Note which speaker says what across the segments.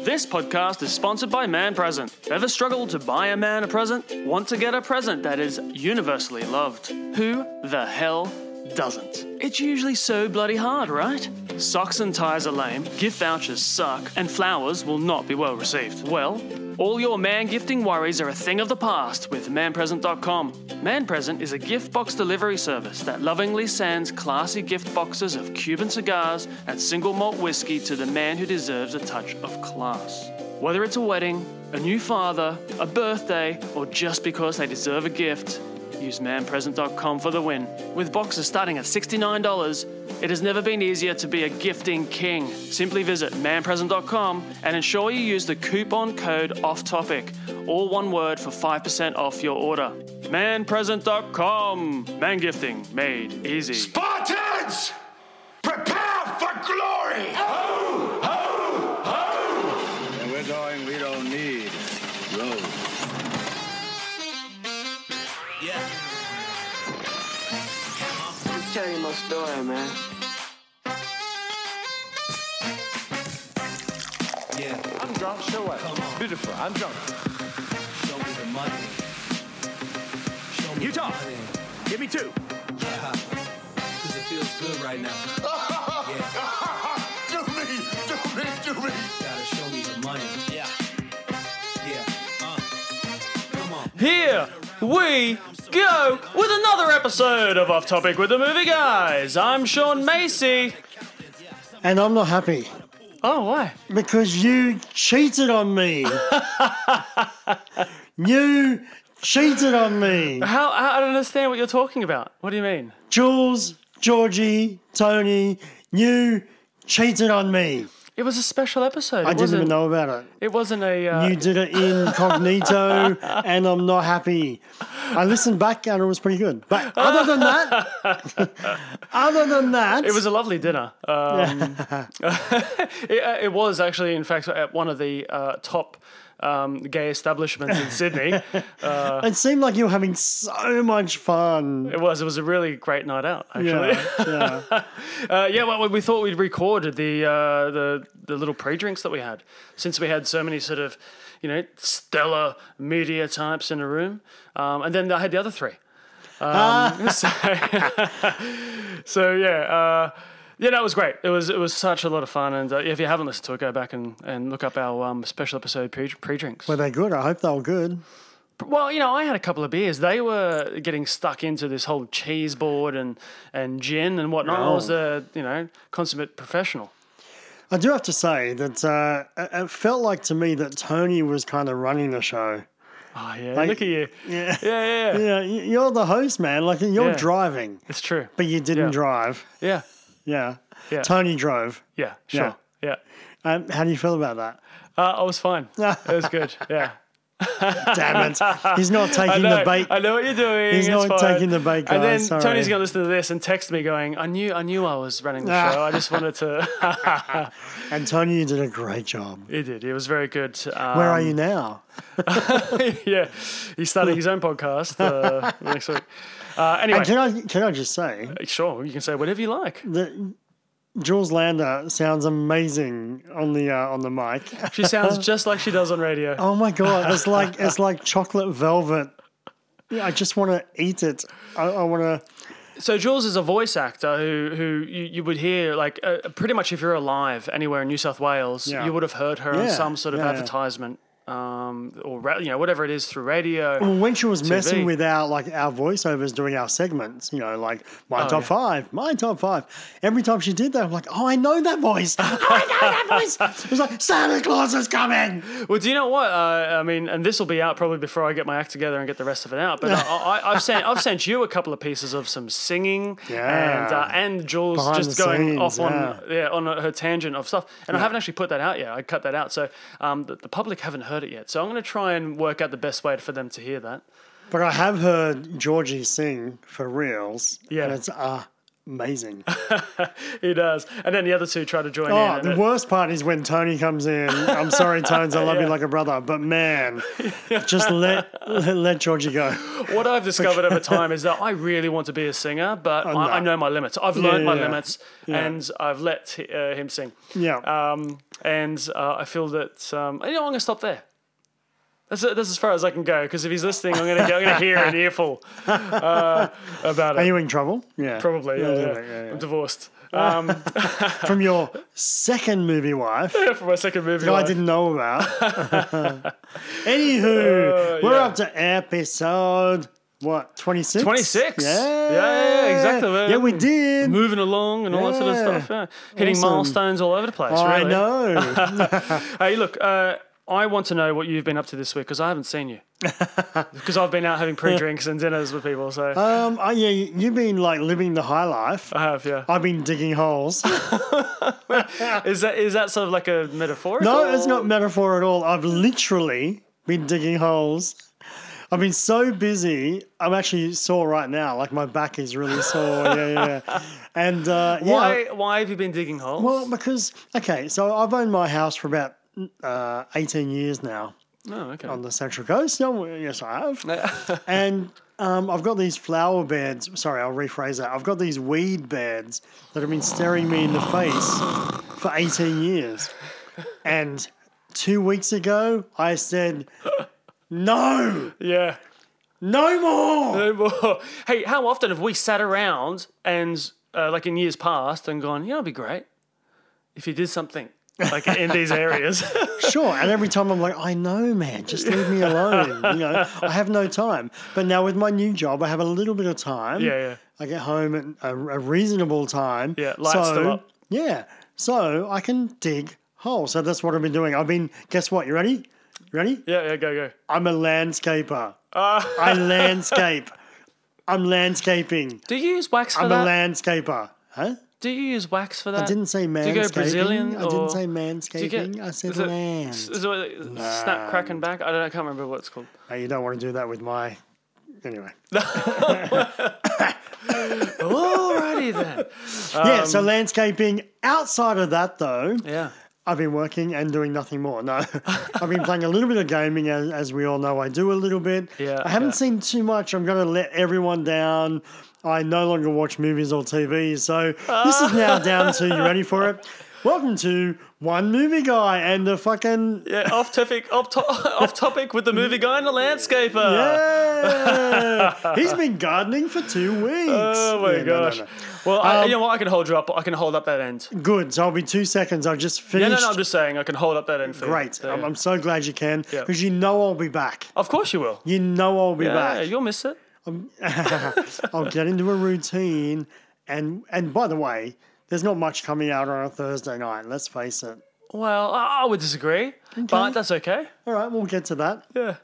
Speaker 1: This podcast is sponsored by Man Present. Ever struggled to buy a man a present? Want to get a present that is universally loved? Who the hell doesn't? It's usually so bloody hard, right? Socks and ties are lame, gift vouchers suck, and flowers will not be well received. Well, all your man gifting worries are a thing of the past with manpresent.com. Man Present is a gift box delivery service that lovingly sends classy gift boxes of Cuban cigars and single malt whiskey to the man who deserves a touch of class. Whether it's a wedding, a new father, a birthday, or just because they deserve a gift, use manpresent.com for the win. With boxes starting at $69, it has never been easier to be a gifting king. Simply visit manpresent.com and ensure you use the coupon code OFFTOPIC, all one word for 5% off your order. manpresent.com. Man gifting made easy.
Speaker 2: Spartans, prepare for glory! Ho, ho, ho!
Speaker 3: And we're going, we don't need roads.
Speaker 4: Just tell you my story, man.
Speaker 5: I'm drunk, so what? Beautiful, I'm drunk.
Speaker 6: Show me the money. Show me
Speaker 5: You talk.
Speaker 6: the money.
Speaker 5: Give me two.
Speaker 6: Yeah. Cause it feels good right now.
Speaker 2: do me, do me, do me!
Speaker 6: Gotta show me the money. Yeah. Yeah. Uh. Come on.
Speaker 1: Here we go with another episode of Off Topic with the Movie Guys. I'm Sean Macy.
Speaker 7: And I'm not happy
Speaker 1: Oh, why?
Speaker 7: because you cheated on me. you cheated on me.
Speaker 1: How? I don't understand what you're talking about. What do you mean?
Speaker 7: Jules, Georgie, Tony, you cheated on me.
Speaker 1: It was a special episode.
Speaker 7: I
Speaker 1: it
Speaker 7: didn't
Speaker 1: wasn't,
Speaker 7: even know about it.
Speaker 1: It wasn't a. Uh,
Speaker 7: You did it incognito, and I'm not happy. I listened back and it was pretty good. But other than that, other than that,
Speaker 1: it was a lovely dinner. Um, it, uh, it was actually, in fact, at one of the uh, top um, gay establishments in Sydney.
Speaker 7: it seemed like you were having so much fun.
Speaker 1: it was. It was a really great night out, actually.
Speaker 7: Yeah, yeah.
Speaker 1: Uh, yeah, well, we thought we'd record the uh, the the little pre-drinks that we had, since we had so many sort of, you know, stellar media types in a room, um, and then I had the other three. Um, so, so, yeah, uh, yeah, that was great. It was it was such a lot of fun, and uh, if you haven't listened to it, go back and, and look up our um, special episode pre- pre-drinks.
Speaker 7: Were they good? I hope they were good.
Speaker 1: Well, you know, I had a couple of beers. They were getting stuck into this whole cheese board and and gin and whatnot. I was a you know consummate professional.
Speaker 7: I do have to say that uh, it- it felt like to me that Tony was kind of running the show.
Speaker 1: Oh yeah,
Speaker 7: Like-
Speaker 1: look at you.
Speaker 7: Yeah.
Speaker 1: Yeah, yeah, yeah.
Speaker 7: Yeah, y- you're the host, man. Like you're
Speaker 1: Yeah.
Speaker 7: driving,
Speaker 1: It's true.
Speaker 7: but you didn't
Speaker 1: Yeah.
Speaker 7: drive.
Speaker 1: Yeah,
Speaker 7: Yeah.
Speaker 1: Yeah.
Speaker 7: Tony drove.
Speaker 1: yeah, sure. Yeah,
Speaker 7: Um, how do you feel about that?
Speaker 1: Uh, I was fine. It was good. Yeah,
Speaker 7: Damn it. He's not
Speaker 1: I
Speaker 7: taking
Speaker 1: know.
Speaker 7: the bait.
Speaker 1: I know what you're doing.
Speaker 7: He's
Speaker 1: it's
Speaker 7: not
Speaker 1: fine.
Speaker 7: taking the bait,
Speaker 1: And then
Speaker 7: guys, sorry.
Speaker 1: Tony's gonna listen to this and text me going, "I knew, I knew I was running the
Speaker 7: Ah.
Speaker 1: show. I just wanted to."
Speaker 7: And Tony, you did a great job.
Speaker 1: he did. It was very good. Um,
Speaker 7: Where are you now?
Speaker 1: yeah, he's starting his own podcast uh, next week. Uh, anyway,
Speaker 7: And can I can I just say
Speaker 1: sure, you can say whatever you like.
Speaker 7: that Jules Lander sounds amazing on the uh, on the mic.
Speaker 1: She sounds just like she does on radio.
Speaker 7: Oh my god, it's like it's like chocolate velvet. Yeah, I just want to eat it. I, I want to.
Speaker 1: So Jules is a voice actor who who you, you would hear like uh, pretty much if you're alive anywhere in New South Wales,
Speaker 7: Yeah.
Speaker 1: you would have heard her in
Speaker 7: Yeah,
Speaker 1: some sort of
Speaker 7: yeah, yeah.
Speaker 1: advertisement um, or ra- you know whatever it is through radio.
Speaker 7: When she was messing
Speaker 1: TV.
Speaker 7: with our like our voiceovers during our segments, you know, like my top
Speaker 1: Oh, yeah.
Speaker 7: five, my top five. Every time she did that, I'm like, oh, I know that voice. I know that voice. It was like Santa Claus is coming.
Speaker 1: Well, do you know what? Uh, I mean, and this will be out probably before I get my act together and get the rest of it out. But uh, I, I, I've sent I've sent you a couple of pieces of some singing
Speaker 7: Yeah.
Speaker 1: and uh, and Jules
Speaker 7: Behind
Speaker 1: just
Speaker 7: the
Speaker 1: going
Speaker 7: scenes,
Speaker 1: off on yeah on her tangent of stuff. And I haven't actually put that out yet. I cut that out, so um, the, the public haven't heard it yet. So I'm going to try and work out the best way for them to hear that.
Speaker 7: But I have heard Georgie sing for reals.
Speaker 1: Yeah.
Speaker 7: and it's uh, amazing.
Speaker 1: He does. And then the other two try to join in.
Speaker 7: Oh,
Speaker 1: and
Speaker 7: the
Speaker 1: it-
Speaker 7: worst part is when Tony comes in. I'm sorry, Tones, I love you like a brother, but man, just let let, let Georgie go.
Speaker 1: what I've discovered over time is that I really want to be a singer, but
Speaker 7: Oh, no.
Speaker 1: I, I know my limits. I've learned
Speaker 7: yeah,
Speaker 1: my
Speaker 7: yeah.
Speaker 1: limits, and I've let uh, him sing.
Speaker 7: Yeah,
Speaker 1: Um, and uh, I feel that um, you know I'm going to stop there. That's, that's as far as I can go because if he's listening, I'm going to I'm going to hear an earful uh, about
Speaker 7: are
Speaker 1: it.
Speaker 7: you in trouble? Yeah,
Speaker 1: Probably, yeah,
Speaker 7: yeah,
Speaker 1: yeah.
Speaker 7: yeah, yeah,
Speaker 1: I'm divorced
Speaker 7: from your second movie wife.
Speaker 1: for my second movie.
Speaker 7: that I
Speaker 1: life.
Speaker 7: didn't know about. Anywho,
Speaker 1: Uh,
Speaker 7: we're
Speaker 1: yeah.
Speaker 7: up to episode what twenty
Speaker 1: 26.
Speaker 7: six? Yeah,
Speaker 1: Yeah, yeah, yeah, exactly, man.
Speaker 7: Yeah, we did.
Speaker 1: Moving along and all that sort of
Speaker 7: Yeah.
Speaker 1: stuff, yeah. hitting
Speaker 7: Awesome. Oh,
Speaker 1: milestones all over the place.
Speaker 7: I
Speaker 1: really.
Speaker 7: know.
Speaker 1: Hey, look, uh, I want to know what you've been up to this week because I haven't seen you. Because I've been out having pre-drinks and dinners with people, so
Speaker 7: um, oh, yeah, you- you've been like living the high life.
Speaker 1: I have. Yeah,
Speaker 7: I've been digging holes.
Speaker 1: is that is that sort of like a metaphorical?
Speaker 7: No, it's not metaphor at all. I've literally been digging holes. I've been so busy. I'm actually sore right now. Like my back is really sore. Yeah, yeah. yeah. And uh, yeah,
Speaker 1: Why why have you been digging holes?
Speaker 7: Well, because okay, so I've owned my house for about uh, eighteen years now
Speaker 1: oh, okay.
Speaker 7: on the Central Coast. Yeah, well, Yes, I have, and um, I've got these flower beds. Sorry, I'll rephrase that. I've got these weed beds that have been staring me in the face for eighteen years, and two weeks ago I said. No,
Speaker 1: yeah.
Speaker 7: no more.
Speaker 1: No more. Hey, how often have we sat around and uh, like in years past and gone, yeah, it'd be great if you did something like in these areas.
Speaker 7: Sure. And every time I'm like, I know, man, just leave me alone. You know, I have no time. But now with my new job, I have a little bit of time.
Speaker 1: Yeah, yeah.
Speaker 7: I get home at a, a reasonable time.
Speaker 1: Yeah, lights still up.
Speaker 7: Yeah. So I can dig holes. So that's what I've been doing. I've been, guess what? You ready? You ready?
Speaker 1: yeah, yeah, go go.
Speaker 7: I'm a landscaper.
Speaker 1: Ah.
Speaker 7: I landscape. I'm landscaping.
Speaker 1: Do you use wax for
Speaker 7: I'm
Speaker 1: that?
Speaker 7: a landscaper. Huh?
Speaker 1: do you use wax for that?
Speaker 7: I didn't say
Speaker 1: Do
Speaker 7: manscaping.
Speaker 1: you go Brazilian?
Speaker 7: I didn't
Speaker 1: or-
Speaker 7: say
Speaker 1: Do you
Speaker 7: manscaping.
Speaker 1: get-
Speaker 7: I said
Speaker 1: is it-
Speaker 7: land.
Speaker 1: Is it uh, snap, crack, and back? I don't. know, I can't remember what it's called.
Speaker 7: Hey, Uh, you don't want to do that with my. Anyway.
Speaker 1: Alrighty then. Um,
Speaker 7: yeah, so landscaping. Outside of that, though,
Speaker 1: Yeah.
Speaker 7: I've been working and doing nothing more. No, I've been playing a little bit of gaming, as, as we all know I do a little bit.
Speaker 1: Yeah,
Speaker 7: I haven't
Speaker 1: yeah.
Speaker 7: seen too much. I'm going to let everyone down. I no longer watch movies or TV. So this is now down to, you ready for it? Welcome to One Movie Guy and the fucking.
Speaker 1: Yeah. Off topic. Off, to- off topic with the movie guy and the landscaper.
Speaker 7: Yeah! He's been gardening for two weeks.
Speaker 1: Oh my
Speaker 7: Yeah, no, no, Um,
Speaker 1: gosh.
Speaker 7: no.
Speaker 1: Well, I, you know what? I can hold you up. I can hold up that end.
Speaker 7: Good. So I'll be two seconds. I've just
Speaker 1: Yeah,
Speaker 7: finished.
Speaker 1: no, no. I'm just saying I can hold up that end. For you.
Speaker 7: Great.
Speaker 1: So,
Speaker 7: I'm,
Speaker 1: yeah.
Speaker 7: I'm so glad you can
Speaker 1: Yeah.
Speaker 7: because you know I'll be back.
Speaker 1: of course you will.
Speaker 7: You know I'll be
Speaker 1: Yeah,
Speaker 7: back.
Speaker 1: you'll miss it.
Speaker 7: I'll get into a routine. And and by the way, there's not much coming out on a Thursday night. Let's face it.
Speaker 1: Well, I, I would disagree, but that's okay.
Speaker 7: All right, we'll get to that.
Speaker 1: Yeah.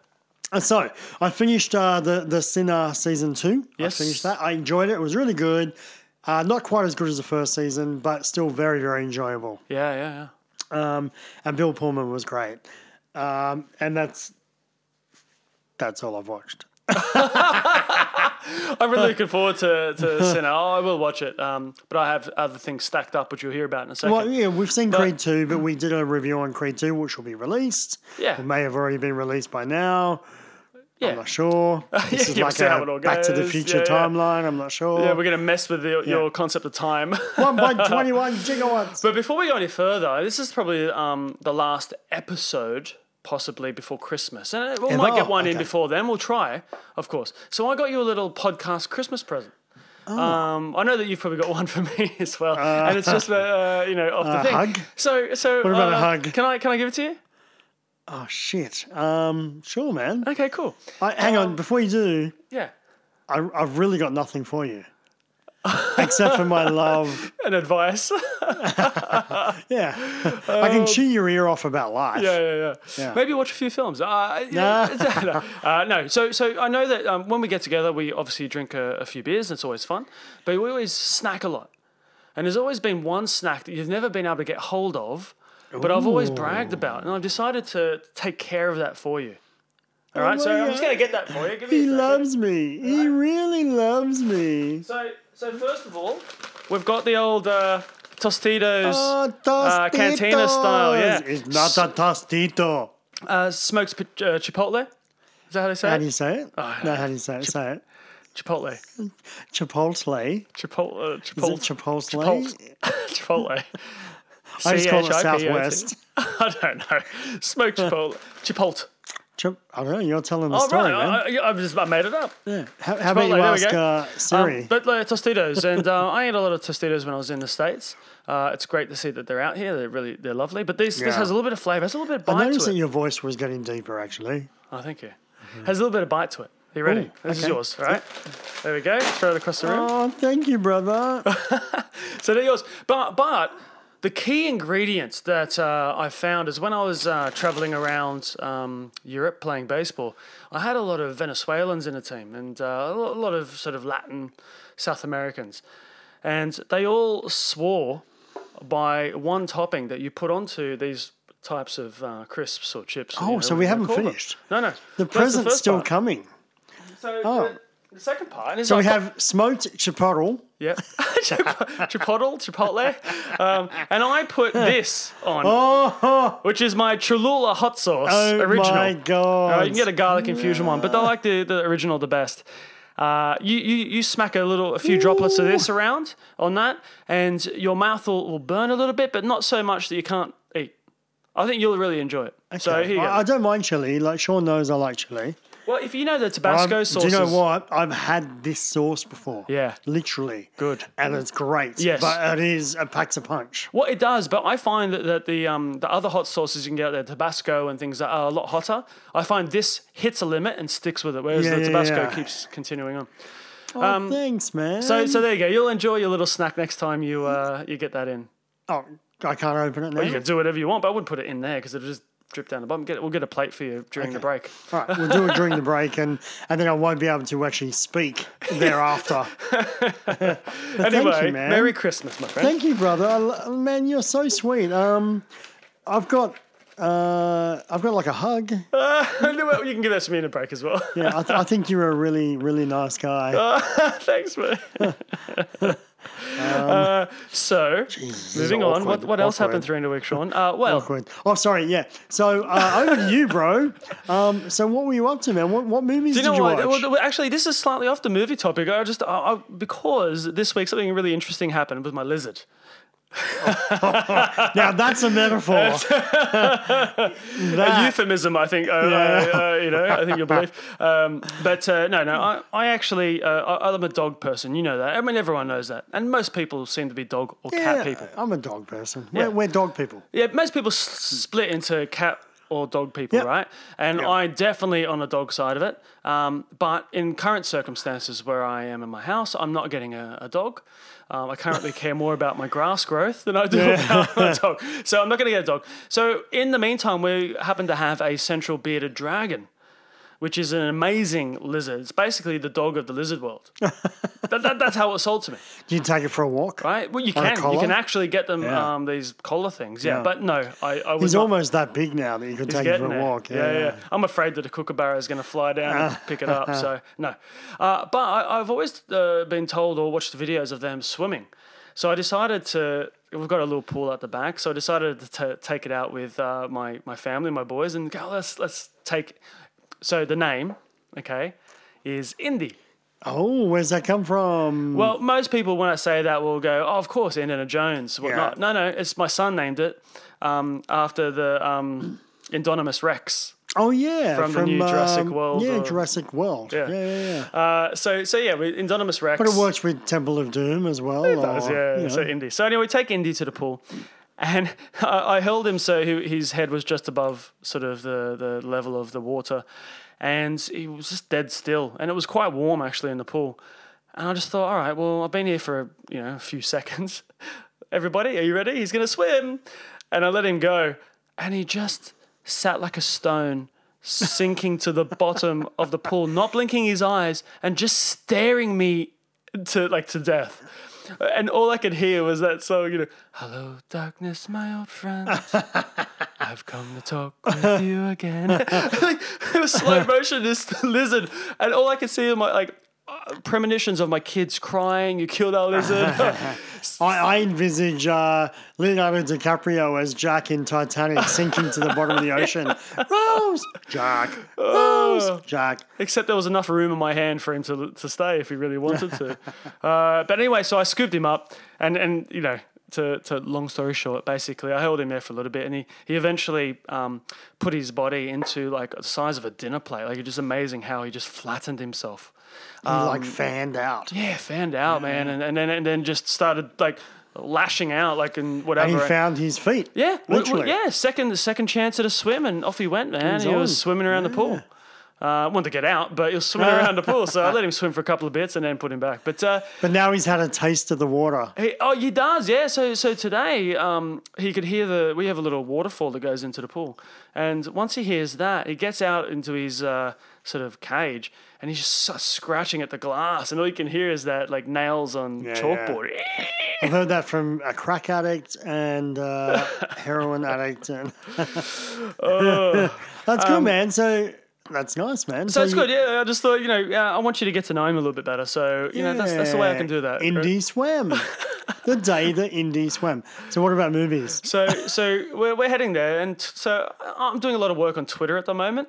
Speaker 7: Uh, So I finished uh, the the Sinner season two.
Speaker 1: Yes.
Speaker 7: I finished that. I enjoyed it. It was really good. Uh, not quite as good as the first season, but still very very enjoyable.
Speaker 1: Yeah, yeah, yeah.
Speaker 7: Um, and Bill Pullman was great. Um, and that's that's all I've watched.
Speaker 1: I'm really looking forward to to Sinner. Oh, I will watch it. Um, but I have other things stacked up, which you'll hear about in a second.
Speaker 7: Well, yeah, we've seen Creed 2, but we did a review on Creed 2, which will be released.
Speaker 1: Yeah.
Speaker 7: It may have already been released by now.
Speaker 1: yeah.
Speaker 7: I'm not sure. This is
Speaker 1: We'll
Speaker 7: like
Speaker 1: see how it all
Speaker 7: a Back to the
Speaker 1: goes.
Speaker 7: Future
Speaker 1: Yeah, yeah.
Speaker 7: timeline. I'm not sure.
Speaker 1: Yeah, we're going to mess with the, your concept of time.
Speaker 7: 1.21 gigawatts.
Speaker 1: but before we go any further, this is probably um, the last episode, possibly before Christmas. And uh, we might get
Speaker 7: oh,
Speaker 1: one in
Speaker 7: okay.
Speaker 1: before then. We'll try, of course. So I got you a little podcast Christmas present.
Speaker 7: Oh.
Speaker 1: Um, I know that you've probably got one for me as well, and it's just uh, you know off the
Speaker 7: a
Speaker 1: thing.
Speaker 7: hug?
Speaker 1: So, so what
Speaker 7: about a
Speaker 1: uh,
Speaker 7: hug?
Speaker 1: Can I can I give it to you?
Speaker 7: Oh, shit. Um, sure, man.
Speaker 1: Okay, cool.
Speaker 7: I, hang
Speaker 1: Um,
Speaker 7: on. Before you do,
Speaker 1: Yeah,
Speaker 7: I, I've really got nothing for you. Except for my love.
Speaker 1: and advice.
Speaker 7: Yeah. I can chew your ear off about life.
Speaker 1: Um, yeah, yeah, yeah, Maybe watch a few films. Uh, no. uh, no. So, so I know that um, when we get together, we obviously drink a, a few beers. It's always fun, but we always snack a lot. And there's always been one snack that you've never been able to get hold of, but I've always bragged about, and I've decided to take care of that for you. All right, so I'm just gonna get that for you. Give me a
Speaker 7: Oh He
Speaker 1: second.
Speaker 7: loves me. He really loves me.
Speaker 1: So, so first of all, We've got the old uh, Tostitos
Speaker 7: Oh.
Speaker 1: uh, cantina style.
Speaker 7: Tostitos!
Speaker 1: Yeah,
Speaker 7: It's not a tostito.
Speaker 1: uh, smoked p- uh, chipotle. Is that how they say
Speaker 7: How
Speaker 1: it?
Speaker 7: do you say it?
Speaker 1: Oh,
Speaker 7: no, how do you say it? Say it.
Speaker 1: Chipotle.
Speaker 7: Chipotle.
Speaker 1: Chipotle. uh,
Speaker 7: Is it
Speaker 1: Chipotle.
Speaker 7: Chipotle?
Speaker 1: Chipotle.
Speaker 7: I just call
Speaker 1: C
Speaker 7: it
Speaker 1: H I P O T.
Speaker 7: Southwest.
Speaker 1: I don't know. Smoked chipotle. Chipotle.
Speaker 7: Chip, I don't know. You're telling the
Speaker 1: Oh,
Speaker 7: story,
Speaker 1: right.
Speaker 7: man.
Speaker 1: I, I, I just I made it up.
Speaker 7: yeah. How, how about you
Speaker 1: Chipotle, there
Speaker 7: ask
Speaker 1: we go.
Speaker 7: uh, Siri?
Speaker 1: Um, but uh, Tostitos, and uh, I ate a lot of Tostitos when I was in the states. Uh, it's great to see that they're out here. They're really they're lovely. But this this
Speaker 7: Yeah.
Speaker 1: has a little bit of flavour. Has a little bit of
Speaker 7: I
Speaker 1: bite
Speaker 7: noticed
Speaker 1: to
Speaker 7: that
Speaker 1: it.
Speaker 7: your voice was getting deeper, actually.
Speaker 1: Oh, thank you. Has a little bit of bite to it. You ready?
Speaker 7: Ooh,
Speaker 1: this is
Speaker 7: okay.
Speaker 1: yours. All right. There we go. Throw it across the room.
Speaker 7: Oh, thank you, brother.
Speaker 1: So they're yours. But but the key ingredient that uh, I found is when I was uh, traveling around um, Europe playing baseball, I had a lot of Venezuelans in the team and uh, a lo- lot of sort of Latin South Americans, and they all swore by one topping that you put onto these types of uh, crisps or chips. or, you
Speaker 7: Oh,
Speaker 1: know,
Speaker 7: so
Speaker 1: whatever
Speaker 7: we
Speaker 1: you
Speaker 7: haven't
Speaker 1: call them.
Speaker 7: finished.
Speaker 1: No, no.
Speaker 7: The
Speaker 1: That's
Speaker 7: present's
Speaker 1: first
Speaker 7: still
Speaker 1: part.
Speaker 7: coming.
Speaker 1: So
Speaker 7: Oh.
Speaker 1: the, the second part is
Speaker 7: So we
Speaker 1: like-
Speaker 7: have smoked chipotle.
Speaker 1: Yep. Chipotle, Chipotle. Um, and I put this on, which is my Cholula hot sauce
Speaker 7: Oh
Speaker 1: Oh, original.
Speaker 7: my god!
Speaker 1: All right, you can get a garlic infusion one, but I like the, the original the best. Uh, you, you, you smack a little, a few droplets of this around on that, and your mouth will, will burn a little bit, but not so much that you can't eat. I think you'll really enjoy it. So here you go.
Speaker 7: I, I don't mind chili. Like Sean knows, I like chili.
Speaker 1: well, if you know the Tabasco
Speaker 7: Um,
Speaker 1: sauces,
Speaker 7: Do you know what? I've had this sauce before.
Speaker 1: Yeah.
Speaker 7: Literally.
Speaker 1: Good.
Speaker 7: And it's great.
Speaker 1: Yes.
Speaker 7: But it is a pack to punch.
Speaker 1: What it does, but I find that, that the um, the other hot sauces you can get out there, Tabasco and things that are a lot hotter, I find this hits a limit and sticks with it, whereas
Speaker 7: Yeah,
Speaker 1: the
Speaker 7: yeah,
Speaker 1: Tabasco
Speaker 7: yeah.
Speaker 1: keeps continuing on.
Speaker 7: Oh, thanks, man.
Speaker 1: Um, So so there you go. You'll enjoy your little snack next time you uh, you get that in.
Speaker 7: oh, I can't open it now.
Speaker 1: You can do whatever you want, but I wouldn't put it in there because it'll just drip down the bottom. Get it, we'll get a plate for you during the break.
Speaker 7: All right, we'll do it during the break, and, and then I won't be able to actually speak thereafter.
Speaker 1: Anyway,
Speaker 7: man.
Speaker 1: Merry Christmas, my friend.
Speaker 7: Thank you, brother. I lo- Man, you're so sweet. Um, I've got uh, I've got like a hug.
Speaker 1: Well, you can give that to me in a break as well.
Speaker 7: Yeah, I, th- I think you're a really, really nice guy.
Speaker 1: Uh, Thanks, man. uh, so, moving on. What,
Speaker 7: awkward,
Speaker 1: what else happened
Speaker 7: awkward.
Speaker 1: during the week, Sean? Uh, well,
Speaker 7: Awkward. Oh, sorry. Yeah. So uh, over to you, bro. Um, so what were you up to, man? What, what movies
Speaker 1: Do you know
Speaker 7: did you
Speaker 1: what?
Speaker 7: watch?
Speaker 1: Well, th- well, actually, this is slightly off the movie topic. I just I, I, because this week something really interesting happened with my lizard.
Speaker 7: now that's a metaphor.
Speaker 1: A
Speaker 7: That-
Speaker 1: euphemism, I think. Uh, uh, uh, you know, I think you'll believe. Um, but uh, no, no, I, I actually uh, I, I'm a dog person. You know that. I mean, everyone knows that, and most people seem to be dog or
Speaker 7: Yeah,
Speaker 1: cat people.
Speaker 7: I'm a dog person.
Speaker 1: Yeah.
Speaker 7: We're, we're dog people.
Speaker 1: Yeah, most people s- split into cat or dog people,
Speaker 7: Yep.
Speaker 1: right? And
Speaker 7: Yep.
Speaker 1: I definitely on the dog side of it. Um, but in current circumstances where I am in my house, I'm not getting a, a dog. Um, I currently care more about my grass growth than I do about a dog. So I'm not going to get a dog. So in the meantime, we happen to have a central bearded dragon. Which is an amazing lizard. It's basically the dog of the lizard world. that, that, that's how it sold to me.
Speaker 7: Do you take it for a walk?
Speaker 1: Right? Well, you
Speaker 7: On a
Speaker 1: can. You
Speaker 7: collar?
Speaker 1: can actually get them
Speaker 7: Yeah.
Speaker 1: um, these collar things. Yeah,
Speaker 7: Yeah.
Speaker 1: but no, I, I was
Speaker 7: He's
Speaker 1: not
Speaker 7: almost that big now that you can take it
Speaker 1: getting
Speaker 7: for a
Speaker 1: there.
Speaker 7: walk.
Speaker 1: yeah, yeah. I'm afraid that a kookaburra is going to fly down and pick it up. So no. Uh, but I, I've always uh, been told or watched videos of them swimming. So I decided to. We've got a little pool at the back, so I decided to ta take it out with uh, my my family, my boys, and go. Let's let's take. So the name, okay, is Indy.
Speaker 7: Oh, where's that come from?
Speaker 1: Well, most people when I say that will go, "Oh, of course, Indiana Jones." Whatnot. No, no, it's my son named it um, after the um, Indominus Rex.
Speaker 7: Oh yeah, um,
Speaker 1: from the new Jurassic World
Speaker 7: Yeah,
Speaker 1: or-
Speaker 7: Jurassic World. Yeah, yeah, yeah.
Speaker 1: Uh, so, so yeah, we, Indominus Rex.
Speaker 7: But it works with Temple of Doom as well.
Speaker 1: It does, yeah. So Indy. So anyway, we take Indy to the pool, and I, I held him so he, his head was just above sort of the the level of the water, and he was just dead still, and it was quite warm actually in the pool, and I just thought, all right, well, I've been here for you know a few seconds. Everybody, are you ready? He's gonna swim, and I let him go, and he just sat like a stone. Sinking to the bottom of the pool, not blinking his eyes, and just staring me to like to death. And all I could hear was that song, you know, Hello, darkness, my old friend. I've come to talk with you again. like, it was slow motion, this lizard. And all I could see were my like uh, premonitions of my kids crying, you killed our lizard.
Speaker 7: I, I envisage uh, Leonardo DiCaprio as Jack in Titanic sinking to the bottom of the ocean. Rose, Jack,
Speaker 1: Uh,
Speaker 7: Rose, Jack.
Speaker 1: Except there was enough room in my hand for him to, to stay if he really wanted to. uh, but anyway, so I scooped him up, and, and you know, to, to long story short, basically, I held him there for a little bit, and he, he eventually um, put his body into like the size of a dinner plate. Like, it's just amazing how he just flattened himself. um,
Speaker 7: He, like fanned out.
Speaker 1: Yeah, fanned out, man, and, and then and then just started like lashing out, like and whatever.
Speaker 7: And he found his feet.
Speaker 1: Yeah, w- w-
Speaker 7: literally.
Speaker 1: yeah, second second chance at a swim, and off he went, man.
Speaker 7: was
Speaker 1: He was
Speaker 7: on.
Speaker 1: swimming around the pool. Uh, wanted to get out, but he was swimming around the pool, so I let him swim for a couple of bits and then put him back. But uh,
Speaker 7: But now he's had a taste of the water.
Speaker 1: he, oh, he does, yeah. So so today, um, he could hear the. We have a little waterfall that goes into the pool, and once he hears that, he gets out into his uh, sort of cage, and he's just starts scratching at the glass, and all you can hear is that like nails on
Speaker 7: Yeah,
Speaker 1: chalkboard.
Speaker 7: I've heard that from a crack addict and uh, heroin addict. And that's good, man. So that's nice, man.
Speaker 1: Um, So it's
Speaker 7: you-
Speaker 1: good, yeah. I just thought, you know, uh, I want you to get to know him a little bit better. So you know, that's that's the way I can do that.
Speaker 7: Indie swim. the day that indie swim. So what about movies?
Speaker 1: So so we're we're heading there, and so I'm doing a lot of work on Twitter at the moment.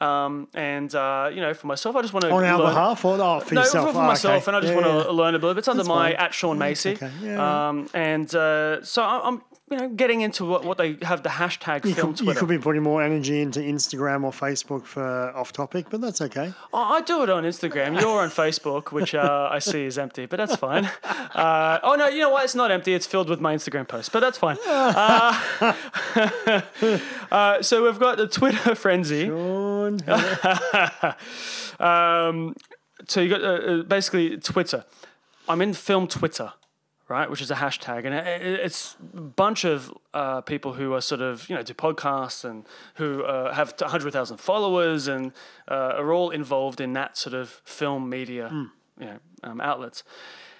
Speaker 1: Um, and uh, you know, for myself, I just want to
Speaker 7: On our behalf or oh, for
Speaker 1: No,
Speaker 7: yourself?
Speaker 1: for, for
Speaker 7: Oh, okay.
Speaker 1: myself, and I just
Speaker 7: Yeah,
Speaker 1: want
Speaker 7: yeah.
Speaker 1: to learn a little bit. It's under
Speaker 7: That's
Speaker 1: my
Speaker 7: fine.
Speaker 1: at Sean Macy,
Speaker 7: okay. Yeah.
Speaker 1: um, and uh, so I- I'm, you know, getting into what, what they have the hashtag
Speaker 7: You
Speaker 1: film
Speaker 7: could, you
Speaker 1: Twitter.
Speaker 7: could be putting more energy into Instagram or Facebook for off topic, but that's okay.
Speaker 1: I I do it on Instagram. You're on Facebook, which uh, I see is empty, but that's fine. Uh, oh no, you know what? It's not empty. It's filled with my Instagram posts, but that's fine. Uh, uh, so we've got the Twitter frenzy.
Speaker 7: On-
Speaker 1: Um, so you got uh, uh, basically Twitter. I'm in film Twitter, right, which is a hashtag, and it, it- it's a bunch of uh, people who are sort of you know do podcasts and who uh, have 100,000 followers and uh, are all involved in that sort of film media, you know, um, outlets.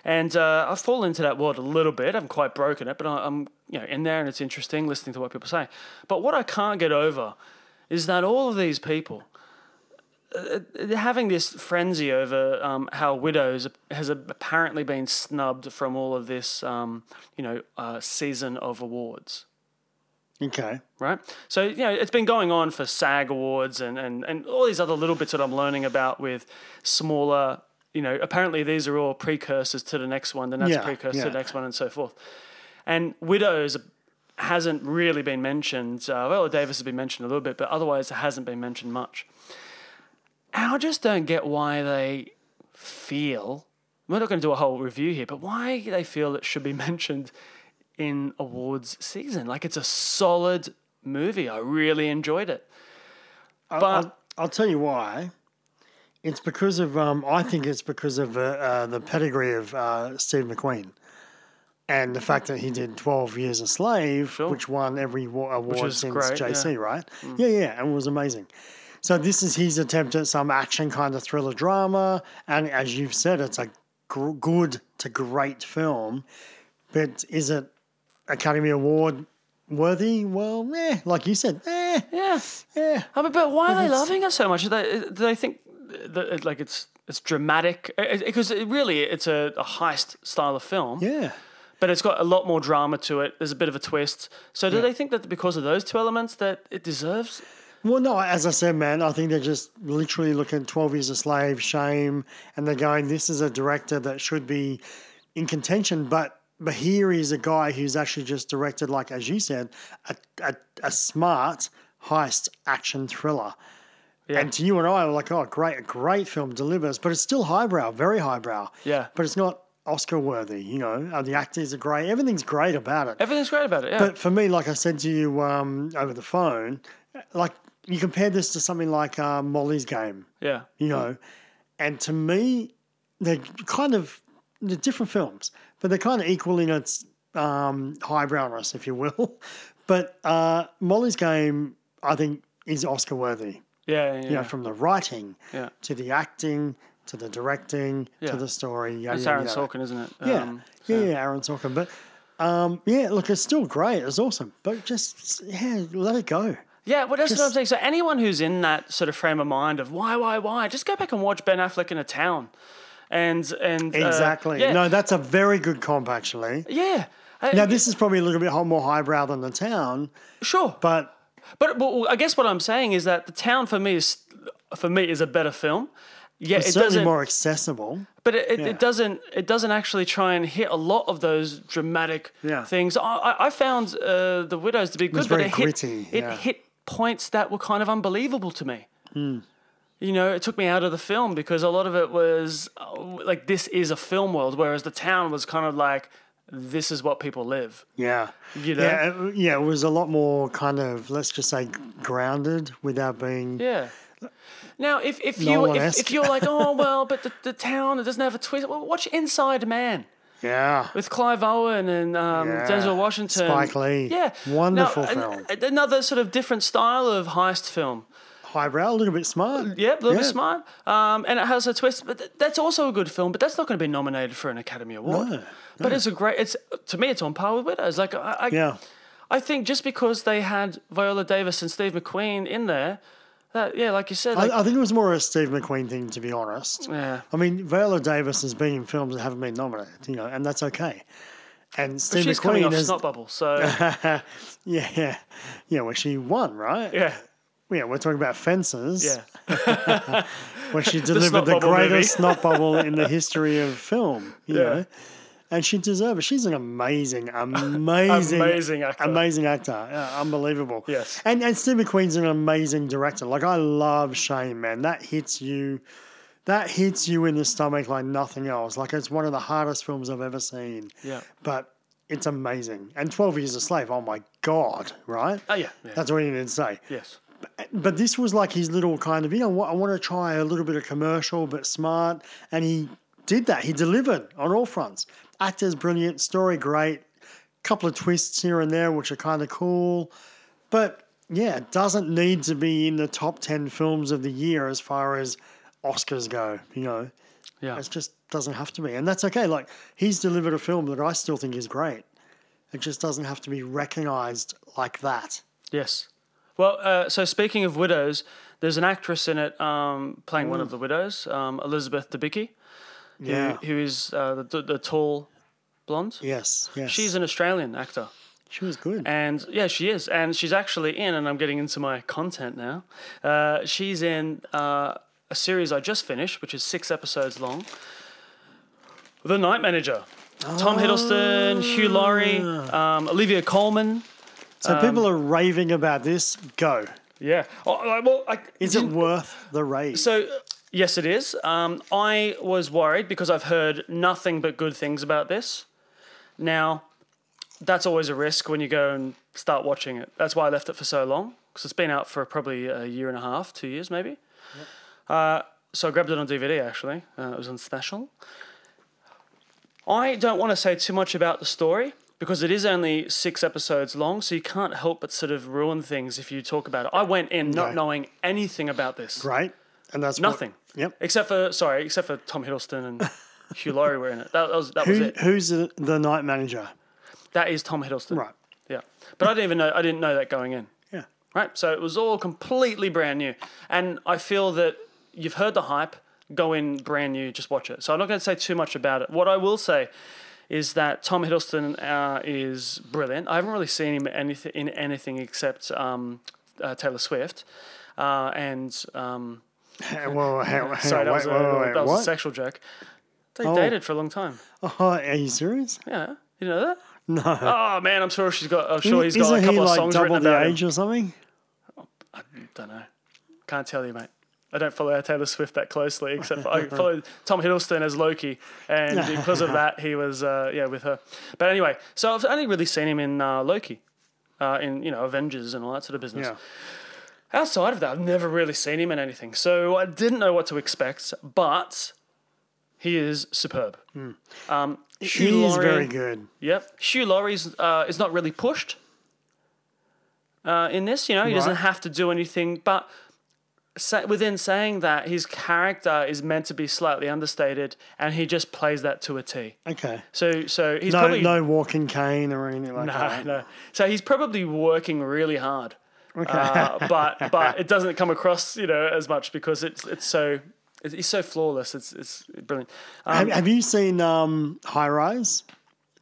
Speaker 1: And uh, I've fallen into that world a little bit. I haven't quite broken it, but I- I'm you know in there, and it's interesting listening to what people say. But what I can't get over is that all of these people they're having this frenzy over um, how widows has apparently been snubbed from all of this, um, you know, uh, season of awards.
Speaker 7: okay.
Speaker 1: Right, so you know it's been going on for SAG awards and, and, and all these other little bits that I'm learning about with smaller, you know. Apparently, these are all precursors to the next one, then that's
Speaker 7: Yeah,
Speaker 1: a precursor to
Speaker 7: yeah.
Speaker 1: the next one, and so forth. And widows hasn't really been mentioned. Uh, well, Davis has been mentioned a little bit, but otherwise, it hasn't been mentioned much. And I just don't get why they feel. We're not going to do a whole review here, but why they feel it should be mentioned in awards season. Like it's a solid movie. I really enjoyed it. But
Speaker 7: I'll, I'll tell you why. It's because of, um, I think it's because of uh, uh, the pedigree of uh, Steve McQueen and the fact that he did 12 Years a Slave, which won every wa- award
Speaker 1: is
Speaker 7: since
Speaker 1: great, Mm.
Speaker 7: JC, right? Yeah, yeah, and it was amazing. So this is his attempt at some action kind of thriller drama. And as you've said, it's a gr- good to great film. But is it Academy Award worthy? Well, eh, like you said, eh,
Speaker 1: yeah,
Speaker 7: eh.
Speaker 1: I mean, but why are they loving it so much? Do they, do they think that it, like it's it's dramatic? Because it, really, it's a, a heist style of film.
Speaker 7: Yeah.
Speaker 1: but it's got a lot more drama to it. There's a bit of a twist. So do they think that because of those two elements that it deserves?
Speaker 7: Well, no, as I said, man, I think they're just literally looking at 12 Years a Slave, Shame, and they're going, this is a director that should be in contention, but but here is a guy who's actually just directed, like, as you said, a, a, a smart heist action thriller. And to you and I, we're like, oh, great, a great film delivers, but it's still highbrow, very highbrow.
Speaker 1: Yeah.
Speaker 7: But it's not Oscar worthy, you know. Uh, The actors are great, everything's great about it.
Speaker 1: Everything's great about it. Yeah.
Speaker 7: But for me, like I said to you um, over the phone, like you compare this to something like uh, Molly's Game,
Speaker 1: yeah.
Speaker 7: you know, and to me, they're kind of they're different films, but they're kind of equal in its um, highbrowness, if you will. But uh, Molly's Game, I think, is Oscar worthy
Speaker 1: Yeah. Yeah. Yeah.
Speaker 7: you know, from the writing
Speaker 1: Yeah.
Speaker 7: to the acting to the directing
Speaker 1: Yeah.
Speaker 7: to the story. Yeah,
Speaker 1: It's
Speaker 7: yeah,
Speaker 1: Aaron
Speaker 7: yeah.
Speaker 1: Sorkin, isn't it?
Speaker 7: Yeah,
Speaker 1: Um,
Speaker 7: yeah, yeah, Aaron Sorkin. But um, yeah, look, it's still great. It's awesome. But just yeah, let it
Speaker 1: Uh,
Speaker 7: go.
Speaker 1: Yeah, well, that's what I'm saying. So anyone who's in that sort of frame of mind of why, why, why, just go back and watch Ben Affleck in a town. and and uh,
Speaker 7: Exactly.
Speaker 1: yeah,
Speaker 7: No, that's a very good comp, actually.
Speaker 1: yeah. Uh,
Speaker 7: Now, this is probably a little bit ho- more highbrow than the town,
Speaker 1: sure, but,
Speaker 7: but
Speaker 1: but I guess what I'm saying is that the town for me is for me is a better film. Yeah,
Speaker 7: it's
Speaker 1: it
Speaker 7: certainly
Speaker 1: doesn't.
Speaker 7: more accessible.
Speaker 1: But it, it,
Speaker 7: Yeah.
Speaker 1: it doesn't it doesn't actually try and hit a lot of those dramatic
Speaker 7: Yeah.
Speaker 1: things. I, I I found uh, the widows to be good,
Speaker 7: was
Speaker 1: but
Speaker 7: very
Speaker 1: it
Speaker 7: gritty,
Speaker 1: hit
Speaker 7: yeah.
Speaker 1: it hit points that were kind of unbelievable to me.
Speaker 7: Hmm.
Speaker 1: You know, it took me out of the film because a lot of it was uh, like this is a film world, whereas the town was kind of like this is what people live.
Speaker 7: Yeah.
Speaker 1: You know?
Speaker 7: Yeah, it, yeah, it was a lot more kind of, let's just say, grounded without being.
Speaker 1: Yeah. Now, if, if you if,
Speaker 7: Nolan-esque.
Speaker 1: if you're like, oh well, but the, the town it doesn't have a twist. Well, watch Inside Man.
Speaker 7: Yeah.
Speaker 1: with Clive Owen and um,
Speaker 7: Yeah.
Speaker 1: Denzel Washington.
Speaker 7: Spike Lee.
Speaker 1: Yeah.
Speaker 7: Wonderful
Speaker 1: Now, an-
Speaker 7: film.
Speaker 1: a- another sort of different style of heist film.
Speaker 7: Highbrow, a little bit smart.
Speaker 1: Yep, a little bit
Speaker 7: Yeah.
Speaker 1: smart. Um, and it has a twist, but th- that's also a good film, but that's not going to be nominated for an Academy Award.
Speaker 7: No,
Speaker 1: But it's a great, It's to me, it's on par with Widows. Like, I, I,
Speaker 7: Yeah.
Speaker 1: I think just because they had Viola Davis and Steve McQueen in there, that, yeah, like you said, like,
Speaker 7: I, I think it was more a Steve McQueen thing, to be honest.
Speaker 1: Yeah.
Speaker 7: I mean, Viola Davis has been in films that haven't been nominated, you know, and that's okay. And Steve
Speaker 1: she's coming
Speaker 7: McQueen
Speaker 1: off
Speaker 7: has,
Speaker 1: Snot Bubble, so
Speaker 7: yeah, yeah, yeah, where she won, right?
Speaker 1: yeah,
Speaker 7: yeah, we're talking about fences.
Speaker 1: yeah.
Speaker 7: where she delivered
Speaker 1: snot
Speaker 7: the,
Speaker 1: bubble
Speaker 7: greatest snot bubble in the history of film. You
Speaker 1: Yeah.
Speaker 7: know? And she deserved it. She's an amazing, amazing,
Speaker 1: Amazing actor.
Speaker 7: amazing actor. Yeah, unbelievable.
Speaker 1: Yes.
Speaker 7: And and Steve McQueen's an amazing director. Like I love Shane, man. That hits you, that hits you in the stomach like nothing else. Like it's one of the hardest films I've ever seen.
Speaker 1: Yeah.
Speaker 7: But it's amazing. And Twelve Years a Slave. Oh my god! Right.
Speaker 1: Oh, yeah, yeah.
Speaker 7: That's all you need to say
Speaker 1: Yes.
Speaker 7: but this was like his little kind of you know what I want to try a little bit of commercial but smart, and he did that. He delivered on all fronts. Actors brilliant, story great, couple of twists here and there which are kind of cool, but yeah, it doesn't need to be in the top ten films of the year as far as Oscars go. You know,
Speaker 1: Yeah.
Speaker 7: it just doesn't have to be, and that's okay. Like he's delivered a film that I still think is great. It just doesn't have to be recognized like that.
Speaker 1: Yes. Well, uh, so speaking of widows, there's an actress in it um, playing one of the widows, um, Elizabeth Debicki,
Speaker 7: Mm. Yeah.
Speaker 1: who is uh, the, the tall blonde.
Speaker 7: Yes. Yes.
Speaker 1: She's an Australian actor.
Speaker 7: She was good.
Speaker 1: And yeah, she is. And she's actually in, and I'm getting into my content now. Uh, she's in uh, a series I just finished, which is six episodes long The Night Manager. Tom Hiddleston, Hugh Laurie,
Speaker 7: Ah.
Speaker 1: um, Olivia Colman.
Speaker 7: so people
Speaker 1: Um,
Speaker 7: are raving about this. Go.
Speaker 1: Yeah. Oh, I- well, I,
Speaker 7: Is it worth the rave?
Speaker 1: Um, So yes, it is. Um, I was worried because I've heard nothing but good things about this. Now, that's always a risk when you go and start watching it. That's why I left it for so long because it's been out for probably a year and a half, two years maybe. Uh, so I grabbed it on DVD actually. Uh, it was on special. I don't want to say too much about the story because it is only six episodes long, so you can't help but sort of ruin things if you talk about it. I went in not
Speaker 7: No.
Speaker 1: knowing anything about this.
Speaker 7: right? And that's what-
Speaker 1: Nothing.
Speaker 7: yep.
Speaker 1: Except for sorry, except for Tom Hiddleston and Hugh Laurie were in it. That, that was that was
Speaker 7: Who,
Speaker 1: it.
Speaker 7: who's the, the night manager?
Speaker 1: That is Tom Hiddleston.
Speaker 7: Right.
Speaker 1: Yeah. But I didn't even know I didn't know that going in.
Speaker 7: Yeah.
Speaker 1: Right. So it was all completely brand new, and I feel that you've heard the hype. Go in brand new, just watch it. So I'm not going to say too much about it. What I will say is that Tom Hiddleston uh, is brilliant. I haven't really seen him anything in anything except um, uh, Taylor Swift. Uh, and um,
Speaker 7: Hey, Well, hey, hang
Speaker 1: sorry,
Speaker 7: on,
Speaker 1: that was,
Speaker 7: wait,
Speaker 1: a,
Speaker 7: wait, wait, wait,
Speaker 1: that was
Speaker 7: what?
Speaker 1: a sexual joke. They dated for a long time.
Speaker 7: Oh, are you serious?
Speaker 1: Yeah, you know that? No. Oh man, I'm sure she's got. I'm sure he's got
Speaker 7: Isn't
Speaker 1: a couple
Speaker 7: he
Speaker 1: of
Speaker 7: like
Speaker 1: songs
Speaker 7: double
Speaker 1: written
Speaker 7: the
Speaker 1: about
Speaker 7: age or something?
Speaker 1: him. Don't know. Can't tell you, mate. I don't follow Taylor Swift that closely, except for I followed Tom Hiddleston as Loki, and because of that, he was uh, yeah with her. But anyway, so I've only really seen him in uh, Loki, uh, in you know Avengers and all that sort of business.
Speaker 7: Yeah.
Speaker 1: Outside of that, I've never really seen him in anything, so I didn't know what to expect. But he is superb. Um, Hugh
Speaker 7: Hmm. He is
Speaker 1: Laurie-
Speaker 7: very good.
Speaker 1: Yep. Hugh Laurie's uh, is not really pushed uh, in this. You know, he doesn't
Speaker 7: Right.
Speaker 1: have to do anything. But sa- within saying that, his character is meant to be slightly understated, and he just plays that to a T.
Speaker 7: Okay.
Speaker 1: So, so he's
Speaker 7: No,
Speaker 1: probably
Speaker 7: no walking cane or anything like
Speaker 1: no,
Speaker 7: that.
Speaker 1: no. So he's probably working really hard. Uh, but but it doesn't come across you know as much because it's it's so It's- He's so flawless. It's it's brilliant.
Speaker 7: Have,
Speaker 1: Um,
Speaker 7: have you seen um, High Rise?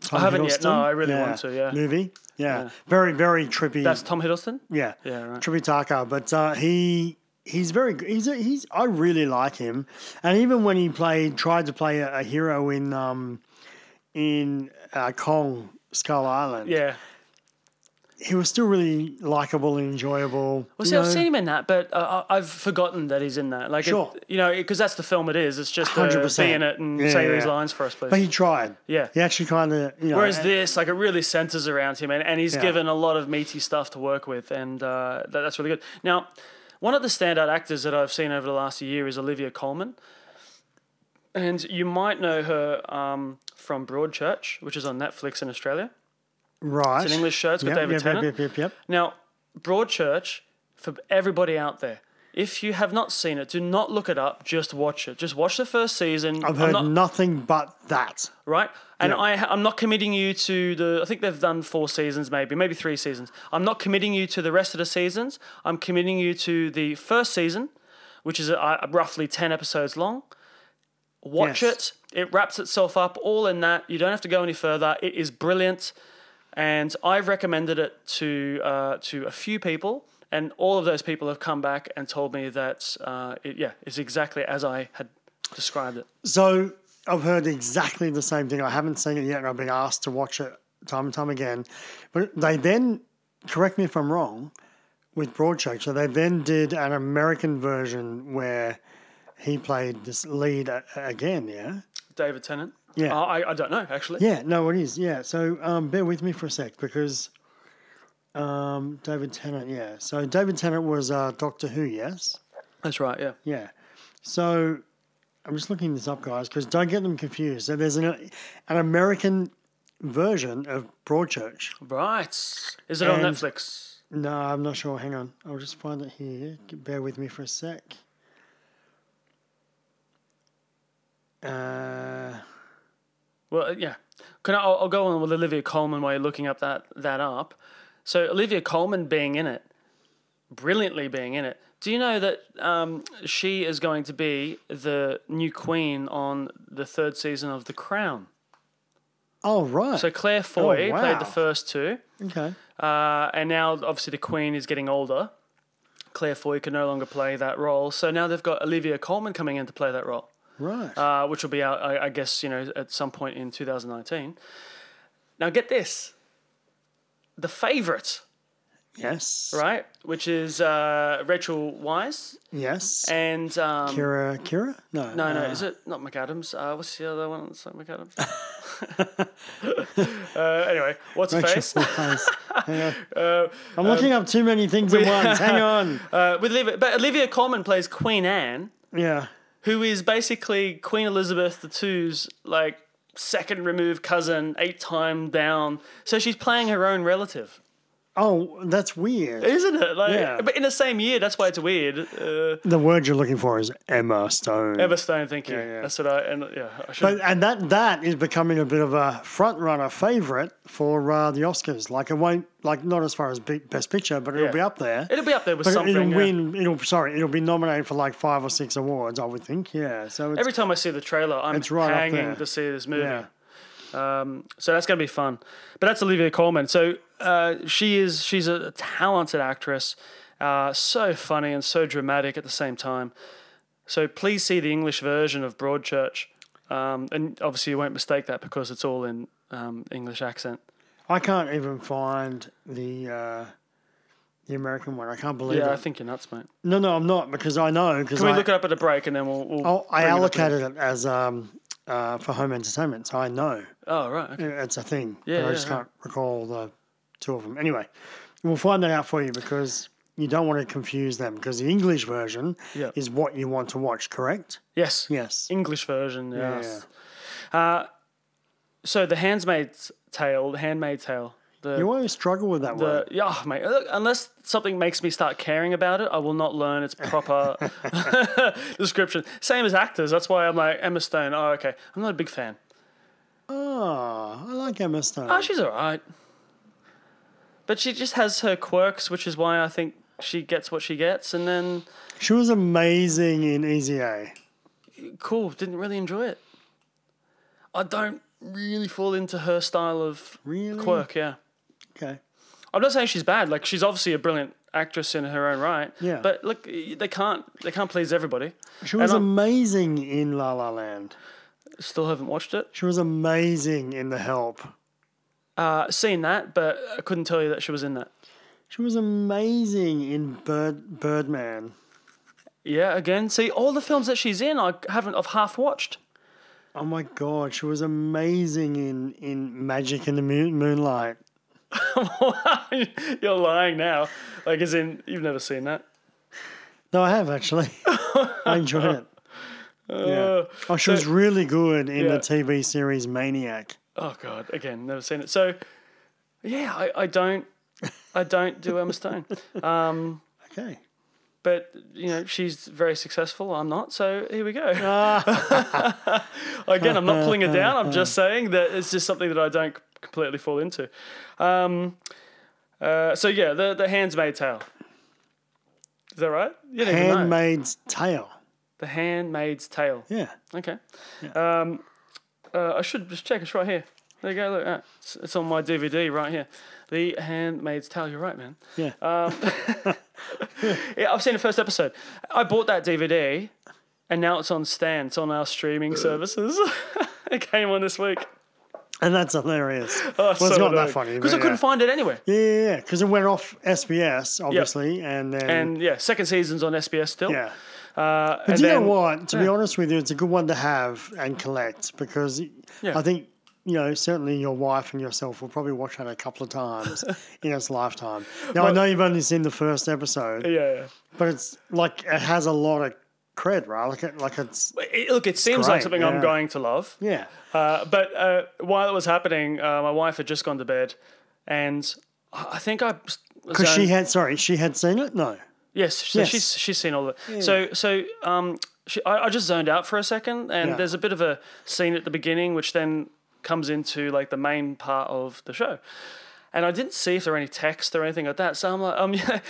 Speaker 7: Tom
Speaker 1: haven't yet, no, I really want to, yeah.
Speaker 7: Movie? Yeah. Very, very trippy.
Speaker 1: that's Tom Hiddleston.
Speaker 7: yeah.
Speaker 1: Yeah, right.
Speaker 7: Trippy Taka. But uh, he he's very good. He's, a, he's I really like him. And even when he played, tried to play a, a hero in um, in uh, Kong, Skull Island,
Speaker 1: Yeah.
Speaker 7: he was still really likable and enjoyable.
Speaker 1: Well,
Speaker 7: you
Speaker 1: see, I've
Speaker 7: know?
Speaker 1: seen him in that, but uh, I- I've forgotten that he's in that. Like, it-
Speaker 7: Sure.
Speaker 1: you know, because that's the film it is. It's just uh,
Speaker 7: 100%.
Speaker 1: be in it and
Speaker 7: Yeah,
Speaker 1: say
Speaker 7: yeah,
Speaker 1: these
Speaker 7: yeah.
Speaker 1: lines for us, please.
Speaker 7: But he tried.
Speaker 1: Yeah.
Speaker 7: He actually kind of, you know.
Speaker 1: Whereas
Speaker 7: and-
Speaker 1: this, like, it really centers around him, and, and he's
Speaker 7: Yeah.
Speaker 1: given a lot of meaty stuff to work with, and uh, that, that's really good. Now, one of the standout actors that I've seen over the last year is Olivia Colman, and you might know her um, from Broadchurch, which is on Netflix in Australia.
Speaker 7: right.
Speaker 1: It's an English show. It's with
Speaker 7: Yep,
Speaker 1: David
Speaker 7: yep,
Speaker 1: Tennant.
Speaker 7: Yep, yep, yep,
Speaker 1: Now, Broadchurch, for everybody out there, if you have not seen it, do not look it up. Just watch it. Just watch the first season.
Speaker 7: I've
Speaker 1: I'm
Speaker 7: heard
Speaker 1: not-
Speaker 7: nothing but that.
Speaker 1: right? And I, I'm not committing you to the. I think they've done four seasons, maybe, maybe three seasons. I'm not committing you to the rest of the seasons. I'm committing you to the first season, which is uh, roughly ten episodes long. Watch
Speaker 7: Yes.
Speaker 1: it. It wraps itself up all in that. You don't have to go any further. It is brilliant, and I've recommended it to uh, to a few people. And all of those people have come back and told me that, uh, it, yeah, it's exactly as I had described it.
Speaker 7: So I've heard exactly the same thing. I haven't seen it yet, and I've been asked to watch it time and time again. But they then, correct me if I'm wrong, with Broadchurch, so they then did an American version where he played this lead a- again. Yeah,
Speaker 1: David Tennant.
Speaker 7: Yeah.
Speaker 1: Uh, I, I don't know actually.
Speaker 7: yeah. No, it is. Yeah. So um, bear with me for a sec because um, David Tennant. Yeah. So David Tennant was uh, Doctor Who. Yes.
Speaker 1: That's right. Yeah.
Speaker 7: Yeah. So I'm just looking this up, guys, because don't get them confused. So there's an, an American version of Broadchurch.
Speaker 1: Right. Is it on
Speaker 7: And-
Speaker 1: Netflix?
Speaker 7: No, I'm not sure. Hang on. I'll just find it here. Bear with me for a sec. Uh,
Speaker 1: Well, uh, yeah. Can I? I'll, I'll go on with Olivia Colman while you're looking up that that up. So Olivia Colman being in it, brilliantly being in it. Do you know that um, she is going to be the new queen on the third season of The Crown?
Speaker 7: oh, right.
Speaker 1: So Claire Foy
Speaker 7: wow.
Speaker 1: played the first two.
Speaker 7: okay.
Speaker 1: Uh, and now, obviously, the Queen is getting older. Claire Foy can no longer play that role. So now they've got Olivia Colman coming in to play that role,
Speaker 7: Right.
Speaker 1: uh, which will be out, I, I guess, you know, at some point in 2019. Now, get this The Favourite,
Speaker 7: yes.
Speaker 1: right? Which is uh, Rachel Wise
Speaker 7: Yes.
Speaker 1: and. Um,
Speaker 7: Kira. Ah. Kira? No.
Speaker 1: no, no, is it not McAdams? Uh, what's the other one? It's not McAdams. uh, anyway, what's her face? um,
Speaker 7: Rachel Weisz. Hang on. I'm looking up too many things at once. Hang on.
Speaker 1: Uh, with Olivia, but Olivia Colman plays Queen Anne.
Speaker 7: Yeah.
Speaker 1: who is basically Queen Elizabeth II's like second removed cousin, eight time down. So she's playing her own relative,
Speaker 7: Oh, that's weird.
Speaker 1: isn't it? Like,
Speaker 7: Yeah.
Speaker 1: but in the same year, that's why it's weird. Uh,
Speaker 7: The word you're looking for is Emma Stone.
Speaker 1: Emma Stone, thank you.
Speaker 7: yeah.
Speaker 1: That's what I and yeah. I should.
Speaker 7: But, and that that is becoming a bit of a front runner favorite for uh, the Oscars. Like it won't like not as far as Be- best picture, but it'll
Speaker 1: Yeah.
Speaker 7: be up there.
Speaker 1: It'll be up there with
Speaker 7: But
Speaker 1: something.
Speaker 7: it'll
Speaker 1: yeah.
Speaker 7: win. It'll sorry. It'll be nominated for like five or six awards, I would think. Yeah. So it's,
Speaker 1: Every time I see the trailer, I'm
Speaker 7: It's right up there.
Speaker 1: hanging to see this movie.
Speaker 7: yeah.
Speaker 1: So that's going to be fun. But that's Olivia Colman. So uh, she is she's a talented actress, uh, so funny and so dramatic at the same time. So please see the English version of Broadchurch, um, and obviously you won't mistake that because it's all in um, English accent.
Speaker 7: I can't even find the uh, the American one. I can't believe
Speaker 1: Yeah, I
Speaker 7: it.
Speaker 1: think you're nuts, mate.
Speaker 7: no, no, I'm not because I know because
Speaker 1: Can we
Speaker 7: I,
Speaker 1: look it up at a break and then we'll. we'll
Speaker 7: oh, I
Speaker 1: bring it up
Speaker 7: allocated it, as um, uh, for home entertainment, so I know.
Speaker 1: again? Oh right. Okay.
Speaker 7: It's a thing.
Speaker 1: Yeah,
Speaker 7: but I
Speaker 1: yeah,
Speaker 7: just
Speaker 1: yeah.
Speaker 7: can't recall the two of them. Anyway, we'll find that out for you because you don't want to confuse them because the English version
Speaker 1: Yeah.
Speaker 7: is what you want to watch, correct?
Speaker 1: Yes.
Speaker 7: Yes.
Speaker 1: English version. Yes. Uh, so the Handmaid's Tale, the Handmaid's Tale, the
Speaker 7: You always struggle with that
Speaker 1: The,
Speaker 7: word.
Speaker 1: yeah, oh, mate. Look, unless something makes me start caring about it, I will not learn its proper description. Same as actors. That's why I'm like Emma Stone. Oh, okay. I'm not a big fan.
Speaker 7: Oh, I like Emma Stone.
Speaker 1: Oh, she's all right, but she just has her quirks, which is why I think she gets what she gets. And then
Speaker 7: she was amazing in Easy A.
Speaker 1: cool. Didn't really enjoy it. I don't really fall into her style of
Speaker 7: Really?
Speaker 1: quirk. Yeah,
Speaker 7: Okay.
Speaker 1: I'm not saying she's bad. Like she's obviously a brilliant actress in her own right.
Speaker 7: Yeah.
Speaker 1: But look, they can't they can't please everybody.
Speaker 7: She was
Speaker 1: I-
Speaker 7: amazing in La La Land.
Speaker 1: Still haven't watched it.
Speaker 7: She was amazing in The Help.
Speaker 1: Uh, seen that, but I couldn't tell you that she was in that.
Speaker 7: She was amazing in Bird Birdman.
Speaker 1: Yeah, again, see all the films that she's in, I haven't. I've half watched.
Speaker 7: Oh my god, she was amazing in in Magic in the Moon, Moonlight.
Speaker 1: You're lying now. Like, as in, you've never seen that.
Speaker 7: No, I have actually. I enjoyed it.
Speaker 1: Uh,
Speaker 7: Yeah. Oh, she was really good in
Speaker 1: yeah.
Speaker 7: the TV series Maniac.
Speaker 1: Oh God, again, never seen it. So, yeah, I, I don't, I don't do Emma Stone,
Speaker 7: Okay.
Speaker 1: but you know she's very successful. I'm not, so here we go. again, I'm not pulling her down. I'm just saying that it's just something that I don't completely fall into. Um, uh, so yeah, the the Handmaid's Tale. Is that right? You don't even know.
Speaker 7: Handmaid's Tale.
Speaker 1: The Handmaid's Tale.
Speaker 7: Yeah.
Speaker 1: Okay. Um, uh, I should just check. It's right here. There you go. Look, uh, it's, it's on my DVD right here. The Handmaid's Tale. You're right, man. Um,
Speaker 7: Yeah.
Speaker 1: Yeah, I've seen the first episode. I bought that DVD, and now it's on Stan. It's on our streaming services. it came on this week. Oh,
Speaker 7: and that's hilarious. well, it's not that funny.
Speaker 1: because I
Speaker 7: but
Speaker 1: couldn't
Speaker 7: yeah.
Speaker 1: find it anywhere.
Speaker 7: Yeah, yeah, yeah. Because it went off SBS, obviously, and then
Speaker 1: And yeah, second season's on SBS still.
Speaker 7: yeah.
Speaker 1: Uh,
Speaker 7: But
Speaker 1: and
Speaker 7: do you
Speaker 1: then,
Speaker 7: know what? To be
Speaker 1: yeah.
Speaker 7: honest with you, it's a good one to have and collect because
Speaker 1: Yeah.
Speaker 7: I think you know certainly your wife and yourself will probably watch that a couple of times in its lifetime. Now I know you've only seen the first episode,
Speaker 1: Yeah, yeah.
Speaker 7: but it's like it has a lot of cred, right? Like it, like it's
Speaker 1: But It, look, it seems
Speaker 7: great,
Speaker 1: like something I'm
Speaker 7: yeah.
Speaker 1: going to love.
Speaker 7: yeah.
Speaker 1: Uh, but uh, while it was happening, uh, my wife had just gone to bed, and I I think I
Speaker 7: Because she had sorry, she had seen it. No,
Speaker 1: yes, so
Speaker 7: Yes.
Speaker 1: she's she's seen all of it. So so um, she, I, I just zoned out for a second, and
Speaker 7: Yeah.
Speaker 1: there's a bit of a scene at the beginning, which then comes into like the main part of the show, and I didn't see if there were any text or anything like that. So I'm like, um, yeah,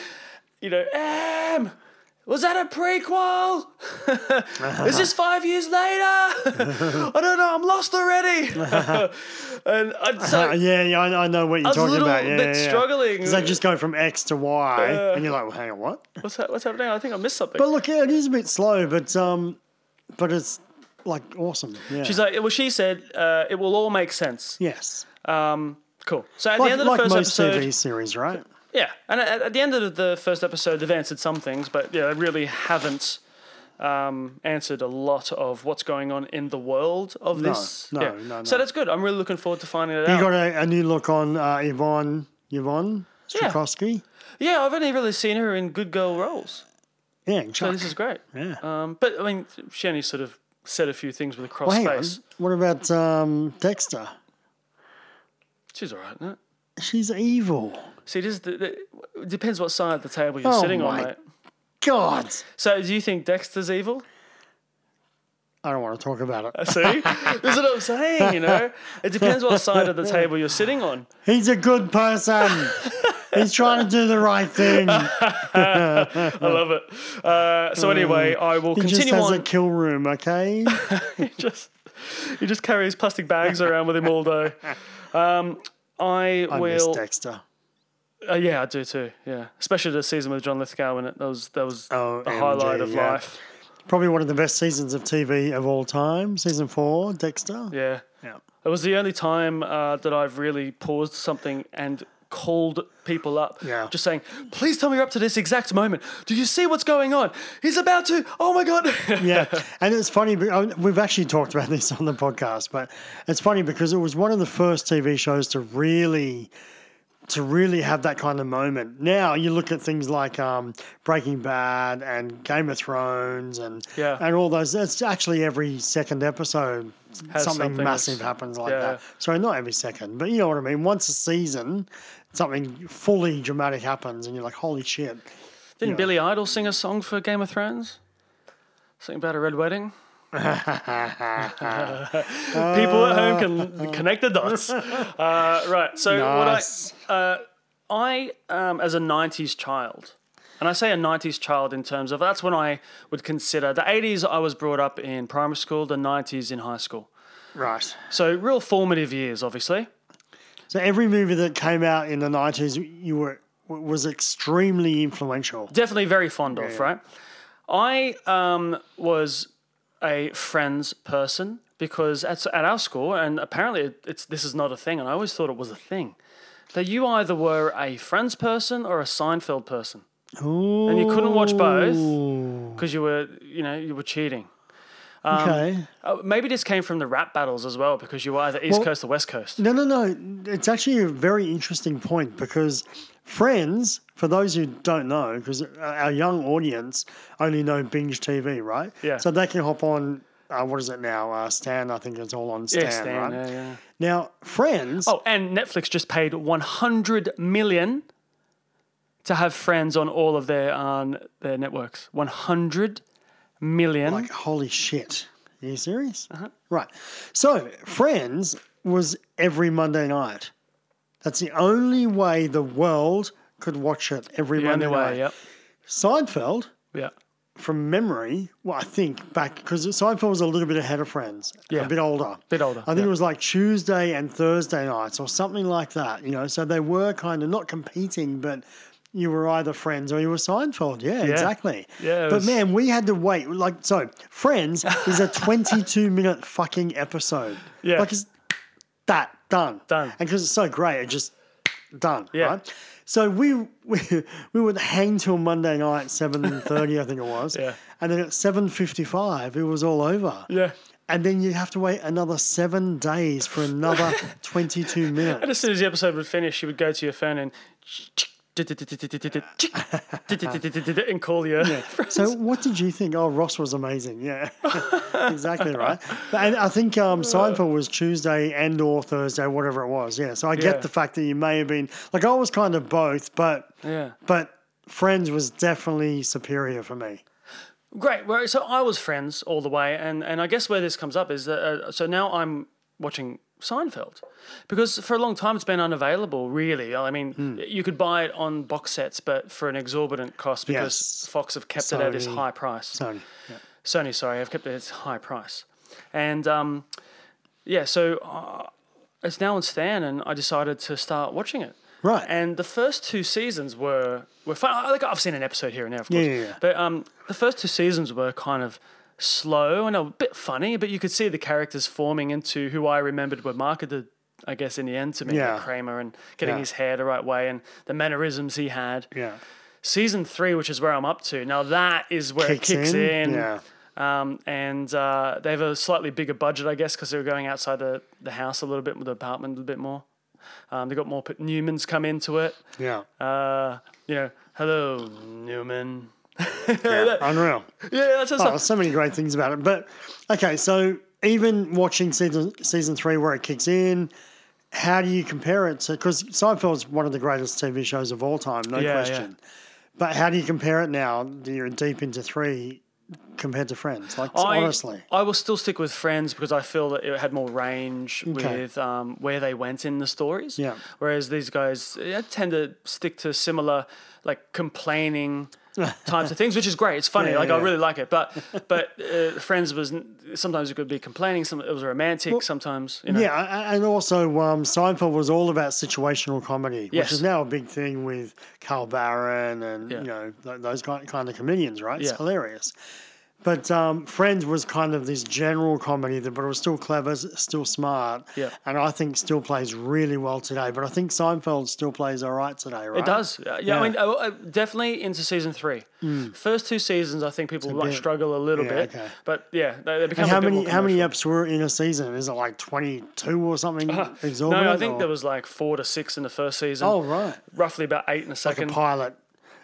Speaker 1: you know, em. Was that a prequel? Is this five years later? I don't know. I'm lost already. and I, so,
Speaker 7: Uh, yeah, yeah, I, I know what you're
Speaker 1: was a
Speaker 7: talking
Speaker 1: little
Speaker 7: about. Yeah,
Speaker 1: bit
Speaker 7: yeah, yeah.
Speaker 1: struggling.
Speaker 7: 'Cause they just go from X to Y, and you're like, well, hang on, what?
Speaker 1: What's, ha- what's happening? I think I missed something.
Speaker 7: But look, yeah, it is a bit slow, but um, but it's like awesome. Yeah.
Speaker 1: She's like, well, she said uh, it will all make sense.
Speaker 7: yes.
Speaker 1: Cool. So at
Speaker 7: like,
Speaker 1: the end of the
Speaker 7: like
Speaker 1: first
Speaker 7: most
Speaker 1: episode,
Speaker 7: TV series, right?
Speaker 1: yeah, and at, at the end of the first episode, they've answered some things, but yeah, they really haven't um, answered a lot of what's going on in the world of this.
Speaker 7: no,
Speaker 1: yeah.
Speaker 7: no,
Speaker 1: So
Speaker 7: no.
Speaker 1: that's good. I'm really looking forward to finding it
Speaker 7: You
Speaker 1: out.
Speaker 7: got a, a new look on uh, Yvonne Yvonne
Speaker 1: Yeah.
Speaker 7: Strakowski.
Speaker 1: yeah, I've only really seen her in good girl roles,
Speaker 7: Yeah, and
Speaker 1: so
Speaker 7: Chuck.
Speaker 1: this is great.
Speaker 7: yeah.
Speaker 1: Um, but I mean, she only sort of said a few things with a cross
Speaker 7: well, hang
Speaker 1: face.
Speaker 7: on. What about um, Dexter?
Speaker 1: She's all right, no?
Speaker 7: She's evil.
Speaker 1: See, this is the, the, depends what side of the table you're
Speaker 7: Oh
Speaker 1: sitting on,
Speaker 7: my
Speaker 1: mate.
Speaker 7: God,
Speaker 1: So, do you think Dexter's evil?
Speaker 7: I don't want to talk about it.
Speaker 1: See, this is what I'm saying. You know, it depends what side of the table you're sitting on.
Speaker 7: He's a good person. He's trying to do the right thing.
Speaker 1: I love it. Uh, so anyway, I will
Speaker 7: Mm. He just
Speaker 1: continue
Speaker 7: has
Speaker 1: on.
Speaker 7: a kill room, okay?
Speaker 1: just he just carries plastic bags around with him all day. Um, I,
Speaker 7: I miss
Speaker 1: will.
Speaker 7: Dexter.
Speaker 1: Uh, yeah, I do too. Yeah, especially the season with John Lithgow in it. That was that was
Speaker 7: Oh,
Speaker 1: the
Speaker 7: OMG,
Speaker 1: highlight of
Speaker 7: yeah.
Speaker 1: life.
Speaker 7: Probably one of the best seasons of TV of all time. Season four, Dexter.
Speaker 1: Yeah.
Speaker 7: Yeah.
Speaker 1: It was the only time uh, that I've really paused something and called people up.
Speaker 7: Yeah.
Speaker 1: Just saying, please tell me you're up to this exact moment. Do you see what's going on? He's about to. Oh my God.
Speaker 7: yeah, and it's funny. be- uh, We've actually talked about this on the podcast, but it's funny because it was one of the first TV shows to really, to really have that kind of moment. Now you look at things like um, Breaking Bad and Game of Thrones and
Speaker 1: Yeah.
Speaker 7: and all those. It's actually every second episode
Speaker 1: Has
Speaker 7: something,
Speaker 1: something that's-
Speaker 7: massive happens like
Speaker 1: yeah.
Speaker 7: that. Sorry, not every second, but you know what I mean. Once a season, something fully dramatic happens, and you're like, holy shit.
Speaker 1: Didn't Billy Idol sing a song for Game of Thrones? Something about a red wedding? People at home can connect the dots. Uh, right. So
Speaker 7: Nice.
Speaker 1: what I, uh, I um, as a '90s child, And I say a 90s child in terms of that's when I would consider the 80s, I was brought up in primary school, the 90s in high school.
Speaker 7: Right.
Speaker 1: So, real formative years, obviously.
Speaker 7: So every movie that came out in the nineties, you were was extremely influential.
Speaker 1: definitely very fond of, right? I um, was a friends person because at, at our school, and apparently it, it's this is not a thing, and I always thought it was a thing. That you either were a friends person or a Seinfeld person, and you couldn't watch both because you were, you know, you were cheating.
Speaker 7: okay.
Speaker 1: Uh, maybe this came from the rap battles as well because you were either East
Speaker 7: Well-
Speaker 1: Coast or West Coast.
Speaker 7: No, no, no. It's actually a very interesting point because Friends, for those who don't know, because our young audience only know binge TV, right?
Speaker 1: Yeah.
Speaker 7: So they can hop on. Uh, what is it now? Uh, Stan, I think it's all on Stan,
Speaker 1: Yeah, Stan,
Speaker 7: right?
Speaker 1: yeah, yeah.
Speaker 7: Now, Friends.
Speaker 1: Oh, and Netflix just paid 100 million to have friends on all of their on their networks. 100 million.
Speaker 7: Like, holy shit. Are you serious?
Speaker 1: Uh-huh.
Speaker 7: Right. So, Friends was every Monday night. That's the only way the world could watch it every
Speaker 1: the
Speaker 7: Monday
Speaker 1: only
Speaker 7: night.
Speaker 1: way, yep.
Speaker 7: Seinfeld,
Speaker 1: Yeah.
Speaker 7: from memory, well, I think back, because Seinfeld was a little bit ahead of Friends,
Speaker 1: Yeah.
Speaker 7: a bit older.
Speaker 1: Bit older,
Speaker 7: I think
Speaker 1: yeah.
Speaker 7: it was like Tuesday and Thursday nights or something like that, you know. So they were kind of not competing, but you were either Friends or you were Seinfeld. Yeah, exactly.
Speaker 1: Yeah, it
Speaker 7: But
Speaker 1: was-
Speaker 7: man, we had to wait. Like, so Friends is a 22 minute fucking episode.
Speaker 1: Yeah.
Speaker 7: Like, it's that, done.
Speaker 1: Done.
Speaker 7: And because it's so great, it just done.
Speaker 1: Yeah.
Speaker 7: Right? So we, we we would hang till Monday night, seven thirty, I think it was.
Speaker 1: Yeah.
Speaker 7: And then at seven fifty five, it was all over.
Speaker 1: Yeah.
Speaker 7: And then you have to wait another seven days for another twenty two
Speaker 1: And
Speaker 7: minutes.
Speaker 1: as soon as the episode would finish, you would go to your phone and and call your
Speaker 7: So what did you think? Oh, Ross was amazing. Yeah, exactly right. But- And I think um, Seinfeld was Tuesday and or Thursday, whatever it was. Yeah. So I
Speaker 1: Yeah.
Speaker 7: get the fact that you may have been like I was kind of both, but
Speaker 1: Yeah.
Speaker 7: but Friends was definitely superior for me.
Speaker 1: Great. Well, so I was friends all the way, and and I guess where this comes up is that uh, so now I'm watching Seinfeld because for a long time it's been unavailable. Really, I mean, you could buy it on box sets, but for an exorbitant cost because
Speaker 7: Yes.
Speaker 1: Fox have kept it at this
Speaker 7: Sony.
Speaker 1: high price.
Speaker 7: So.
Speaker 1: Sony, sorry, I've kept it at its high price. And um, yeah, so uh, it's now on Stan, and I decided to start watching it.
Speaker 7: Right.
Speaker 1: And the first two seasons were were fun. I- Like I've seen an episode here and there, of course.
Speaker 7: yeah, yeah.
Speaker 1: But um, the first two seasons were kind of slow and a bit funny, but you could see the characters forming into who I remembered were marketed, I guess, in the end to me,
Speaker 7: Yeah.
Speaker 1: like Kramer, and getting
Speaker 7: Yeah.
Speaker 1: his hair the right way, and the mannerisms he had.
Speaker 7: Yeah.
Speaker 1: Season three, which is where I'm up to now, that is where it kicks in.
Speaker 7: Yeah.
Speaker 1: Um, and uh, they have a slightly bigger budget, I guess, because they were going outside the, the house a little bit, the apartment a little bit more. Um, they got more p- Newmans come into it.
Speaker 7: Yeah.
Speaker 1: Uh, you know, hello Newman.
Speaker 7: yeah. Unreal.
Speaker 1: Yeah, that's just
Speaker 7: Oh, so many great things about it. But okay, so even watching season season three where it kicks in, how do you compare it to? Because Seinfeld's one of the greatest TV shows of all time, no
Speaker 1: Yeah, yeah.
Speaker 7: question. But how do you compare it now? that You're deep into three compared to Friends. Like honestly,
Speaker 1: I will still stick with Friends because I feel that it had more range
Speaker 7: Okay.
Speaker 1: with um, where they went in the stories.
Speaker 7: Yeah.
Speaker 1: Whereas these guys yeah, tend to stick to similar, like complaining types of things, which is great. It's funny.
Speaker 7: Yeah, yeah,
Speaker 1: like I
Speaker 7: yeah.
Speaker 1: really like it. But but uh, Friends was n- sometimes it could be complaining. Some it was romantic. sometimes you know.
Speaker 7: Yeah, a- a- and also um, Seinfeld was all about situational comedy,
Speaker 1: Yes.
Speaker 7: which is now a big thing with Carl Barron and
Speaker 1: Yeah.
Speaker 7: you know th- those kind kind of comedians, right?
Speaker 1: Yeah.
Speaker 7: It's hilarious. But um, Friends was kind of this general comedy, that, but it was still clever, s- still smart,
Speaker 1: Yeah.
Speaker 7: and I think still plays really well today. But I think Seinfeld still plays all right today, right?
Speaker 1: It does. Uh, yeah, I
Speaker 7: Yeah. Mm.
Speaker 1: mean, uh, uh, definitely into season three. First two seasons, I think people like
Speaker 7: bit-
Speaker 1: struggle a little
Speaker 7: yeah,
Speaker 1: bit.
Speaker 7: okay.
Speaker 1: But yeah, they, they become
Speaker 7: And
Speaker 1: a
Speaker 7: how
Speaker 1: bit
Speaker 7: many
Speaker 1: more
Speaker 7: how many
Speaker 1: commercial.
Speaker 7: episodes were in a season? Is it like twenty two or something? exorbitant,
Speaker 1: Uh-huh. No, I think
Speaker 7: or-
Speaker 1: there was like four to six in the first season.
Speaker 7: Oh right,
Speaker 1: roughly about eight in the
Speaker 7: like a
Speaker 1: second.
Speaker 7: pilot,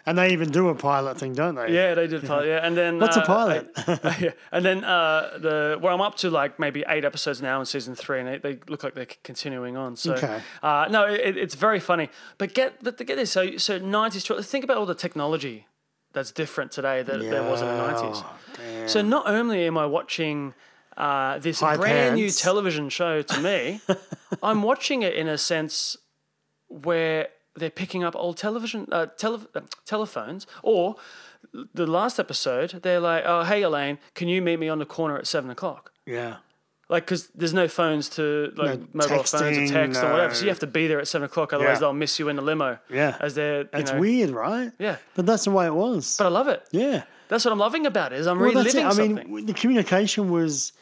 Speaker 7: and they even do a pilot thing, don't they?
Speaker 1: yeah, they did a pilot. Yeah, and then
Speaker 7: What's a
Speaker 1: uh,
Speaker 7: pilot?
Speaker 1: I- yeah, and then uh, the where I'm up to like maybe eight episodes now in season three, and they, they look like they're c- continuing on. So
Speaker 7: Okay.
Speaker 1: uh, no, it, it's very funny. But get but get this. So so 90s. tr- Think about all the technology that's different today that there was in the 90s.
Speaker 7: Oh,
Speaker 1: So not only am I watching. Uh, this
Speaker 7: High
Speaker 1: brand new
Speaker 7: pants.
Speaker 1: television show to me, I'm watching it in a sense where they're picking up old television, uh, tele, uh, telephones, or the last episode, they're like, "Oh, hey Elaine, can you meet me on the corner at seven o'clock?"
Speaker 7: Yeah.
Speaker 1: Like, because there's no phones to like
Speaker 7: No
Speaker 1: mobile phones
Speaker 7: texting,
Speaker 1: or text or whatever, so
Speaker 7: no.
Speaker 1: you have to be there at seven o'clock, otherwise
Speaker 7: Yeah.
Speaker 1: they'll miss you in the limo.
Speaker 7: Yeah.
Speaker 1: as they're you
Speaker 7: It's
Speaker 1: know-
Speaker 7: weird, right?
Speaker 1: Yeah,
Speaker 7: But that's the way it was.
Speaker 1: but I love it.
Speaker 7: yeah.
Speaker 1: That's what I'm loving about it is I'm
Speaker 7: Well, that's it.
Speaker 1: reliving
Speaker 7: I mean,
Speaker 1: something.
Speaker 7: w- the communication was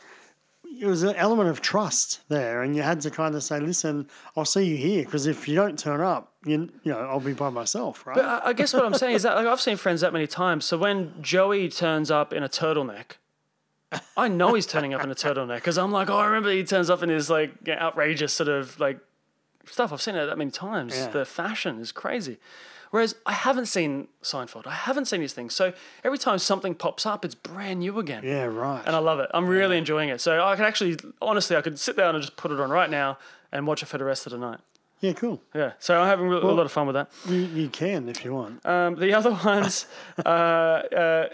Speaker 7: it was an element of trust there, and you had to kind of say, "Listen, I'll see you here," because if you don't turn up, you you know I'll be by myself, right?
Speaker 1: I I guess what I'm saying is that like, I've seen friends that many times. So when Joey turns up in a turtleneck, I know he's turning up in a turtleneck because I'm like, oh, I remember he turns up in his like outrageous sort of like stuff. I've seen it that many times.
Speaker 7: Yeah.
Speaker 1: The fashion is crazy. Whereas I haven't seen Seinfeld. I haven't seen these things. So every time something pops up, it's brand new again.
Speaker 7: yeah, right.
Speaker 1: And I love it. I'm really enjoying it. So I can actually, honestly, I could sit down and just put it on right now and watch it for the rest of the night.
Speaker 7: yeah, cool.
Speaker 1: Yeah. So I'm having re- a lot of fun with that.
Speaker 7: You, you can if you want.
Speaker 1: Um, the other ones, uh, uh,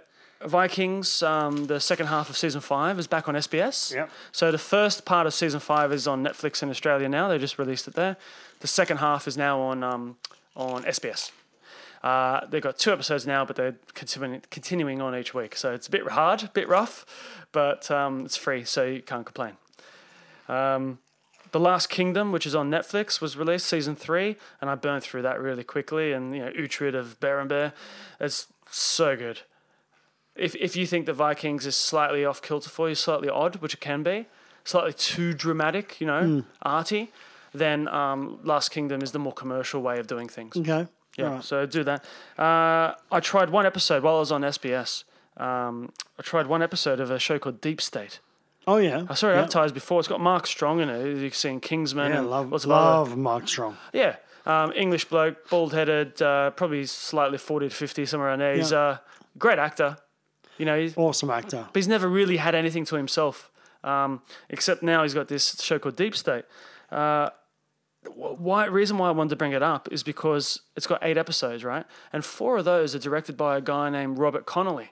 Speaker 1: Vikings, um, the second half of season five is back on SBS.
Speaker 7: Yep.
Speaker 1: So the first part of season five is on Netflix in Australia now. They just released it there. The second half is now on um, on SBS. Uh, they've got two episodes now, but they're continuing continuing on each week. So it's a bit hard, a bit rough, but um, it's free, so you can't complain. The Last Kingdom, which is on Netflix, was released season three, and I burned through that really quickly. And you know, Uhtred of Berenberg, it's so good. If if you think the Vikings is slightly off kilter for you, slightly odd, which it can be, slightly too dramatic, you know,
Speaker 7: Mm.
Speaker 1: arty, then um, Last Kingdom is the more commercial way of doing things.
Speaker 7: Okay.
Speaker 1: Yeah,
Speaker 7: All right.
Speaker 1: so do that. Uh, I tried one episode while I was on SBS. Um, I tried one episode of a show called Deep State.
Speaker 7: Oh yeah.
Speaker 1: I saw it advertised before. It's got Mark Strong in it. You've seen Kingsman.
Speaker 7: Yeah,
Speaker 1: and
Speaker 7: love
Speaker 1: lots of other-
Speaker 7: love Mark Strong.
Speaker 1: yeah. Um, English bloke, bald headed, uh, probably slightly 40 to 50, somewhere around there. He's a
Speaker 7: Yeah.
Speaker 1: uh, great actor. You know, he's, but
Speaker 7: Awesome actor.
Speaker 1: he's never really had anything to himself, um, except now he's got this show called Deep State. Uh, wh- why reason why I wanted to bring it up is because it's got eight episodes, right? And four of those are directed by a guy named Robert Connolly.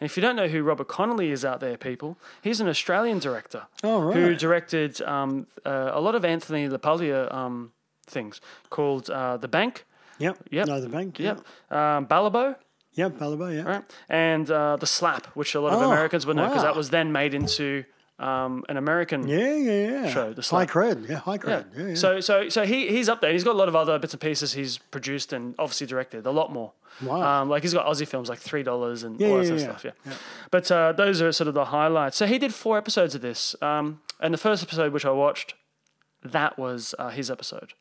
Speaker 1: And if you don't know who Robert Connolly is out there, people, he's an Australian director
Speaker 7: Oh, right.
Speaker 1: who directed um, uh, a lot of Anthony LaPaglia um, things called uh, The Bank,
Speaker 7: Yep.
Speaker 1: Yep.
Speaker 7: No, the bank.
Speaker 1: yep, um, Balibo,
Speaker 7: Yep. Balibo. Yeah.
Speaker 1: right, and uh, The Slap, which a lot of
Speaker 7: Oh,
Speaker 1: Americans would know because
Speaker 7: wow.
Speaker 1: that was then made into um, an American.
Speaker 7: Yeah. Yeah. Yeah.
Speaker 1: Show, the
Speaker 7: high
Speaker 1: slap.
Speaker 7: cred. Yeah. High cred. Yeah. yeah.
Speaker 1: So, so, so he, he's up there. He's got a lot of other bits and pieces he's produced and obviously directed a lot more.
Speaker 7: Wow.
Speaker 1: Um, like he's got Aussie films like Three Dollars and
Speaker 7: Yeah,
Speaker 1: all that
Speaker 7: yeah,
Speaker 1: sort of
Speaker 7: yeah.
Speaker 1: stuff. Yeah. But uh, those are sort of the highlights. So he did four episodes of this, um, and the first episode which I watched, that was uh, his episode.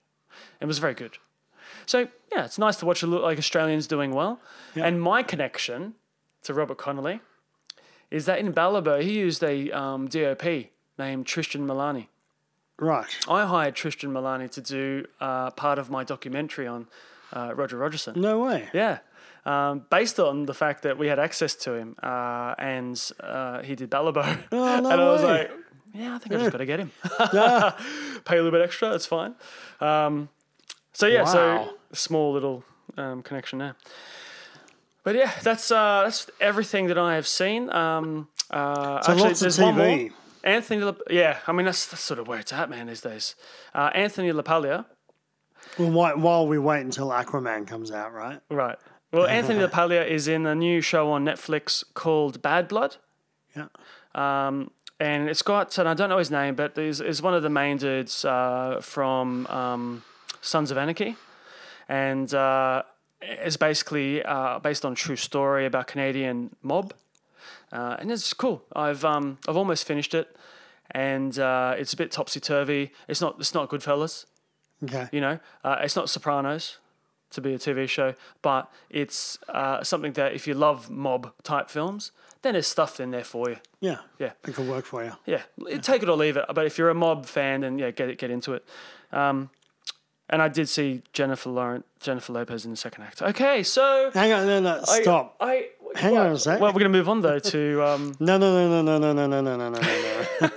Speaker 1: It was very good. So yeah, it's nice to watch a look like Australians doing well. And my connection to Robert Connolly is that in Balibu he used a um, DOP named Tristan Milani.
Speaker 7: right.
Speaker 1: I hired Tristan Milani to do uh, part of my documentary on uh, Roger Rogerson.
Speaker 7: No way.
Speaker 1: Yeah. Um, based on the fact that we had access to him uh, and uh, he did Balibo.
Speaker 7: Oh, no
Speaker 1: and I was
Speaker 7: way.
Speaker 1: like, yeah, I think I just better get him. Pay a little bit extra, that's fine. Um, so, yeah,
Speaker 7: Wow.
Speaker 1: so small little um, connection there. But yeah, that's uh, that's everything that I have seen. Um, uh,
Speaker 7: So
Speaker 1: actually,
Speaker 7: lots of
Speaker 1: there's one more.
Speaker 7: TV.
Speaker 1: Anthony, La- yeah, I mean that's, that's sort of where it's at, man, these days. Uh, Anthony LaPaglia,
Speaker 7: Well, why, while we wait until Aquaman comes out, right?
Speaker 1: Right. Well, Anthony LaPaglia is in a new show on Netflix called Bad Blood.
Speaker 7: Yeah.
Speaker 1: Um, and it's got, and I don't know his name, but is is one of the main dudes uh, from um, Sons of Anarchy, and uh, it's basically uh, based on a true story about Canadian mob, uh, and it's cool. I've um, I've almost finished it, and uh, it's a bit topsy turvy. It's not it's not Goodfellas.
Speaker 7: Okay.
Speaker 1: You know, uh, it's not Sopranos to be a TV show, but it's uh, something that if you love mob type films, then there's stuff in there for you.
Speaker 7: Yeah.
Speaker 1: Yeah.
Speaker 7: It could work for you.
Speaker 1: Yeah, take it or leave it. But if you're a mob fan, then yeah, get it, get into it. Um, and I did see Jennifer Lawrence, Jennifer Lopez in the second act. Okay, so
Speaker 7: Hang on, no, no, stop.
Speaker 1: I, I
Speaker 7: Hang on a sec.
Speaker 1: Well, we're gonna move on though to um,
Speaker 7: no, no, no, no, no, no, no, no, no, no, no, no.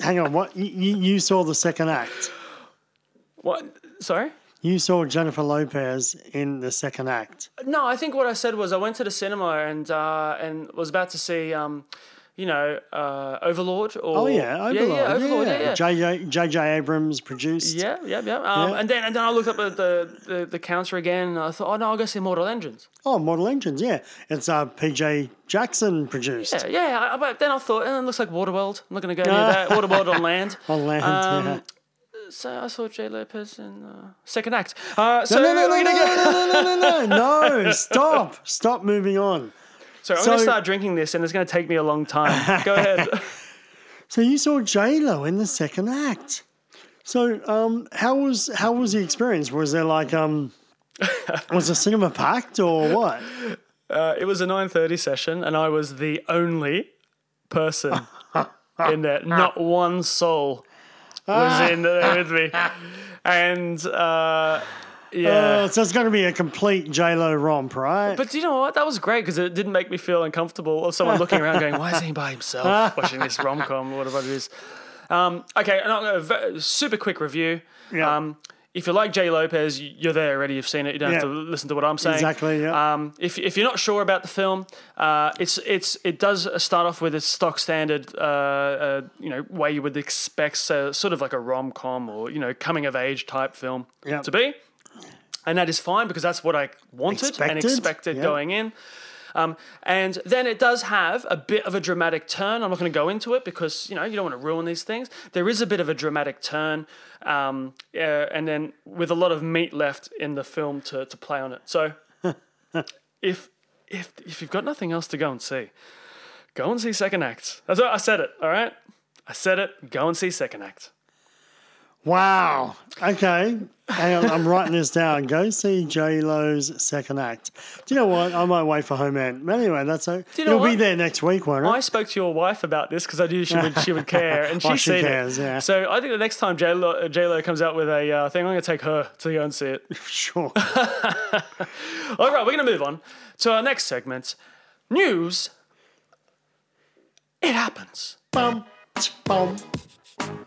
Speaker 7: Hang on, what? You, you you saw the second act.
Speaker 1: what? Sorry.
Speaker 7: You saw Jennifer Lopez in the second act.
Speaker 1: No, I think what I said was I went to the cinema and uh, and was about to see um, you know, uh, Overlord or
Speaker 7: Oh yeah, Overlord.
Speaker 1: yeah, yeah, Overlord, yeah, yeah.
Speaker 7: JJ JJ Abrams produced.
Speaker 1: Yeah, yeah, yeah. Um,
Speaker 7: Yeah.
Speaker 1: And then and then I looked up at the, the, the counter again and I thought, oh no, I'll go see Mortal Engines.
Speaker 7: Oh, Model Engines. Yeah, it's uh, PJ Jackson produced.
Speaker 1: Yeah, yeah. I- I- but then I thought, eh, it looks like Waterworld. I'm not going to go near that. Waterworld on land.
Speaker 7: On land.
Speaker 1: Um,
Speaker 7: yeah.
Speaker 1: So I saw Jay Lopez in uh, second act. Uh, so
Speaker 7: no, no, no,
Speaker 1: we're
Speaker 7: no,
Speaker 1: gonna go-
Speaker 7: no, no, no, no, no, no, stop, stop moving on.
Speaker 1: So I'm
Speaker 7: So-
Speaker 1: going to start drinking this and it's going to take me a long time. Go ahead.
Speaker 7: So you saw J Lo in the second act. So um, how was how was the experience? Was there like um, was the cinema packed or what?
Speaker 1: Uh, it was a 9.30 session and I was the only person in there. Not one soul
Speaker 7: Ah.
Speaker 1: was in there with me. And uh, yeah.
Speaker 7: Uh, so it's going to be a complete J Lo romp, right?
Speaker 1: But do you know what? That was great because it didn't make me feel uncomfortable of someone looking around going, why is he by himself watching this rom com or whatever it is? Um, okay, and I'll, uh, super quick review.
Speaker 7: Yeah.
Speaker 1: Um, if you like Jay Lopez, y- you're there already. You've seen it. You don't have to
Speaker 7: Yeah.
Speaker 1: listen to what I'm saying.
Speaker 7: Exactly, yeah.
Speaker 1: Um, if, if you're not sure about the film, uh, it's it's it does uh, start off with its stock standard, uh, uh, you know, way you would expect, so, sort of like a rom com or you know, coming of age type film
Speaker 7: Yeah.
Speaker 1: to be, and that is fine because that's what I wanted and
Speaker 7: Expected,
Speaker 1: expected
Speaker 7: yeah.
Speaker 1: going in. Um, and then it does have a bit of a dramatic turn. I'm not going to go into it because you know you don't want to ruin these things. There is a bit of a dramatic turn, um, uh, and then with a lot of meat left in the film to, to play on it. So if if if you've got nothing else to go and see, go and see Second Act. That's what, I said it. All right, I said it. Go and see Second Act.
Speaker 7: Wow. Okay. Hang on, I'm writing this down. Go see J Lo's second act. Do you know what? I might wait for home end. But anyway, that's okay.
Speaker 1: you know
Speaker 7: You'll be
Speaker 1: what?
Speaker 7: there next week, won't it?
Speaker 1: I spoke to your wife about this because I knew she would she would care, and she's
Speaker 7: Oh, she
Speaker 1: seen
Speaker 7: cares,
Speaker 1: it.
Speaker 7: yeah.
Speaker 1: So I think the next time J Lo J Lo comes out with a uh, thing, I'm going to take her to go and see it.
Speaker 7: Sure.
Speaker 1: All right, we're going to move on to our next segment, news. It happens.
Speaker 7: bum, tch, bum,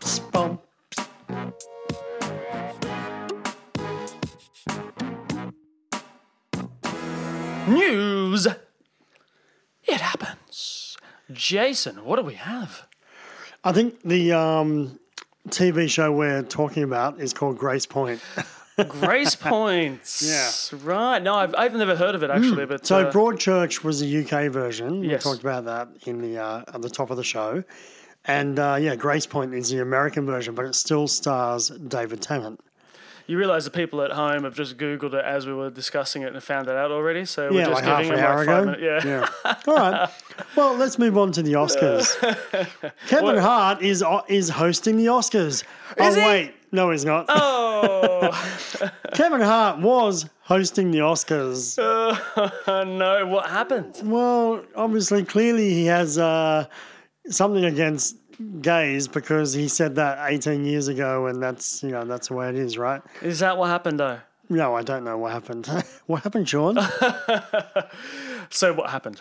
Speaker 7: tch, bum.
Speaker 1: News. It happens. Jason, what do we have?
Speaker 7: I think the um, TV show we're talking about is called Grace Point.
Speaker 1: Grace points. Yeah. Right. No, I've, I've never heard of it actually, but
Speaker 7: Mm. So
Speaker 1: uh,
Speaker 7: Broadchurch was the UK version.
Speaker 1: Yes.
Speaker 7: We talked about that in the uh, at the top of the show, and uh, yeah, Grace Point is the American version, but it still stars David Tennant.
Speaker 1: you realise the people at home have just googled it as we were discussing it and found that out already. So we're
Speaker 7: yeah,
Speaker 1: just
Speaker 7: like half
Speaker 1: giving
Speaker 7: an
Speaker 1: them
Speaker 7: hour
Speaker 1: like five
Speaker 7: ago.
Speaker 1: minutes. Yeah.
Speaker 7: All right. Well, let's move on to the Oscars. Kevin Hart is uh, is hosting the Oscars. oh
Speaker 1: he?
Speaker 7: wait, no, he's not.
Speaker 1: Oh
Speaker 7: Kevin Hart was hosting the Oscars.
Speaker 1: no! What happened?
Speaker 7: Well, obviously, clearly he has uh, something against gays because he said that 18 years ago, and that's you know that's the way it is, right?
Speaker 1: Is that what happened though?
Speaker 7: No, I don't know what happened. what happened, Sean?
Speaker 1: So what happened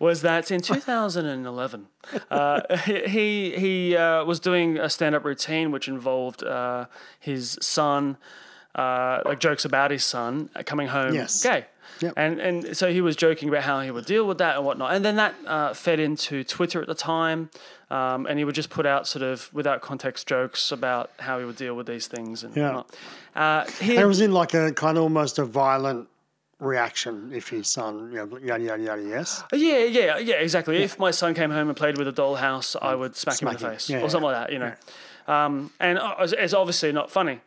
Speaker 1: was that in 2011, uh, he he uh, was doing a stand-up routine which involved uh, his son, uh, like jokes about his son uh, coming home
Speaker 7: Yes.
Speaker 1: gay,
Speaker 7: Yep.
Speaker 1: and and so he was joking about how he would deal with that and whatnot, and then that uh, fed into Twitter at the time, um, and he would just put out sort of without context jokes about how he would deal with these things and
Speaker 7: Yeah.
Speaker 1: whatnot. Uh, he-
Speaker 7: It was in like a kind of almost a violent reaction if his son you know, yada yada yada. Yes.
Speaker 1: Yeah, yeah, yeah, exactly. If my son came home and played with a dollhouse, I would smack, him in the
Speaker 7: smack him.
Speaker 1: face
Speaker 7: Yeah,
Speaker 1: or something
Speaker 7: yeah.
Speaker 1: like that, you know. Um, and uh, it's- it's obviously not funny.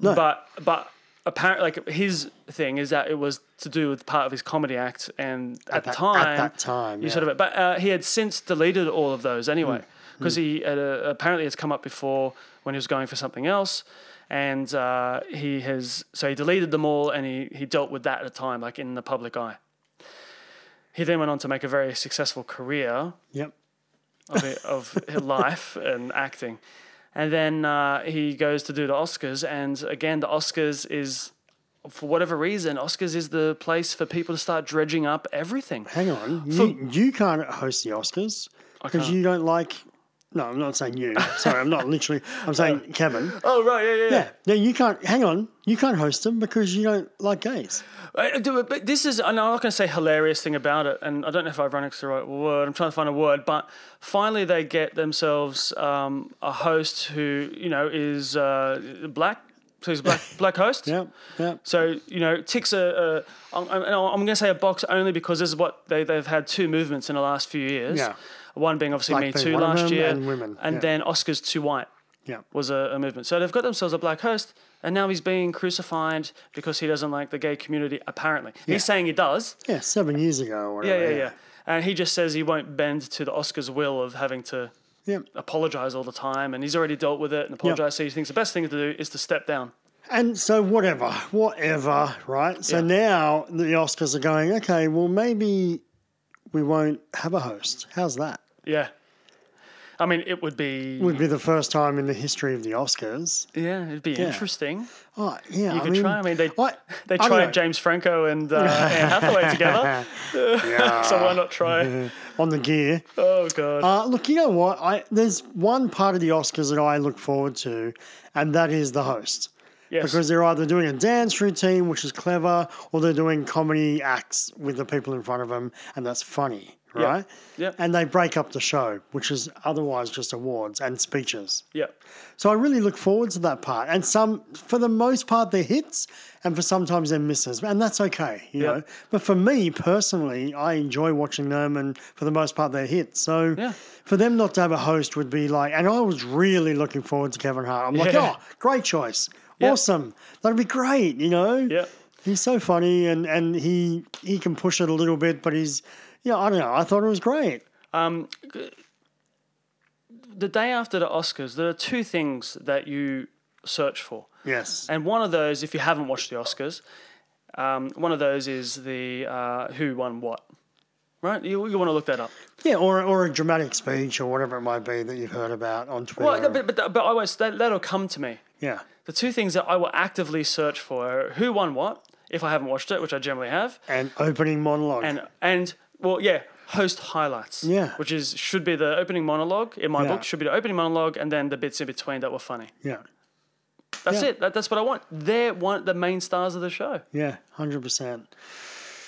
Speaker 1: But but apparently, like his thing is that it was to do with part of his comedy act, and at, the
Speaker 7: that- at
Speaker 1: time,
Speaker 7: that time,
Speaker 1: you
Speaker 7: yeah. Mm.
Speaker 1: sort of. But uh, he had since deleted all of those anyway, because he had, uh, apparently it's come up before when he was going for something else. And uh, he has so he deleted them all, and he, he dealt with that at a time, like in the public eye. He then went on to make a very successful career
Speaker 7: Yep.
Speaker 1: of, it, of life and acting. And then uh, he goes to do the Oscars, and again, the Oscars is, for whatever reason, Oscars is the place for people to start dredging up everything.
Speaker 7: Hang on, you, you can't host the Oscars because you don't like No, I'm not saying you. Sorry, I'm not literally. I'm saying Kevin.
Speaker 1: Oh right, yeah, yeah. yeah.
Speaker 7: Yeah. No, you can't. Hang on. You can't host them because you don't like gays.
Speaker 1: I- I do it, Uh, But this is, and I'm not going to say hilarious thing about it, and I don't know if ironic's the right word. I'm trying to find a word, but finally they get themselves um, a host who, you know, is uh, black. So he's a black, black host.
Speaker 7: Yeah. Yeah.
Speaker 1: So you know, ticks a. a I'm, I'm I'm going to say a box only because this is what they they've had two movements in the last few years.
Speaker 7: Yeah.
Speaker 1: One being obviously
Speaker 7: Black
Speaker 1: Me
Speaker 7: being
Speaker 1: Too
Speaker 7: one of
Speaker 1: last
Speaker 7: them
Speaker 1: year,
Speaker 7: and women, yeah.
Speaker 1: then Oscars Too White
Speaker 7: Yeah.
Speaker 1: was a, a movement. So they've got themselves a black host, and now he's being crucified because he doesn't like the gay community. Apparently, he's saying he does.
Speaker 7: Yeah. Seven years ago. Or
Speaker 1: Yeah,
Speaker 7: whatever,
Speaker 1: yeah, yeah. And he just says he won't bend to the Oscars' will of having to
Speaker 7: Yeah.
Speaker 1: apologize all the time, and he's already dealt with it and apologized. So he thinks the best thing to do is to step down.
Speaker 7: And so whatever, whatever, right? So now the Oscars are going. Okay, well maybe we won't have a host. How's that?
Speaker 1: Yeah. I mean, it would be
Speaker 7: Would be the first time in the history of the Oscars.
Speaker 1: yeah, it'd be interesting.
Speaker 7: Oh, yeah.
Speaker 1: You
Speaker 7: I
Speaker 1: could
Speaker 7: mean,
Speaker 1: try. I mean, they
Speaker 7: I-
Speaker 1: they
Speaker 7: I don't
Speaker 1: tried
Speaker 7: know.
Speaker 1: James Franco and uh, Anne Hathaway together, so why not try?
Speaker 7: on the gear.
Speaker 1: Oh god.
Speaker 7: Uh, look, you know what? I there's one part of the Oscars that I look forward to, and that is the host.
Speaker 1: yes.
Speaker 7: Because they're either doing a dance routine, which is clever, or they're doing comedy acts with the people in front of them, and that's funny, right?
Speaker 1: Yep.
Speaker 7: And they break up the show, which is otherwise just awards and speeches.
Speaker 1: yeah.
Speaker 7: So I really look forward to that part. And some, for the most part, they're hits, and for sometimes they're misses, and that's okay, you
Speaker 1: Yeah.
Speaker 7: know. But for me personally, I enjoy watching them, and for the most part, they're hits. So
Speaker 1: Yeah.
Speaker 7: for them not to have a host would be like, and I was really looking forward to Kevin Hart. I'm like,
Speaker 1: Yeah.
Speaker 7: oh, great choice,
Speaker 1: Yeah.
Speaker 7: awesome, that'd be great, you know.
Speaker 1: Yeah.
Speaker 7: He's so funny, and and he he can push it a little bit, but he's. Yeah, I don't know. I thought it was great.
Speaker 1: The day after the Oscars, there are two things that you search for.
Speaker 7: Yes.
Speaker 1: And one of those, if you haven't watched the Oscars, um, one of those is the uh, who won what, right? You, you want to look that up.
Speaker 7: Yeah, or, or a dramatic speech or whatever it might be that you've heard about on Twitter.
Speaker 1: Well, no, but, but, but I won't, that, that'll come to me.
Speaker 7: Yeah.
Speaker 1: The two things that I will actively search for are who won what, if I haven't watched it, which I generally have,
Speaker 7: And opening monologue.
Speaker 1: and, and well, yeah, host highlights.
Speaker 7: Yeah.
Speaker 1: Which is should be the opening monologue in my
Speaker 7: Yeah.
Speaker 1: book, should be the opening monologue and then the bits in between that were funny.
Speaker 7: yeah.
Speaker 1: That's
Speaker 7: Yeah.
Speaker 1: it. That, that's what I want. They're one the main stars of the show.
Speaker 7: Yeah, 100%.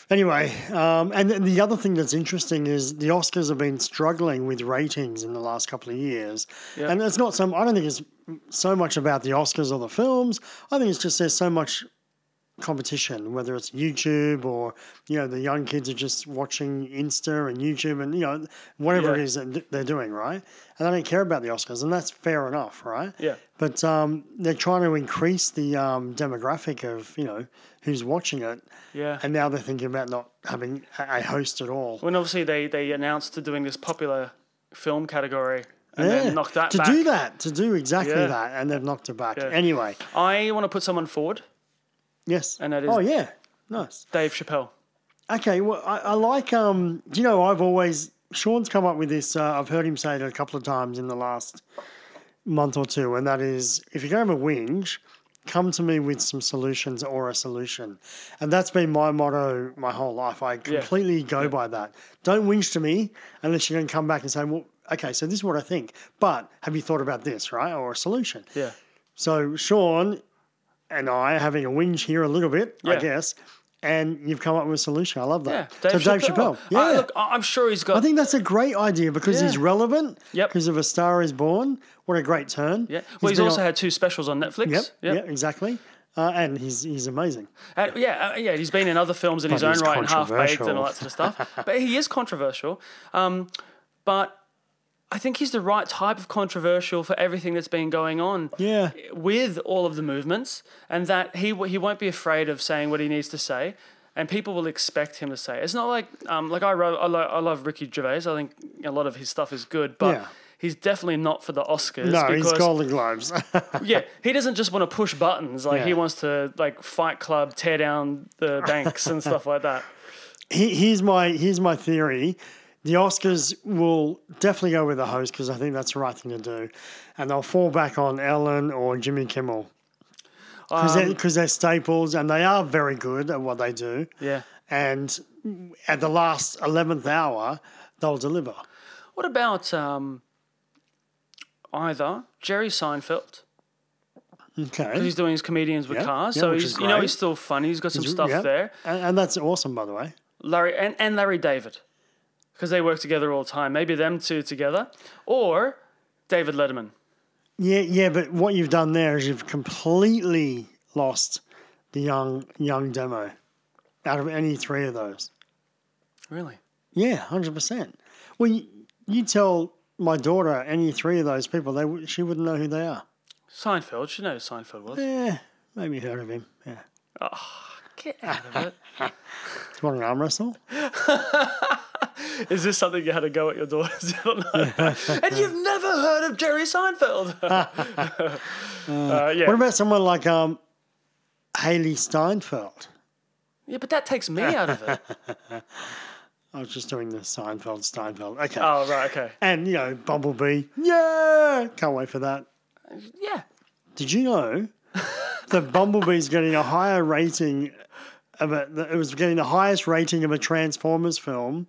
Speaker 7: Anyway, um, and then the other thing that's interesting is the Oscars have been struggling with ratings in the last couple of years. And it's not some, I don't think it's so much about the Oscars or the films. I think it's just there's so much competition, whether it's YouTube or, you know, the young kids are just watching Insta and YouTube and, you know, whatever
Speaker 1: Yeah.
Speaker 7: it is that they're doing, right? And they don't care about the Oscars, and that's fair enough, right?
Speaker 1: Yeah.
Speaker 7: But um, they're trying to increase the um, demographic of, you know, who's watching it.
Speaker 1: Yeah.
Speaker 7: And now they're thinking about not having a a host at all.
Speaker 1: When obviously they they announced doing this popular film category and
Speaker 7: Yeah,
Speaker 1: then knocked that
Speaker 7: to
Speaker 1: back.
Speaker 7: do that, to do exactly
Speaker 1: Yeah.
Speaker 7: that, and they've knocked it back. Anyway,
Speaker 1: I want to put someone forward,
Speaker 7: yes.
Speaker 1: And that is-
Speaker 7: oh, yeah. Nice.
Speaker 1: Dave Chappelle.
Speaker 7: Okay, well, I, I like. Um, do you know I've always Sean's come up with this. Uh, I've heard him say it a couple of times in the last month or two, and that is, if you're going to have a whinge, come to me with some solutions or a solution, and that's been my motto my whole life. I completely go by that. Don't whinge to me unless you're going to come back and say, well. Okay, so this is what I think, but have you thought about this, right? Or a solution.
Speaker 1: Yeah.
Speaker 7: So Sean and I are having a whinge here a little bit, I
Speaker 1: Yeah.
Speaker 7: guess, and you've come up with a solution. I love
Speaker 1: Yeah.
Speaker 7: that. so Dave Chappelle. Yeah.
Speaker 1: I,
Speaker 7: I,
Speaker 1: look, I- I'm sure he's got.
Speaker 7: think that's a great idea because he's
Speaker 1: Yeah.
Speaker 7: relevant.
Speaker 1: Yep.
Speaker 7: Because of A Star Is Born. What a great turn.
Speaker 1: yeah. Well, he's,
Speaker 7: been
Speaker 1: also
Speaker 7: on-
Speaker 1: had two specials on Netflix.
Speaker 7: Yep.
Speaker 1: Yeah.
Speaker 7: Yeah. Exactly. Uh, and he's he's amazing.
Speaker 1: Uh, yeah, uh, yeah, he's been in other films in his own
Speaker 7: he's
Speaker 1: right and half baked and all
Speaker 7: controversial.
Speaker 1: that sort of stuff. but he is controversial. Um, but I think he's the right type of controversial for everything that's been going on
Speaker 7: Yeah.
Speaker 1: with all of the movements, and that he w- he won't be afraid of saying what he needs to say, and people will expect him to say. It. It's not like um, like I ro- I, lo- I love Ricky Gervais. I think a lot of his stuff is good, but.
Speaker 7: Yeah.
Speaker 1: He's definitely not for the Oscars.
Speaker 7: No,
Speaker 1: because
Speaker 7: he's Golden Globes.
Speaker 1: yeah, he doesn't just want to push buttons. Like he
Speaker 7: Yeah.
Speaker 1: wants to like Fight Club, tear down the banks and stuff like that.
Speaker 7: He- here's my here's my theory. The Oscars will definitely go with the host because I think that's the right thing to do, and they'll fall back on Ellen or Jimmy Kimmel because
Speaker 1: Um,
Speaker 7: they're, 'cause they're staples and they are very good at what they do.
Speaker 1: Yeah.
Speaker 7: and at the last eleventh hour, they'll deliver.
Speaker 1: What about um, either Jerry Seinfeld.
Speaker 7: Okay.
Speaker 1: He's doing his comedians with
Speaker 7: Yeah,
Speaker 1: cars,
Speaker 7: yeah,
Speaker 1: so
Speaker 7: which
Speaker 1: he's
Speaker 7: is
Speaker 1: you know
Speaker 7: great.
Speaker 1: he's still funny. He's got some stuff
Speaker 7: Yeah.
Speaker 1: there.
Speaker 7: And, and that's awesome, by the way.
Speaker 1: Larry and, and Larry David, because they work together all the time. Maybe them two together, or David Letterman.
Speaker 7: Yeah, yeah, but what you've done there is you've completely lost the young young demo out of any three of those.
Speaker 1: Really?
Speaker 7: Yeah, hundred percent. Well, you, you tell my daughter any three of those people, they w- she wouldn't know who they are.
Speaker 1: Seinfeld. She knows who Seinfeld was.
Speaker 7: Yeah, maybe heard of him. Yeah,
Speaker 1: Get out of it.
Speaker 7: do you want an arm wrestle?
Speaker 1: Is this something you had to go at your daughter's? I don't know. and you've never heard of Jerry Seinfeld? uh, yeah.
Speaker 7: What about someone like um, Haley Steinfeld?
Speaker 1: yeah, but that takes me out of it.
Speaker 7: I was just doing the Seinfeld Steinfeld. Okay,
Speaker 1: Oh right, okay.
Speaker 7: and you know Bumblebee. Yeah, can't wait for that.
Speaker 1: Yeah.
Speaker 7: Did you know that Bumblebee's getting a higher rating of a, that it was getting the highest rating of a Transformers film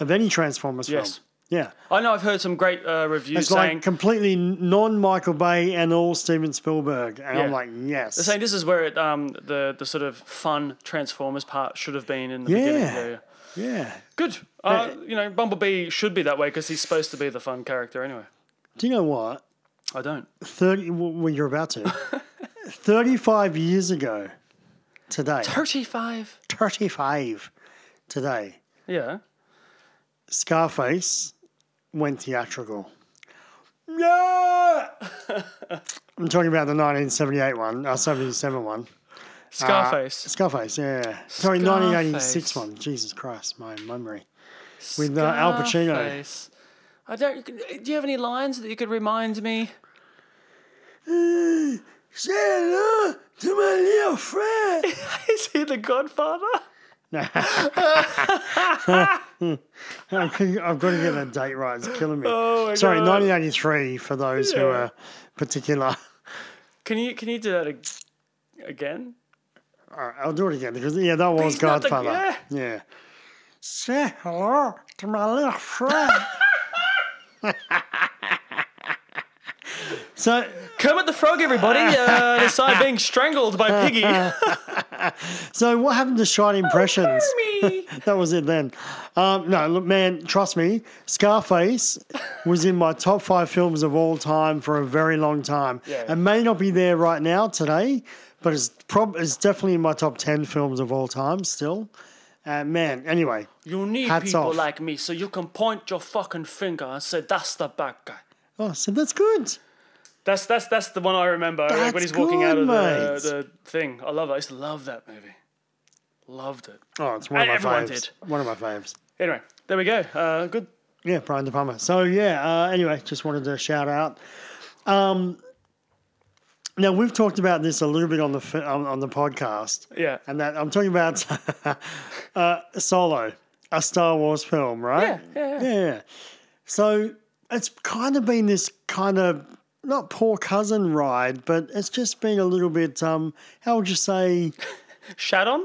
Speaker 7: of any Transformers
Speaker 1: Yes.
Speaker 7: film? Yeah.
Speaker 1: I know I've heard some great uh, reviews
Speaker 7: It's
Speaker 1: saying
Speaker 7: like completely non Michael Bay and all Steven Spielberg. And I'm
Speaker 1: Yeah.
Speaker 7: like, yes.
Speaker 1: saying this is where it, um, the the sort of fun Transformers part should have been in the beginning.
Speaker 7: Yeah.
Speaker 1: Yeah, yeah.
Speaker 7: yeah.
Speaker 1: Good. Uh, you know, Bumblebee should be that way because he's supposed to be the fun character anyway.
Speaker 7: Do you know what?
Speaker 1: I don't.
Speaker 7: 30, w- well, you're about to. 35 years ago today,
Speaker 1: 35.
Speaker 7: 35 today,
Speaker 1: Yeah.
Speaker 7: Scarface went theatrical. No! I'm talking about the 1978 one, uh, 77 one.
Speaker 1: Scarface.
Speaker 7: Scarface, yeah. Sorry, 1986 one. Jesus Christ, my memory. With uh, Al Pacino.
Speaker 1: Scarface. I don't. Do you have any lines that you could remind me?
Speaker 7: Say hello to my little friend.
Speaker 1: Is he the Godfather?
Speaker 7: I've got to get that date right. It's killing me.
Speaker 1: Oh
Speaker 7: Sorry, 1983 for those who are particular.
Speaker 1: Can you can you do that ag- again?
Speaker 7: All right, I'll do it again because yeah, that was
Speaker 1: He's not the-
Speaker 7: Godfather.
Speaker 1: yeah.
Speaker 7: yeah. Say hello to my little friend. so
Speaker 1: Kermit the Frog, everybody. Uh, the side being strangled by Piggy.
Speaker 7: so what happened to
Speaker 1: Oh,
Speaker 7: Shining Impressions?
Speaker 1: Kermit.
Speaker 7: that was it then. Um, no, look, man, trust me, Scarface was in my top five films of all time for a very long time.
Speaker 1: Yeah.
Speaker 7: It may not be there right now today, but it's prob- it's definitely in my top ten films of all time still. Uh, man, anyway,
Speaker 1: You need
Speaker 7: Hats
Speaker 1: people
Speaker 7: off.
Speaker 1: like me so you can point your fucking finger and say, that's the bad guy.
Speaker 7: oh, so that's good.
Speaker 1: That's that's that's the one I remember when
Speaker 7: That's
Speaker 1: he's walking out of
Speaker 7: good,
Speaker 1: the, the thing. I love it. I used to love that movie. Loved it.
Speaker 7: Oh, it's one
Speaker 1: And
Speaker 7: of my
Speaker 1: everyone
Speaker 7: faves.
Speaker 1: did.
Speaker 7: One of my faves.
Speaker 1: Anyway, there we go. Uh, good.
Speaker 7: Yeah, Brian De Palma. So yeah, uh, anyway, just wanted to shout out. Um, now we've talked about this a little bit on the fi- on, on the podcast.
Speaker 1: Yeah.
Speaker 7: and that I'm talking about uh, Solo, a Star Wars film, right?
Speaker 1: yeah,
Speaker 7: yeah. So it's kind of been this kind of not poor cousin ride, but it's just been a little bit. Um, how would you say?
Speaker 1: Shad on?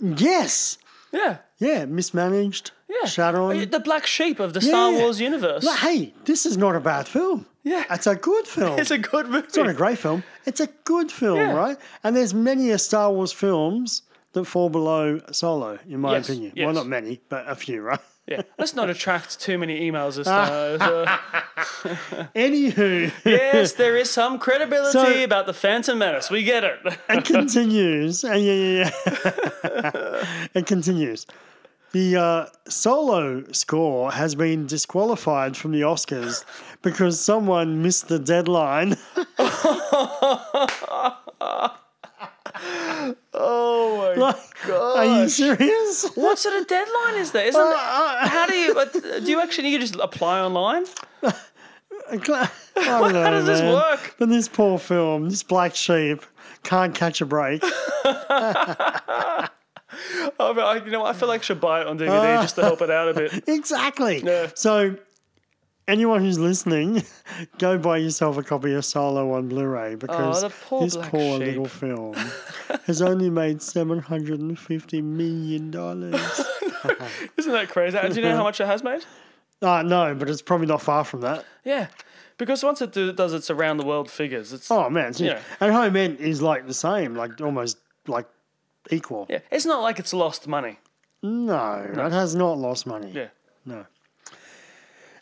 Speaker 7: Yes,
Speaker 1: Yeah.
Speaker 7: yeah, mismanaged.
Speaker 1: Yeah.
Speaker 7: shut on.
Speaker 1: The black sheep of the Star
Speaker 7: Yeah.
Speaker 1: Wars universe.
Speaker 7: But hey, this is not a bad film.
Speaker 1: Yeah.
Speaker 7: It's a good film.
Speaker 1: It's a good movie.
Speaker 7: It's not a great film. It's a good film,
Speaker 1: Yeah.
Speaker 7: right? And there's many a Star Wars films that fall below Solo, in my
Speaker 1: Yes,
Speaker 7: opinion.
Speaker 1: yes.
Speaker 7: Well, not many, but a few, right?
Speaker 1: yeah. Let's not attract too many emails this
Speaker 7: Ah.
Speaker 1: time. Uh,
Speaker 7: Anywho,
Speaker 1: yes, there is some credibility
Speaker 7: So-
Speaker 1: about the Phantom Menace. We get it.
Speaker 7: it continues. Uh, yeah, yeah, yeah. it continues. The uh, Solo score has been disqualified from the Oscars because someone missed the deadline.
Speaker 1: oh my
Speaker 7: Like, Are you serious?
Speaker 1: What sort of deadline is there? Isn't
Speaker 7: Uh,
Speaker 1: how do you what- do you actually need to just apply online?
Speaker 7: Cla- I don't know,
Speaker 1: How does this
Speaker 7: Oh, man.
Speaker 1: work?
Speaker 7: But this poor film, this black sheep, can't catch a break.
Speaker 1: Oh, but I, you know, what? I feel like I should buy it on DVD
Speaker 7: Ah.
Speaker 1: just to help it out a bit.
Speaker 7: exactly.
Speaker 1: Yeah.
Speaker 7: So, anyone who's listening, go buy yourself a copy of Solo on Blu-ray because
Speaker 1: Oh, the poor
Speaker 7: this
Speaker 1: black
Speaker 7: poor
Speaker 1: sheep.
Speaker 7: little film has only made seven hundred and fifty million dollars.
Speaker 1: Isn't that crazy? Do you know how much it has made?
Speaker 7: Ah, uh, no, but it's probably not far from that.
Speaker 1: Yeah, Because once it do, does its around the world figures, it's
Speaker 7: Oh man, so-
Speaker 1: Yeah.
Speaker 7: and home end is like the same, like almost like equal.
Speaker 1: yeah, it's not like it's lost money.
Speaker 7: No, it has not lost money.
Speaker 1: Yeah.
Speaker 7: No.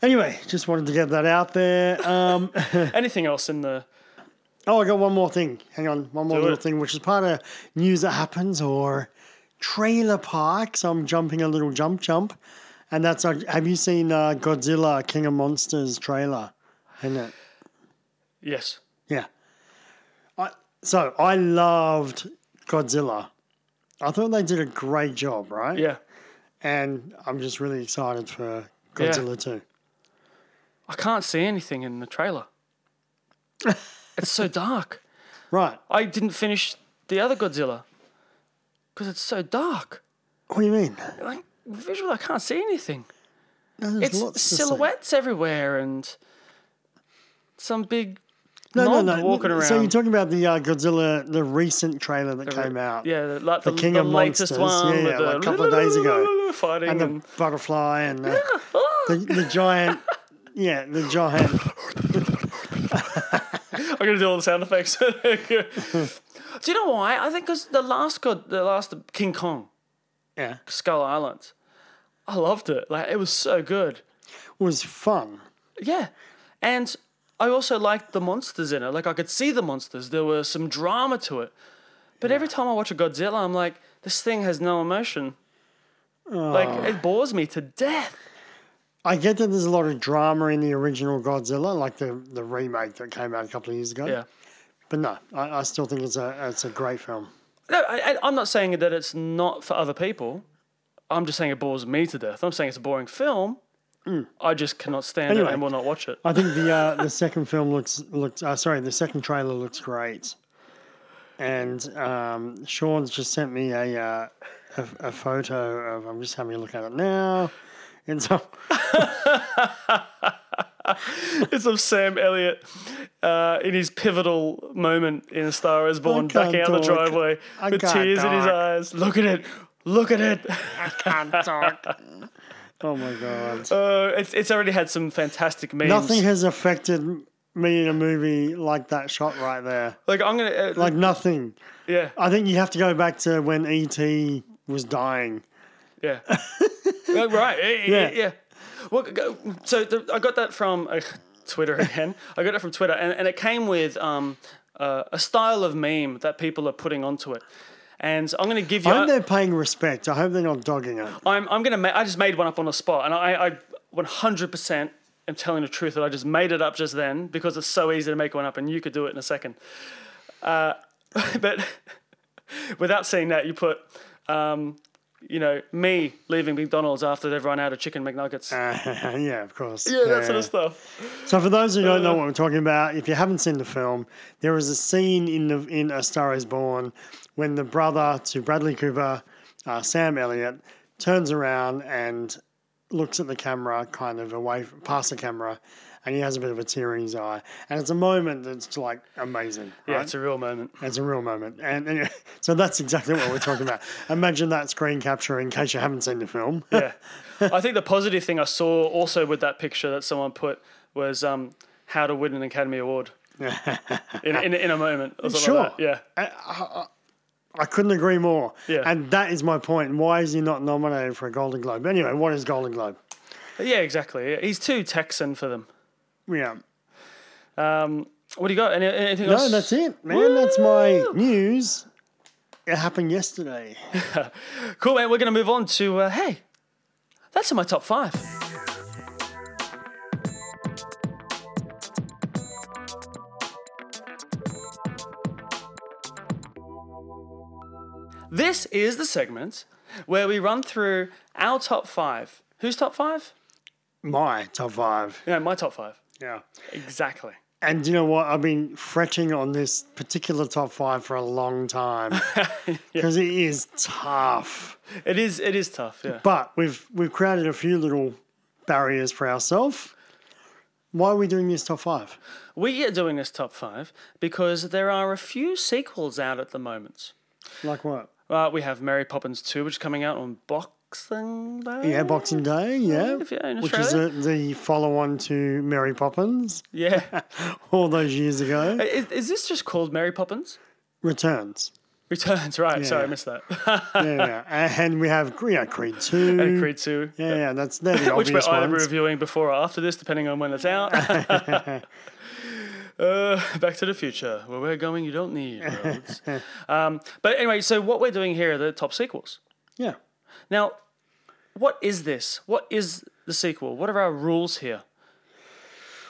Speaker 7: Anyway, just wanted to get that out there. Um,
Speaker 1: Anything else in the
Speaker 7: oh, I got one more thing. Hang on, one more
Speaker 1: Do
Speaker 7: little
Speaker 1: it.
Speaker 7: thing, which is part of news that happens or trailer park. So I'm jumping a little jump jump, and that's like, have you seen uh, Godzilla King of Monsters trailer? In it,
Speaker 1: yes?
Speaker 7: yeah. I, so I loved Godzilla. I thought they did a great job, right?
Speaker 1: Yeah,
Speaker 7: And I'm just really excited for
Speaker 1: Yeah.
Speaker 7: Godzilla too.
Speaker 1: I can't see anything in the trailer. it's so dark.
Speaker 7: Right.
Speaker 1: I didn't finish the other Godzilla because it's so dark.
Speaker 7: What do you mean?
Speaker 1: Like visual, I can't see anything.
Speaker 7: No, there's
Speaker 1: It's
Speaker 7: lots to see.
Speaker 1: silhouettes everywhere and some big
Speaker 7: No,
Speaker 1: knob
Speaker 7: no, no.
Speaker 1: walking around.
Speaker 7: So you're talking about the uh, Godzilla, the recent trailer that came out.
Speaker 1: Yeah, the, like the,
Speaker 7: The
Speaker 1: the,
Speaker 7: King of
Speaker 1: latest
Speaker 7: Monsters.
Speaker 1: one.
Speaker 7: Yeah,
Speaker 1: with
Speaker 7: yeah,
Speaker 1: the
Speaker 7: like a couple of days ago.
Speaker 1: Fighting
Speaker 7: And
Speaker 1: and,
Speaker 7: the butterfly and the, the, the giant. Yeah, the giant.
Speaker 1: I'm gonna do all the sound effects. do you know why? I think because the last God, the last King Kong,
Speaker 7: Yeah.
Speaker 1: Skull Island, I loved it. Like it was so good.
Speaker 7: was fun.
Speaker 1: Yeah, and I also liked the monsters in it. Like I could see the monsters. There was some drama to it. But every time I watch a Godzilla, I'm like, this thing has no emotion. Like it bores me to death.
Speaker 7: I get that there's a lot of drama in the original Godzilla, like the, the remake that came out a couple of years ago.
Speaker 1: Yeah.
Speaker 7: But no, I, I still think it's a it's a great film.
Speaker 1: No, I, I- I'm not saying that it's not for other people. I'm just saying it bores me to death. I'm saying it's a boring film. I just cannot stand
Speaker 7: Anyway.
Speaker 1: it and will not watch it.
Speaker 7: I think the uh, the second film looks looks. Uh, sorry, the second trailer looks great. And um, Sean's just sent me a, uh, a a photo of. I'm just having a look at it now. And so
Speaker 1: It's of Sam Elliott uh, in his pivotal moment in Star Is Born,
Speaker 7: can't
Speaker 1: ducking out the
Speaker 7: talk.
Speaker 1: driveway
Speaker 7: I
Speaker 1: with
Speaker 7: can't
Speaker 1: tears in his
Speaker 7: talk.
Speaker 1: eyes. Look at it. Look at it.
Speaker 7: oh my god,
Speaker 1: Uh, it's, it's already had some fantastic memes.
Speaker 7: nothing has affected me in a movie like that shot right there.
Speaker 1: like, I'm going to. Uh,
Speaker 7: Like nothing.
Speaker 1: yeah.
Speaker 7: I think you have to go back to when ET was dying.
Speaker 1: Yeah. Yeah, right. Yeah.
Speaker 7: Yeah.
Speaker 1: yeah. yeah. Well, go- so the, I got that from uh, Twitter again. I got it from Twitter, and, and it came with um, uh, a style of meme that people are putting onto it. And I'm going to give you.
Speaker 7: I hope they're paying respect. I hope they're not dogging it.
Speaker 1: I'm, I'm going to. Ma- I just made one up on the spot, and I, I 100% am telling the truth that I just made it up just then because it's so easy to make one up, and you could do it in a second. Uh, but without seeing that, you put, um, you know, me leaving McDonald's after they've run out of chicken McNuggets.
Speaker 7: yeah, of course.
Speaker 1: Uh, yeah, that sort of stuff.
Speaker 7: So for those who don't know what we're talking about, if you haven't seen the film, there is a scene in the in A Star Is Born when the brother to Bradley Cooper, uh, Sam Elliott, turns around and looks at the camera, kind of away past the camera, and he has a bit of a tear in his eye, and it's a moment that's like amazing.
Speaker 1: Yeah,
Speaker 7: right?
Speaker 1: it's a real moment.
Speaker 7: It's a real moment. And, and so that's exactly what we're talking about. Imagine that screen capture in case you haven't seen the film.
Speaker 1: Yeah. I think the positive thing I saw also with that picture that someone put was um, how to win an Academy Award. in, in, in a moment or something like
Speaker 7: Sure.
Speaker 1: that. Yeah.
Speaker 7: I couldn't agree more.
Speaker 1: Yeah.
Speaker 7: And that is my point. Why is he not nominated for a Golden Globe? Anyway, what is Golden Globe?
Speaker 1: Yeah, exactly. He's too Texan for them.
Speaker 7: Yeah.
Speaker 1: What do you got? Any, anything
Speaker 7: No,
Speaker 1: else?
Speaker 7: that's it, man. That's my news. It happened yesterday.
Speaker 1: Cool, man. We're going to move on to, uh, hey, that's in my top five. This is the segment where we run through our top five. Who's top five?
Speaker 7: My top five.
Speaker 1: No, my top five.
Speaker 7: Yeah.
Speaker 1: Exactly.
Speaker 7: And you know what? I've been fretting on this particular top five for a long time because it is tough.
Speaker 1: It is. It is tough. Yeah.
Speaker 7: But we've we've created a few little barriers for ourselves. Why are we doing this top five?
Speaker 1: We are doing this top five because there are a few sequels out at the moment.
Speaker 7: Like what?
Speaker 1: Uh, we have Mary Poppins 2, which is coming out on box Boxing Day.
Speaker 7: Yeah, Boxing Day, yeah.
Speaker 1: If you're in
Speaker 7: Which is the,
Speaker 1: Australia.
Speaker 7: the follow on to Mary Poppins
Speaker 1: Yeah.
Speaker 7: all those years ago.
Speaker 1: is, is this just called Mary Poppins?
Speaker 7: Returns.
Speaker 1: Returns, right. Sorry, I
Speaker 7: Yeah.
Speaker 1: missed that.
Speaker 7: Yeah, yeah. And we have yeah, Creed 2.
Speaker 1: and Creed 2.
Speaker 7: Yeah, yeah, that's they're the
Speaker 1: Which we're
Speaker 7: obvious
Speaker 1: either
Speaker 7: ones.
Speaker 1: reviewing before or after this, depending on when it's out. uh, back to the future, where we're going, you don't need roads. um, but anyway, so what we're doing here are the top sequels.
Speaker 7: Yeah.
Speaker 1: Now, what is this? What is the sequel? What are our rules here?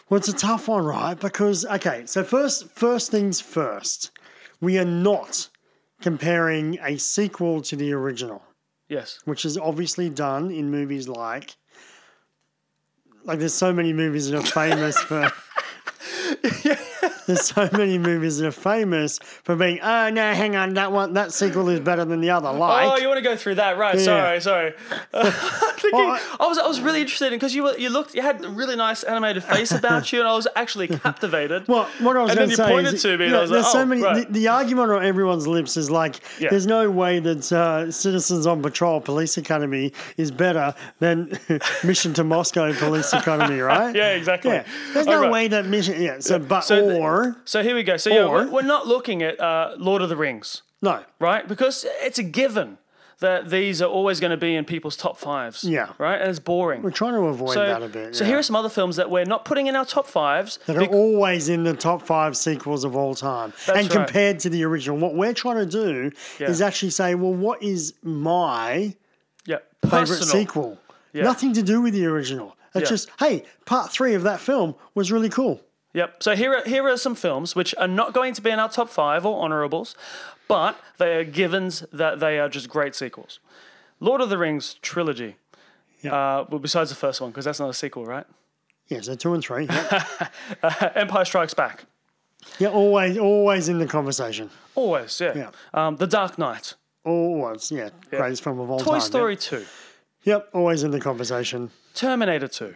Speaker 7: Well, it's a tough one, right? Because okay, so first, first things first, we are not comparing a sequel to the original,
Speaker 1: Yes.
Speaker 7: which is obviously done in movies like, like there's so many movies that are famous for. There's so many movies that are famous for being. Oh no, hang on, that one, that sequel is better than the other. Like,
Speaker 1: Oh, you want to go through that, right?
Speaker 7: Yeah.
Speaker 1: Sorry, sorry. Thinking-
Speaker 7: Well,
Speaker 1: I was, I was really interested in because you were, you looked, you had a really nice animated face about you, and I was actually captivated.
Speaker 7: Well, what I was
Speaker 1: And then
Speaker 7: going to
Speaker 1: you
Speaker 7: say
Speaker 1: pointed
Speaker 7: is,
Speaker 1: to me and
Speaker 7: you know,
Speaker 1: I was like,
Speaker 7: there's so
Speaker 1: "Oh,
Speaker 7: many.
Speaker 1: right."
Speaker 7: The, the argument on everyone's lips is like,
Speaker 1: Yeah.
Speaker 7: there's no way that uh, Citizens on Patrol Police Academy is better than Mission to Moscow Police Academy, right?
Speaker 1: Yeah, exactly.
Speaker 7: Yeah. There's
Speaker 1: All
Speaker 7: no
Speaker 1: right.
Speaker 7: way that Mission. Yeah. So, but
Speaker 1: So the-
Speaker 7: or
Speaker 1: So here we go. So yeah,
Speaker 7: Or-
Speaker 1: we're, we're not looking at uh, Lord of the Rings,
Speaker 7: no.
Speaker 1: right? Because it's a given that these are always going to be in people's top fives.
Speaker 7: Yeah.
Speaker 1: Right? And it's boring.
Speaker 7: We're trying to avoid
Speaker 1: so,
Speaker 7: that a bit.
Speaker 1: so
Speaker 7: yeah.
Speaker 1: here are some other films that we're not putting in our top fives.
Speaker 7: that are always in the top five sequels of all time. and
Speaker 1: right.
Speaker 7: compared to the original, what we're trying to do
Speaker 1: Yeah.
Speaker 7: is actually say, well, what is my
Speaker 1: yeah,
Speaker 7: favorite
Speaker 1: personal.
Speaker 7: sequel. Nothing to do with the original. It's
Speaker 1: Yeah.
Speaker 7: just, hey, part three of that film was really cool.
Speaker 1: Yep. So here are, here are some films which are not going to be in our top five or honorables, but they are givens that they are just great sequels. Lord of the Rings trilogy. Uh, well, besides the first one, because that's not a sequel, right? Uh,
Speaker 7: Yeah, so two and three. Yeah,
Speaker 1: Empire Strikes Back.
Speaker 7: Yeah, always, always in the conversation.
Speaker 1: Always, yeah.
Speaker 7: Yeah.
Speaker 1: Um, the Dark Knight.
Speaker 7: Always, yeah, greatest film of all
Speaker 1: Toy
Speaker 7: time. yeah.
Speaker 1: Story 2.
Speaker 7: Yep, always in the conversation.
Speaker 1: Terminator 2.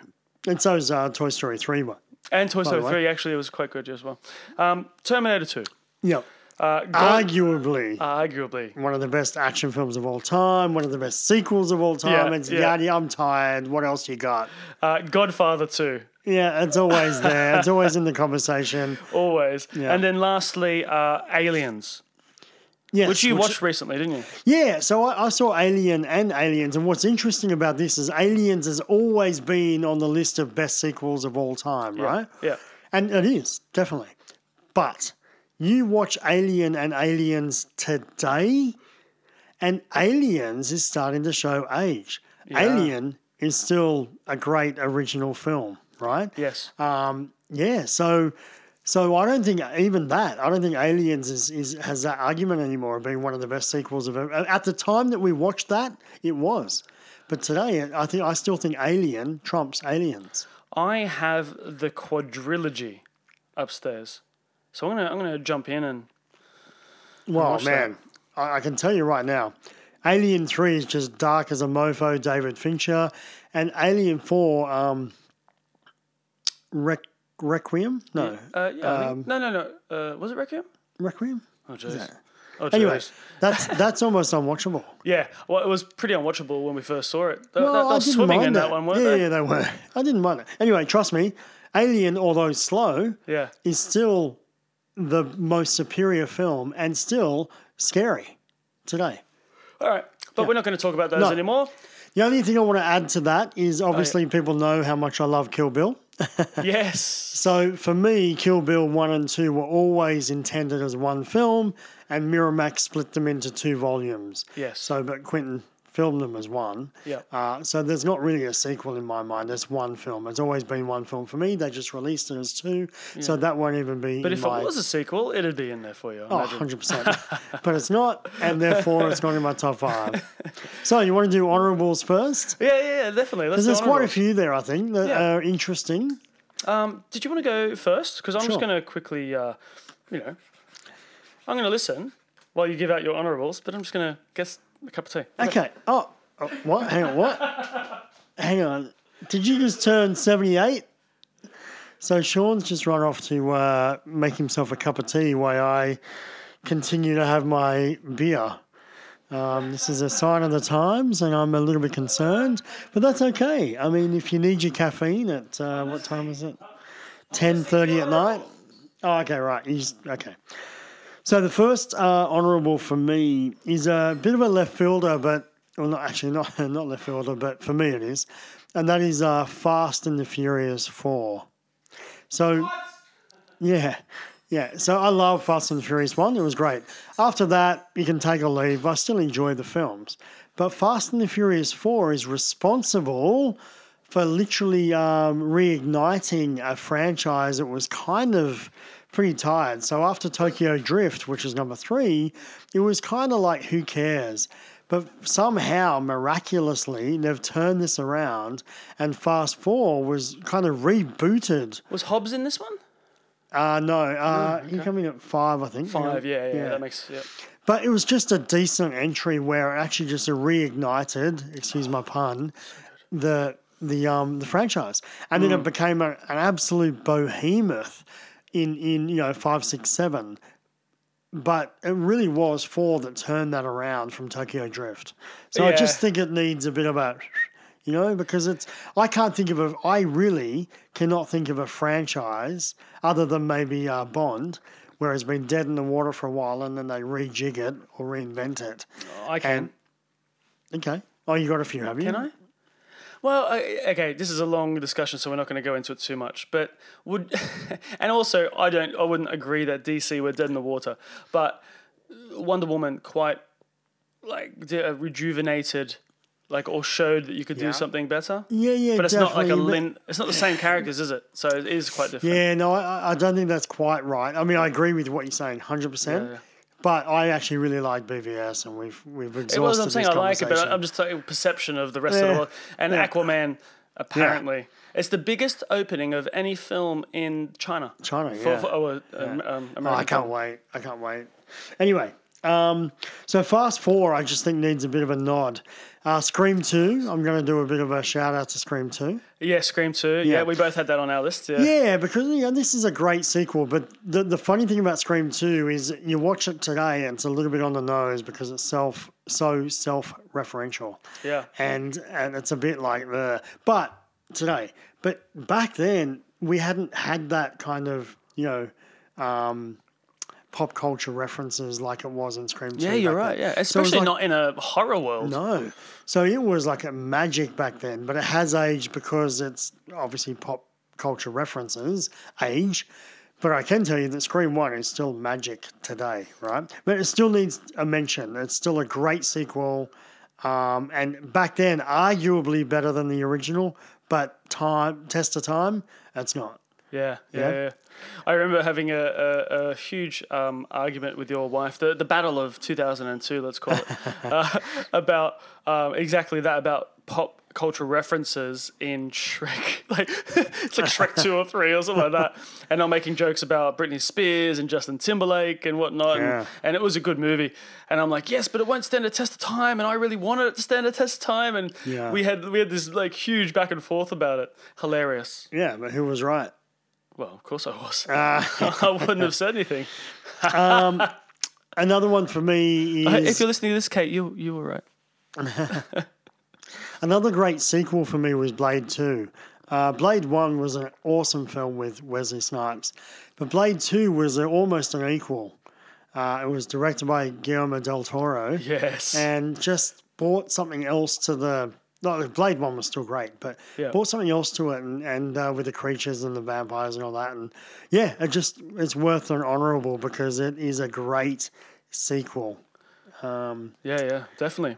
Speaker 7: And so is uh, Toy Story three, but
Speaker 1: And Toy Story
Speaker 7: the way.
Speaker 1: 3 actually was quite good as well. Um, Terminator 2.
Speaker 7: yep,
Speaker 1: Uh, God,
Speaker 7: arguably
Speaker 1: arguably.
Speaker 7: one of the best action films of all time, one of the best sequels of all time.
Speaker 1: Yeah,
Speaker 7: it's
Speaker 1: yeah.
Speaker 7: yada. I'm tired. What else you got?
Speaker 1: Uh, Godfather 2.
Speaker 7: Yeah, it's always there. it's always in the conversation.
Speaker 1: Always. And then lastly, uh, Aliens.
Speaker 7: Yes,
Speaker 1: Which you watched recently, didn't you?
Speaker 7: Yeah, so I, I saw Alien and Aliens, and what's interesting about this is Aliens has always been on the list of best sequels of all time, right?
Speaker 1: Yeah.
Speaker 7: And it is, definitely. But you watch Alien and Aliens today, and Aliens is starting to show age. Alien is still a great original film, right?
Speaker 1: Yes.
Speaker 7: Uh, Yeah, so so I don't think even that. I don't think Aliens is, is has that argument anymore of being one of the best sequels of ever. At the time that we watched that, it was. But today, I think I still think Alien trumps Aliens.
Speaker 1: I have the quadrilogy upstairs. So I'm gonna I'm gonna jump in and
Speaker 7: Well,
Speaker 1: watched
Speaker 7: man, I, I can tell you right now, Alien Three is just dark as a mofo, David Fincher, and Alien Four, um, Req- Requiem, no,
Speaker 1: uh, yeah, I
Speaker 7: Um,
Speaker 1: think- no no no uh, was it Requiem?
Speaker 7: Requiem.
Speaker 1: Oh jeez. Oh jeez.
Speaker 7: Anyway, that's that's almost unwatchable.
Speaker 1: Yeah, well, it was pretty unwatchable when we first saw it. They,
Speaker 7: Well,
Speaker 1: they- they
Speaker 7: I
Speaker 1: were
Speaker 7: didn't
Speaker 1: swimming
Speaker 7: mind
Speaker 1: in that one, weren't
Speaker 7: yeah,
Speaker 1: they?
Speaker 7: Yeah, they were. I didn't mind it. Anyway, trust me, Alien, although slow,
Speaker 1: Yeah.
Speaker 7: is still the most superior film and still scary today.
Speaker 1: All right, but we're not going to talk about those
Speaker 7: No.
Speaker 1: anymore.
Speaker 7: The only thing I want to add to that is
Speaker 1: Oh,
Speaker 7: obviously people know how much I love Kill Bill.
Speaker 1: Yes.
Speaker 7: So for me, Kill Bill 1 and 2 were always intended as one film, and Miramax split them into two volumes.
Speaker 1: Yes.
Speaker 7: So, but Quentin filmed them as one.
Speaker 1: Yeah.
Speaker 7: Uh, so there's not really a sequel in my mind. It's one film. It's always been one film for me. They just released it as two, so that won't even be.
Speaker 1: but
Speaker 7: in
Speaker 1: if
Speaker 7: my,
Speaker 1: it was a sequel, it'd be in there for you. I
Speaker 7: Oh,
Speaker 1: imagine.
Speaker 7: 100%. but it's not, and therefore it's not in my top five. So you want to do honorables first?
Speaker 1: Yeah, yeah, yeah, definitely. Let's
Speaker 7: Because there's
Speaker 1: do
Speaker 7: quite a
Speaker 1: honourable.
Speaker 7: few there, I think, that
Speaker 1: Yeah.
Speaker 7: are interesting.
Speaker 1: Did you want to go first? Because I'm just
Speaker 7: Sure.
Speaker 1: going to quickly, uh, you know, I'm going to listen while you give out your honourables. But I'm just going to guess a cup of tea.
Speaker 7: Okay. Oh, oh, what? Hang on. What? Hang on. Did you just turn 78? So Sean's just run off to uh, make himself a cup of tea while I continue to have my beer. Um, this is a sign of the times, and I'm a little bit concerned, but that's okay. I mean, if you need your caffeine at uh, what time is it? Ten thirty at night. Oh, okay, right. You just- okay. So the first uh, honourable for me is a bit of a left fielder, but well, not actually not not left fielder, but for me it is, and that is uh, Fast and the Furious Four. So, yeah, yeah. So I love Fast and the Furious One. It was great. After that, you can take or leave. I still enjoy the films, but Fast and the Furious Four is responsible for literally um, reigniting a franchise that was kind of pretty tired. So after Tokyo Drift, which is number three, it was kind of like who cares. But somehow, miraculously, they've turned this around, and Fast Four was kind of rebooted.
Speaker 1: Was Hobbs in this one?
Speaker 7: Uh, no, uh, you're coming at five, I think.
Speaker 1: Five, yeah, yeah, that makes yeah.
Speaker 7: But it was just a decent entry where it actually just reignited, excuse my pun, the the um the franchise, and
Speaker 1: Mm.
Speaker 7: then it became a, an absolute behemoth in in you know five, six, seven. But it really was four that turned that around from Tokyo Drift. So I just
Speaker 1: Yeah.
Speaker 7: think it needs a bit of a, you know, because it's I can't think of a I really cannot think of a franchise other than maybe uh, Bond. Where it's been dead in the water for a while, and then they rejig it or reinvent it.
Speaker 1: I can.
Speaker 7: Okay. Oh, you got a few, have you?
Speaker 1: Can I? Well, I- okay, this is a long discussion, so we're not going to go into it too much. But would, and also, I don't, I wouldn't agree that DC were dead in the water. But Wonder Woman quite like did a rejuvenated, like or showed that you could do something better.
Speaker 7: Yeah, yeah,
Speaker 1: But it's
Speaker 7: definitely.
Speaker 1: not like a lin. It's not the same characters, is it? So it is quite different.
Speaker 7: Yeah, no, I, I- I don't think that's quite right. I mean, I agree with what you're saying, hundred percent. But I actually really like BVS, and we've we've exhausted
Speaker 1: It was. I'm
Speaker 7: this
Speaker 1: saying I like it,
Speaker 7: conversation.
Speaker 1: but I'm just talking perception of the rest of
Speaker 7: Yeah.
Speaker 1: the world. And Aquaman, apparently, it's the biggest opening of any film in China.
Speaker 7: China,
Speaker 1: For,
Speaker 7: yeah.
Speaker 1: for our, um, um, American
Speaker 7: Oh, I can't wait. I can't wait. Anyway, um, so Fast Four, I just think needs a bit of a nod. Uh, Scream Two, I'm going to do a bit of a shout out to Scream Two.
Speaker 1: Yeah, Scream 2. Yeah. we both had that on our list. Yeah.
Speaker 7: Yeah, because you know, this is a great sequel. But the, the funny thing about Scream 2 is you watch it today and it's a little bit on the nose because it's self so self referential.
Speaker 1: Yeah.
Speaker 7: And, and it's a bit like the. But today, but back then, we hadn't had that kind of, you know, um, pop culture references like it was in Scream 2.
Speaker 1: Yeah, you're
Speaker 7: back
Speaker 1: right.
Speaker 7: then.
Speaker 1: Yeah,
Speaker 7: So it was
Speaker 1: especially
Speaker 7: like-
Speaker 1: not in a horror world.
Speaker 7: no. So it was like a magic back then, but it has aged because it's obviously pop culture references, age. But I can tell you that Scream 1 is still magic today, right? But it still needs a mention. It's still a great sequel. Um, and back then, arguably better than the original, but time test of time, it's not.
Speaker 1: Yeah, yeah,
Speaker 7: Yeah.
Speaker 1: yeah. I remember having a, a, a huge um, argument with your wife, the, the battle of 2002, let's call it, uh, about um, exactly that, about pop culture references in Shrek. like, it's like Shrek 2 or 3 or something like that. And I'm making jokes about Britney Spears and Justin Timberlake and whatnot. and-
Speaker 7: Yeah.
Speaker 1: and it was a good movie. And I'm like, yes, but it won't stand a test of time. And I really wanted it to stand a test of time. And
Speaker 7: Yeah.
Speaker 1: we had we had this like huge back and forth about it. Hilarious.
Speaker 7: Yeah, but who was right?
Speaker 1: Well, of course I was. I wouldn't have said anything.
Speaker 7: Another one for me
Speaker 1: Hey,
Speaker 7: is.
Speaker 1: If you're listening to this, Kate, you you were right.
Speaker 7: Another great sequel for me was Blade 2. Uh, Blade 1 was an awesome film with Wesley Snipes, but Blade 2 was a, almost an equal. Uh, it was directed by Guillermo del Toro
Speaker 1: Yes.
Speaker 7: and just brought something else to the. No, Blade One was still great, but
Speaker 1: Yeah.
Speaker 7: brought something else to it, and, and uh, with the creatures and the vampires and all that, and yeah, it just it's worth an honourable because it is a great sequel.
Speaker 1: yeah, yeah, definitely.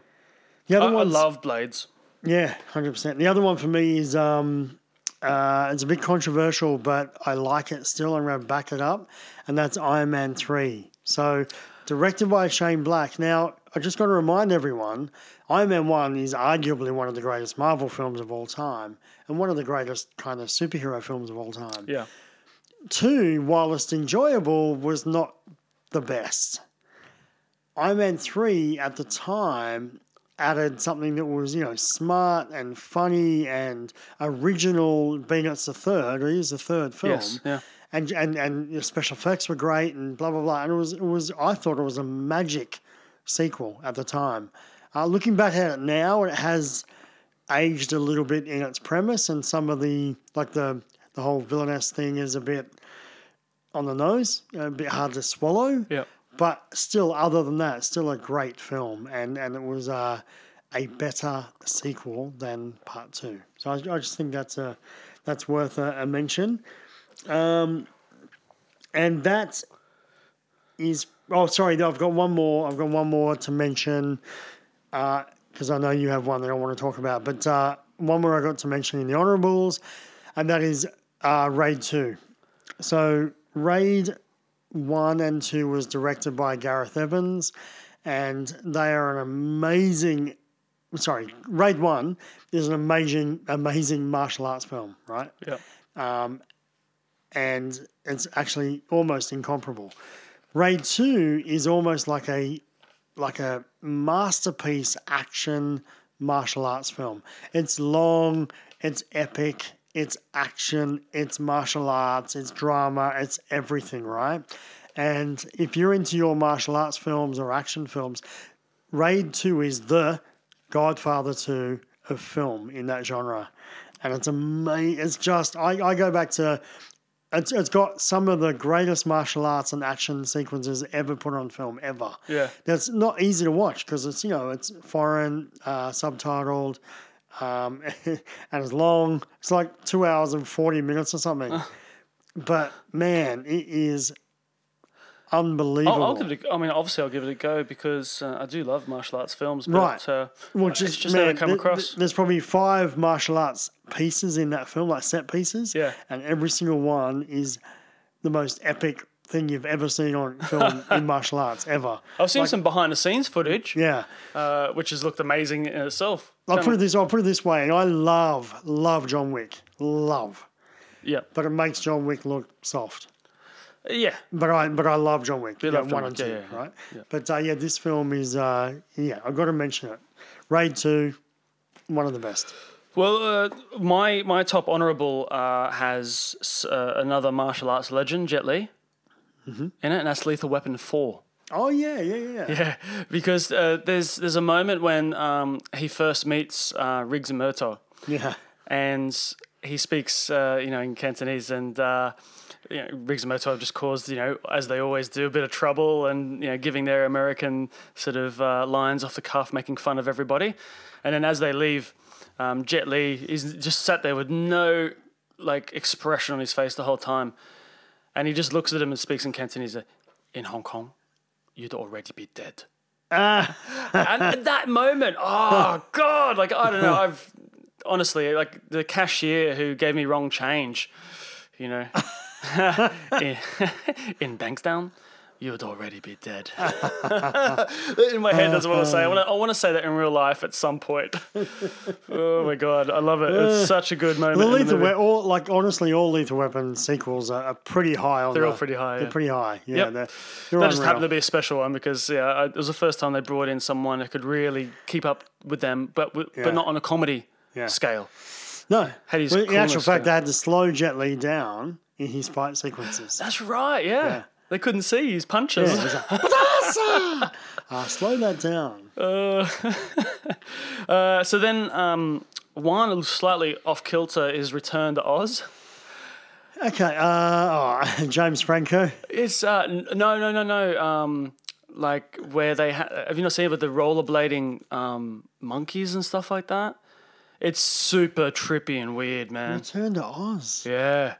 Speaker 1: I,
Speaker 7: The other
Speaker 1: I
Speaker 7: one's-
Speaker 1: love blades.
Speaker 7: Yeah, hundred percent. The other one for me is um, uh, it's a bit controversial, but I like it still. I'm going to back it up, and that's Iron Man three. So directed by Shane Black. Now I just got to remind everyone, Iron Man one is arguably one of the greatest Marvel films of all time, and one of the greatest kind of superhero films of all time.
Speaker 1: Yeah.
Speaker 7: Two, whilst enjoyable, was not the best. Iron Man 3 at the time added something that was, you know, smart and funny and original, being it's the third, it is the third film.
Speaker 1: Yes. Yeah.
Speaker 7: And, and and the special effects were great and blah blah blah and it was it was I thought it was a magic sequel at the time. Uh, looking back at it now, it has aged a little bit in its premise, and some of the like the the whole villainess thing is a bit on the nose, a bit hard to swallow.
Speaker 1: Yeah.
Speaker 7: But still, other than that, still a great film, and and it was uh, a better sequel than part two. So I, I just think that's a that's worth a, a mention. Um, and that is oh sorry, no, I've got one more. I've got one more to mention because I know you have one that I want to talk about, but uh, one where I got to mention in the honorables, and that is uh, Raid 2. So, Raid 1 and 2 was directed by Gareth Evans, and they are an amazing. Sorry, Raid 1 is an amazing, amazing martial arts film, right? Um,
Speaker 1: Yeah.
Speaker 7: and it's actually almost incomparable. Raid Two is almost like a like a masterpiece action martial arts film. It's long, it's epic, it's action, it's martial arts, it's drama, it's everything, right? And if you're into your martial arts films or action films, Raid 2 is the Godfather 2 of film in that genre. And it's amazing. It's just, I, I go back to it's, it's got some of the greatest martial arts and action sequences ever put on film ever.
Speaker 1: Yeah.
Speaker 7: that's not easy to watch because it's you know it's foreign, uh, subtitled, um, and it's long. It's like two hours and forty minutes or something. but man, it is unbelievable.
Speaker 1: I'll, I'll give it. A, I mean, obviously, I'll give it a go because uh, I do love martial arts films. But,
Speaker 7: Right.
Speaker 1: Uh,
Speaker 7: Well,
Speaker 1: it's
Speaker 7: just,
Speaker 1: just
Speaker 7: man,
Speaker 1: never come
Speaker 7: th- th-
Speaker 1: across.
Speaker 7: there's probably five martial arts pieces in that film, like set pieces.
Speaker 1: Yeah.
Speaker 7: And every single one is the most epic thing you've ever seen on film in martial arts ever.
Speaker 1: I've seen some behind the scenes footage,
Speaker 7: Yeah.
Speaker 1: uh, which has looked amazing in itself.
Speaker 7: I'll
Speaker 1: Don't-
Speaker 7: put it this. I'll put it this way, and I love, love John Wick, love,
Speaker 1: yeah,
Speaker 7: but it makes John Wick look soft.
Speaker 1: yeah.
Speaker 7: But I, but I love John Wick. Yeah,
Speaker 1: love John
Speaker 7: one
Speaker 1: Wick,
Speaker 7: and two,
Speaker 1: yeah, yeah,
Speaker 7: right? But uh, yeah, this film is, uh, yeah, I've got to mention it. Raid two, one of the best.
Speaker 1: Well, uh, my my top honourable uh, has s- uh, another martial arts legend, Jet Li, in it, and that's Lethal Weapon Four.
Speaker 7: Oh yeah, yeah, yeah. yeah.
Speaker 1: Because uh, there's there's a moment when um, he first meets uh, Riggs Murtaugh,
Speaker 7: yeah.
Speaker 1: and he speaks, uh, you know, in Cantonese, and uh, you know, Riggs and Murtaugh have just caused, you know, as they always do, a bit of trouble, and you know, giving their American sort of uh, lines off the cuff, making fun of everybody, and then as they leave, um, Jet Li is just sat there with no like expression on his face the whole time, and he just looks at him and speaks in Cantonese. In Hong Kong, you'd already be dead. and at that moment, oh god, like I don't know, I've honestly, like the cashier who gave me wrong change, you know, in, in Bankstown, you'd already be dead. in my head, that's what I want to say. I want to, I want to say that in real life at some point. oh my god, I love it. It's such a good moment.
Speaker 7: The
Speaker 1: in the
Speaker 7: lethal
Speaker 1: movie.
Speaker 7: we- all like honestly, all lethal weapon sequels are, are pretty high on.
Speaker 1: They're
Speaker 7: the-
Speaker 1: all pretty high,
Speaker 7: They're
Speaker 1: yeah.
Speaker 7: pretty high. Yeah,
Speaker 1: Yep.
Speaker 7: they're, they're
Speaker 1: That just
Speaker 7: unreal.
Speaker 1: happened to be a special one because yeah, I, it was the first time they brought in someone who could really keep up with them, but w-
Speaker 7: Yeah.
Speaker 1: but not on a comedy
Speaker 7: Yeah.
Speaker 1: scale.
Speaker 7: No,
Speaker 1: Had his
Speaker 7: Well, in actual
Speaker 1: coolness down.
Speaker 7: fact, they had to slow Jet Li down in his fight sequences.
Speaker 1: That's right. Yeah.
Speaker 7: Yeah.
Speaker 1: They couldn't see his punches.
Speaker 7: Yeah, it was like, "Patasa!" uh, slow that down.
Speaker 1: Uh, so then, um, one slightly off kilter is Return to Oz.
Speaker 7: Okay, uh, oh, James Franco.
Speaker 1: It's uh, n- no, no, no, no. Um, like where they ha- have you not seen it with the rollerblading um, monkeys and stuff like that? It's super trippy and weird, man.
Speaker 7: Return to Oz.
Speaker 1: Yeah.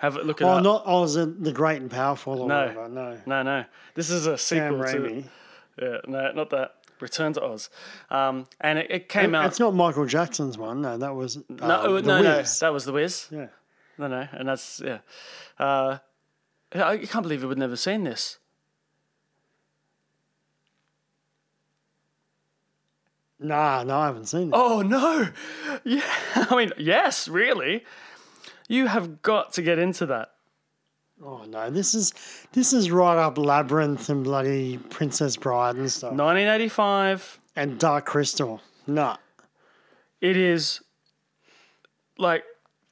Speaker 1: Have a look at
Speaker 7: Oh, not Oz the Great and Powerful or
Speaker 1: No.
Speaker 7: whatever. No,
Speaker 1: No, no. This is a
Speaker 7: Sam
Speaker 1: sequel to
Speaker 7: Raimi.
Speaker 1: yeah, no, not that. Return to Oz. Um, and it, it came out.
Speaker 7: It's not Michael Jackson's one. No, that was uh,
Speaker 1: No, oh,
Speaker 7: The
Speaker 1: no, no,
Speaker 7: Wiz.
Speaker 1: that was the Wiz.
Speaker 7: Yeah.
Speaker 1: No, no, and that's yeah. Uh, yeah, I can't believe we've never seen this.
Speaker 7: Nah, no, I haven't seen it.
Speaker 1: Oh no! Yeah, I mean, yes, really. You have got to get into that.
Speaker 7: Oh no, this is this is right up Labyrinth and bloody Princess Bride and stuff.
Speaker 1: 1985.
Speaker 7: And Dark Crystal. No.
Speaker 1: It is like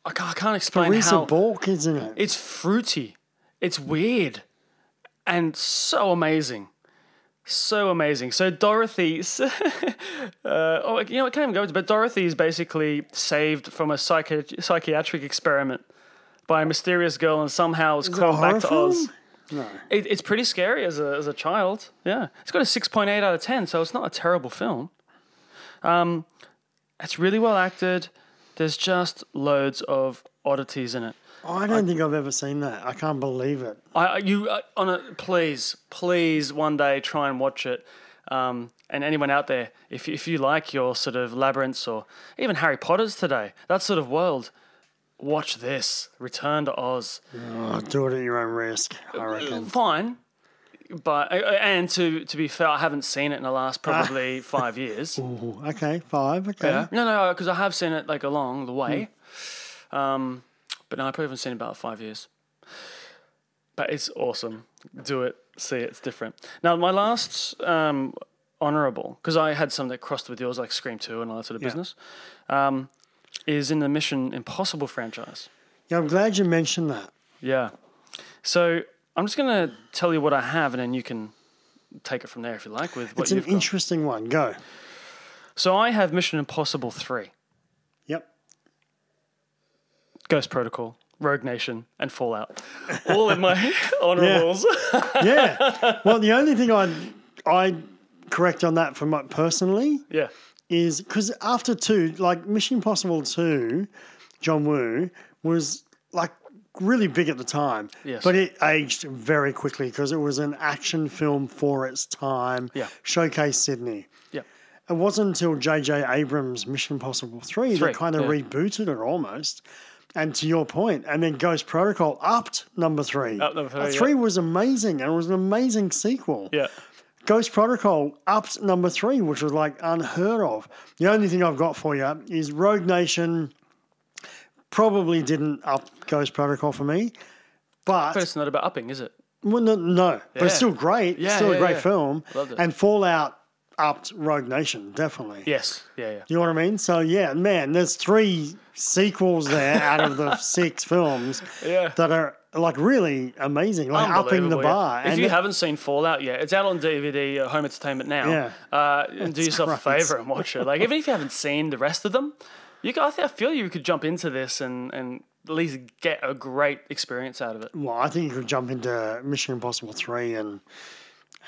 Speaker 1: I ca- I can't explain
Speaker 7: Teresa
Speaker 1: how
Speaker 7: Balk, isn't it?
Speaker 1: it's fruity, it's weird, and so amazing. so amazing. So Dorothy's, uh, oh, you know, I can't even go into, but Dorothy is basically saved from a psychi- psychiatric experiment by a mysterious girl and somehow is
Speaker 7: it a
Speaker 1: called back
Speaker 7: horror
Speaker 1: to
Speaker 7: film?
Speaker 1: Oz. It, it's pretty scary as a, as a child. Yeah. It's got a 6.8 out of 10, so it's not a terrible film. Um, it's really well acted. There's just loads of oddities in it.
Speaker 7: I don't think I've ever seen that. I can't believe it.
Speaker 1: I I- you uh, on a please, please one day try and watch it. Um, and anyone out there, if if you like your sort of labyrinths or even Harry Potter's today, that sort of world, watch this. Return to Oz.
Speaker 7: Oh, do it at your own risk. I reckon.
Speaker 1: Fine, but uh, uh, and to to be fair, I haven't seen it in the last probably five years.
Speaker 7: Okay, five. Okay.
Speaker 1: No, no, because I have seen it like along the way. Um, but no, I probably haven't seen it in about five years. But it's awesome. Do it, see it. It's different. Now, my last um, honorable, because I had some that crossed with yours, like Scream Two and all that sort of business, um, is in the Mission Impossible franchise.
Speaker 7: Yeah, I'm glad you mentioned that.
Speaker 1: Yeah. So I'm just gonna tell you what I have, and then you can take it from there if you like. With what
Speaker 7: It's an
Speaker 1: you've got.
Speaker 7: interesting one. Go.
Speaker 1: so I have Mission Impossible Three.
Speaker 7: Yep.
Speaker 1: Ghost Protocol, Rogue Nation, and Fallout. All in my honorables.
Speaker 7: Yeah. well, the only thing I I correct on that for my personally
Speaker 1: Yeah.
Speaker 7: is because after two, like Mission Impossible two, John Woo was like really big at the time.
Speaker 1: Yes.
Speaker 7: But it aged very quickly because it was an action film for its time.
Speaker 1: Yeah.
Speaker 7: Showcase Sydnay.
Speaker 1: Yeah.
Speaker 7: It wasn't until J.J. Abrams' Mission Impossible 3,
Speaker 1: Three,
Speaker 7: that kind of
Speaker 1: yeah.
Speaker 7: rebooted it almost. And to your point, and then Ghost Protocol upped number three.
Speaker 1: Upped number three,
Speaker 7: Uh,
Speaker 1: yeah.
Speaker 7: three was amazing, and it was an amazing sequel.
Speaker 1: Yeah.
Speaker 7: Ghost Protocol upped number three, which was like unheard of. The only thing I've got for you is Rogue Nation probably didn't up Ghost Protocol for me, but,
Speaker 1: But it's not about upping, is it?
Speaker 7: well, no, no, but it's
Speaker 1: Yeah.
Speaker 7: still great.
Speaker 1: Yeah,
Speaker 7: it's still
Speaker 1: yeah,
Speaker 7: a great
Speaker 1: yeah.
Speaker 7: film.
Speaker 1: Loved it.
Speaker 7: And Fallout upped Rogue Nation, definitely.
Speaker 1: Yes. Yeah, yeah.
Speaker 7: You know what I mean? So yeah, man, there's three sequels there out of the six films
Speaker 1: Yeah.
Speaker 7: that are like really amazing, like upping the
Speaker 1: Unbelievable, yeah.
Speaker 7: bar.
Speaker 1: If you haven't seen Fallout yet, it's out on DVD at Home Entertainment now.
Speaker 7: Yeah.
Speaker 1: Uh, and do yourself
Speaker 7: great.
Speaker 1: a favor and watch it. Like even if you haven't seen the rest of them, you ca- I think I feel you could jump into this and and at least get a great experience out of it.
Speaker 7: well, I think you could jump into Mission Impossible three and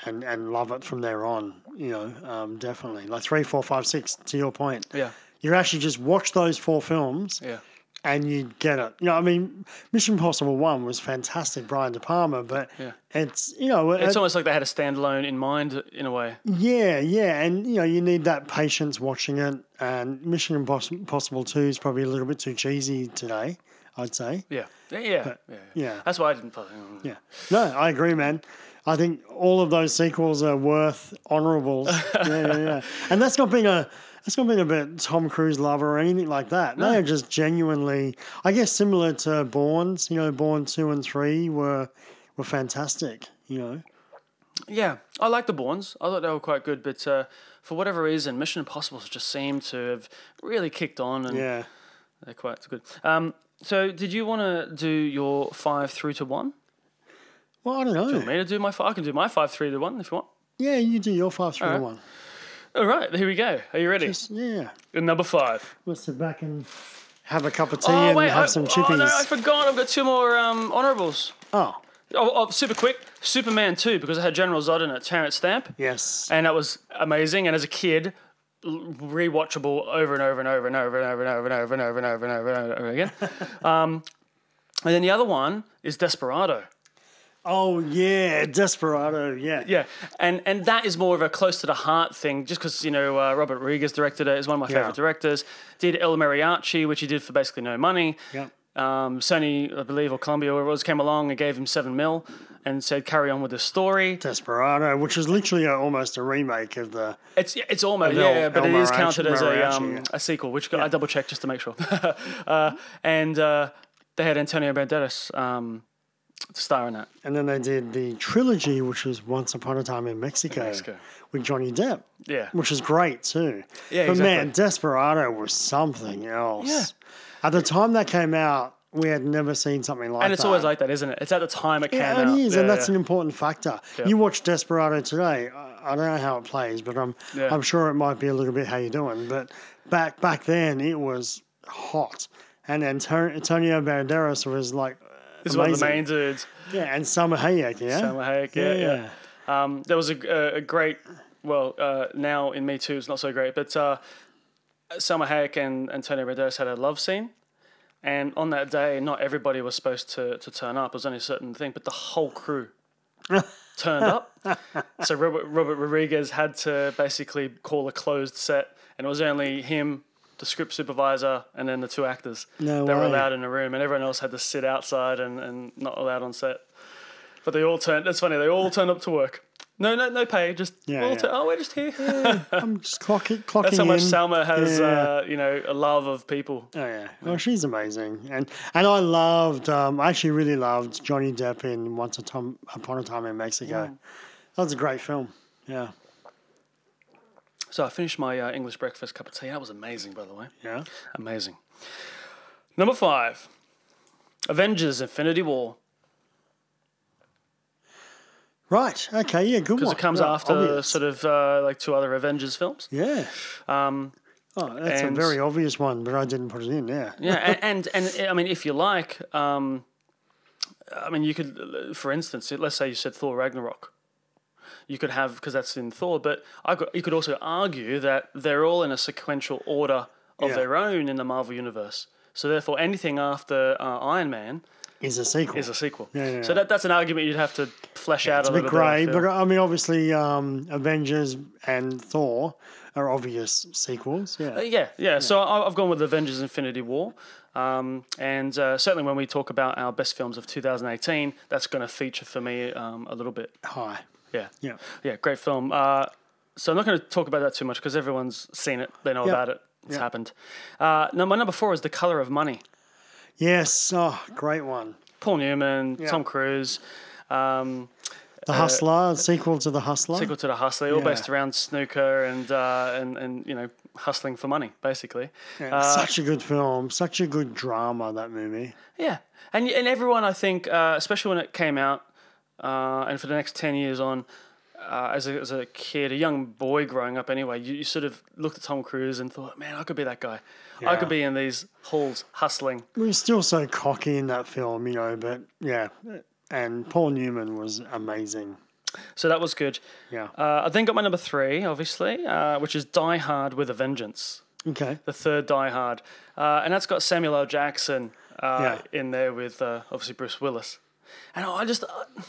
Speaker 7: and and love it from there on. You know, um, definitely like three, four, five, six. To your point,
Speaker 1: Yeah.
Speaker 7: you actually just watch those four films.
Speaker 1: Yeah.
Speaker 7: and you get it. You know, I mean, Mission Impossible One was fantastic, Brian De Palma, but it's you know,
Speaker 1: It's
Speaker 7: it-
Speaker 1: almost like they had a standalone in mind in a way.
Speaker 7: yeah, yeah, and you know, you need that patience watching it. And Mission Impos- Impossible Two is probably a little bit too cheesy today, I'd say.
Speaker 1: Yeah. Yeah. Yeah. yeah.
Speaker 7: Yeah,
Speaker 1: That's why I didn't.
Speaker 7: yeah. No, I agree, man. I think all of those sequels are worth honorables. yeah, yeah, yeah. And that's not being a that's not being a bit Tom Cruise lover or anything like that. They are just genuinely, I guess, similar to Bourne's. You know, Bourne two and three were were fantastic. You know,
Speaker 1: Yeah, I like the Bournes. I thought they were quite good, but uh, for whatever reason, Mission Impossible just seemed to have really kicked on, and
Speaker 7: yeah.
Speaker 1: they're quite good. Um, so, did you want to do your five through to one?
Speaker 7: Well, I don't
Speaker 1: Want
Speaker 7: know.
Speaker 1: me to do my five? I can do my five through to one if you want.
Speaker 7: Yeah, you do your five, three,
Speaker 1: Alright.
Speaker 7: one.
Speaker 1: All right, here we go. Are you ready?
Speaker 7: Yeah.
Speaker 1: Number five.
Speaker 7: Let's sit back and have a cup of tea
Speaker 1: oh
Speaker 7: and
Speaker 1: wait,
Speaker 7: have
Speaker 1: I,
Speaker 7: some
Speaker 1: oh,
Speaker 7: chippies.
Speaker 1: no, I forgot. I've got two more um, honorables.
Speaker 7: Oh,
Speaker 1: Oh, oh, super quick. Superman two because I had General Zod in it. Terrence Stamp.
Speaker 7: yes.
Speaker 1: and that was amazing. And as a kid, l- rewatchable over and over and over and over and over and over and over and over and over and over and over again. Um, and then the other one is Desperado.
Speaker 7: Oh, yeah. Desperado. Yeah.
Speaker 1: Yeah, and and that is more of a close to the heart thing, just because you know uh, Robert Rodriguez directed it. Is one of my favorite directors. Did El Mariachi, which he did for basically no money.
Speaker 7: Yeah.
Speaker 1: Um, Sony, I believe, or Columbia, or it was, came along and gave him seven mil, and said carry on with the story.
Speaker 7: Desperado, which is literally a, almost a remake of the.
Speaker 1: It's yeah, it's almost
Speaker 7: El-
Speaker 1: Oh, yeah, but
Speaker 7: El
Speaker 1: it is
Speaker 7: Mariachi-
Speaker 1: counted as a
Speaker 7: Mariachi,
Speaker 1: um,
Speaker 7: yeah.
Speaker 1: a sequel, which I double checked just to make sure. uh, and uh, they had Antonio Banderas um, to star in that.
Speaker 7: And then they did the trilogy, which was Once Upon a Time in Mexico,
Speaker 1: Mexico.
Speaker 7: with Johnny Depp,
Speaker 1: Yeah,
Speaker 7: which is great too.
Speaker 1: Yeah,
Speaker 7: but
Speaker 1: exactly.
Speaker 7: man, Desperado was something else. At the time that came out, we had never seen something like that.
Speaker 1: and it's always like that, isn't it? It's at the time it came
Speaker 7: Yeah,
Speaker 1: out.
Speaker 7: it is,
Speaker 1: Yeah,
Speaker 7: and that's
Speaker 1: yeah.
Speaker 7: an important factor. You watch Desperado today. I I don't know how it plays, but I'm
Speaker 1: Yeah.
Speaker 7: I'm sure it might be a little bit how you doing. But back back then it was hot, and Anto- Antonio Banderas was like
Speaker 1: This is one of the
Speaker 7: amazing.
Speaker 1: main dudes.
Speaker 7: yeah, and Summer Hayek, yeah,
Speaker 1: Salma Hayek, yeah, yeah. Um, there was a, a, a great, well, uh, now in Me Too, it's not so great, but uh, Salma Hayek and Antonio Banderas had a love scene. And on that day, not everybody was supposed to, to turn up. It was only a certain thing, but the whole crew turned up. So Robert, Robert Rodriguez had to basically call a closed set, and it was only him, the script supervisor, and then the two actors
Speaker 7: No
Speaker 1: that were
Speaker 7: way.
Speaker 1: allowed in the room, and everyone else had to sit outside and, and not allowed on set. But they all turned. That's funny. They all turned up to work. No, no, no pay. Just
Speaker 7: Yeah,
Speaker 1: all
Speaker 7: yeah.
Speaker 1: turn- oh, we're just here.
Speaker 7: I'm just clocking clocking
Speaker 1: That's how much
Speaker 7: in.
Speaker 1: Salma has,
Speaker 7: Yeah.
Speaker 1: uh, you know, a love of people.
Speaker 7: Oh yeah, well she's amazing, and and I loved, um, I actually really loved Johnny Depp in Once a Tom, Upon a Time in Mexico.
Speaker 1: Mm.
Speaker 7: That was a great film. Yeah,
Speaker 1: So I finished my uh, English breakfast cup of tea. That was amazing, by the way.
Speaker 7: yeah.
Speaker 1: Amazing. Number five, Avengers: Infinity War.
Speaker 7: Right. Okay. Yeah. Good one.
Speaker 1: because it comes
Speaker 7: Yeah,
Speaker 1: after
Speaker 7: obvious.
Speaker 1: sort of uh, like two other Avengers films.
Speaker 7: Yeah. Um, oh, that's
Speaker 1: and-
Speaker 7: a very obvious one, but I didn't put it in. Yeah.
Speaker 1: Yeah, and, and and I mean, if you like, um, I mean, you could, for instance, let's say you said Thor Ragnarok, you could have because that's in Thor, but I could, you could also argue that they're all in a sequential order of
Speaker 7: Yeah.
Speaker 1: their own in the Marvel universe. So therefore, anything after uh, Iron Man
Speaker 7: Is a sequel.
Speaker 1: is a sequel.
Speaker 7: Yeah, yeah,
Speaker 1: So
Speaker 7: yeah.
Speaker 1: that, that's an argument you'd have to flesh out
Speaker 7: it's
Speaker 1: a
Speaker 7: a bit
Speaker 1: little bit. I
Speaker 7: grey,
Speaker 1: feel.
Speaker 7: but I mean, obviously, um, Avengers and Thor are obvious sequels. Yeah.
Speaker 1: Uh, Yeah, yeah. So I, I've gone with Avengers: Infinity War, um, and uh, certainly when we talk about our best films of 2018, that's going to feature for me um, a little bit.
Speaker 7: High.
Speaker 1: Yeah,
Speaker 7: Yeah.
Speaker 1: yeah. Great film. Uh, so I'm not going to talk about that too much because everyone's seen it, they know
Speaker 7: Yeah.
Speaker 1: about it, it's
Speaker 7: Yeah.
Speaker 1: happened. Uh, no, my number four is The Color of Money.
Speaker 7: Yes. Oh, great one.
Speaker 1: Paul Newman, Tom Cruise. Um,
Speaker 7: The Hustler, sequel to The Hustler.
Speaker 1: sequel to the hustler, all
Speaker 7: Yeah.
Speaker 1: based around snooker and uh, and and you know hustling for money, basically.
Speaker 7: Yeah, such a good film. Such a good drama that movie.
Speaker 1: Yeah, and and everyone, I think, uh, especially when it came out, uh, and for the next ten years on, uh, as a as a kid, a young boy growing up, anyway, you, you sort of looked at Tom Cruise and thought, man, I could be that guy. I could be in these halls hustling.
Speaker 7: He was still so cocky in that film, you know. But yeah, and Paul Newman was amazing.
Speaker 1: So that was good.
Speaker 7: Yeah.
Speaker 1: Uh, I then got my number three, obviously, uh, which is Die Hard with a Vengeance,
Speaker 7: okay.
Speaker 1: the third Die Hard, uh, and that's got Samuel L. Jackson uh,
Speaker 7: Yeah.
Speaker 1: in there with uh, obviously Bruce Willis. And I just, uh,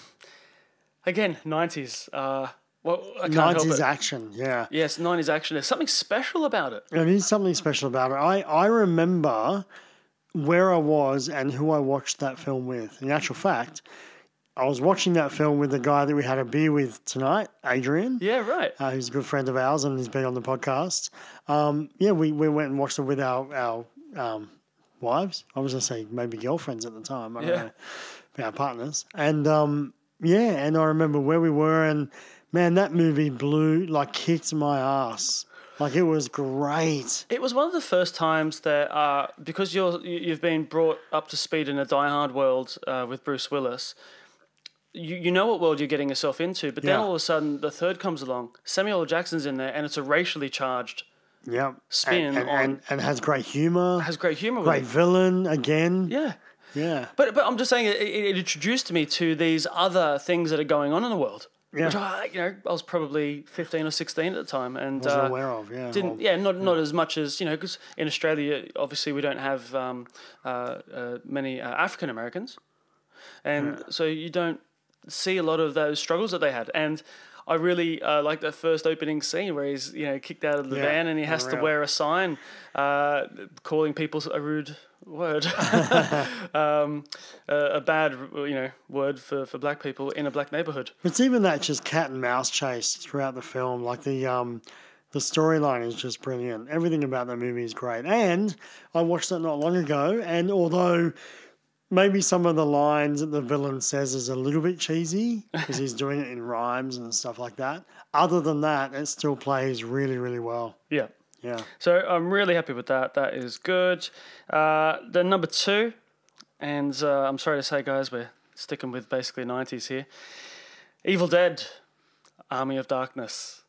Speaker 1: again, nineties. Uh, well, I can't help
Speaker 7: Nineties
Speaker 1: it.
Speaker 7: action. Yeah.
Speaker 1: Yes, 90s action. There's something special about it.
Speaker 7: There is something special about it. I, I remember where I was and who I watched that film with. In actual fact, I was watching that film with the guy that we had a beer with tonight, Adrian.
Speaker 1: Yeah, right.
Speaker 7: Uh, who's a good friend of ours and he's been on the podcast. Um, yeah, we, we went and watched it with our, our um, wives. I was going to say maybe girlfriends at the time. I don't
Speaker 1: Yeah.
Speaker 7: know. But Our partners. And um, yeah, and I remember where we were. And man, that movie blew, like, kicked my ass. Like, it was great.
Speaker 1: It was one of the first times that uh, because you're you- you've been brought up to speed in a Die Hard world uh, with Bruce Willis. You, you know what world you're getting yourself into, but then
Speaker 7: Yeah.
Speaker 1: all of a sudden the third comes along. Samuel L. Jackson's in there, and it's a racially charged,
Speaker 7: Yeah.
Speaker 1: Spin
Speaker 7: and, and,
Speaker 1: on-
Speaker 7: and, and has great humor,
Speaker 1: has great humor.
Speaker 7: great
Speaker 1: with
Speaker 7: villain again.
Speaker 1: it. yeah.
Speaker 7: Yeah.
Speaker 1: But but I'm just saying it, it it introduced me to these other things that are going on in the world.
Speaker 7: Yeah.
Speaker 1: Which I, you know, I was probably 15 or 16 at the time, and
Speaker 7: Wasn't
Speaker 1: uh,
Speaker 7: aware of, yeah.
Speaker 1: didn't
Speaker 7: Well,
Speaker 1: yeah not not as much as you know because in Australia obviously we don't have um, uh, uh, many uh, African Americans, and so you don't see a lot of those struggles that they had and. I really uh, like that first opening scene where he's you know kicked out of the
Speaker 7: Yeah,
Speaker 1: van and he has to
Speaker 7: unreal.
Speaker 1: wear a sign uh, calling people a rude word, um, a, a bad you know word for, for black people in a black neighborhood.
Speaker 7: It's even that just cat and mouse chase throughout the film. Like the um, the storyline is just brilliant. Everything about that movie is great. And I watched it not long ago, and although maybe some of the lines that the villain says is a little bit cheesy because he's doing it in rhymes and stuff like that. Other than that, it still plays really, really well.
Speaker 1: Yeah.
Speaker 7: Yeah.
Speaker 1: So I'm really happy with that. That is good. Uh, the number two, and uh, I'm sorry to say, guys, we're sticking with basically 90s here. Evil Dead. Army of Darkness.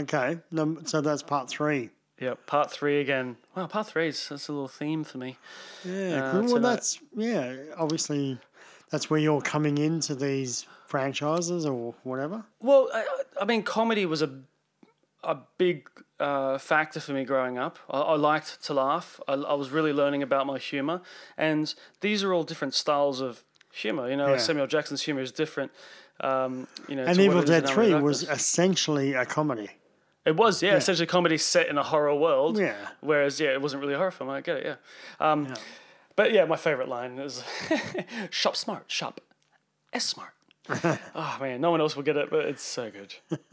Speaker 7: Okay, num- so that's part three.
Speaker 1: Yep, part three again. Wow, part three is that's a little theme for me.
Speaker 7: Yeah,
Speaker 1: Uh,
Speaker 7: cool.
Speaker 1: so
Speaker 7: well,
Speaker 1: that-
Speaker 7: that's yeah. Obviously, that's where you're coming into these franchises or whatever.
Speaker 1: Well, I, I mean, comedy was a a big uh, factor for me growing up. I, I liked to laugh. I, I was really learning about my humor, and these are all different styles of humor. You know,
Speaker 7: Yeah.
Speaker 1: Samuel Jackson's humor is different. Um, you know,
Speaker 7: And
Speaker 1: to what
Speaker 7: Evil
Speaker 1: it is in
Speaker 7: Dead
Speaker 1: Army of
Speaker 7: Three was
Speaker 1: Darkness.
Speaker 7: essentially a comedy.
Speaker 1: it was yeah, essentially a comedy set in a horror world.
Speaker 7: Yeah.
Speaker 1: Whereas yeah, it wasn't really a horror film. I get it. Yeah. Um, But yeah, my favorite line is "Shop smart, shop S smart." oh man, no one else will get it, but it's so good.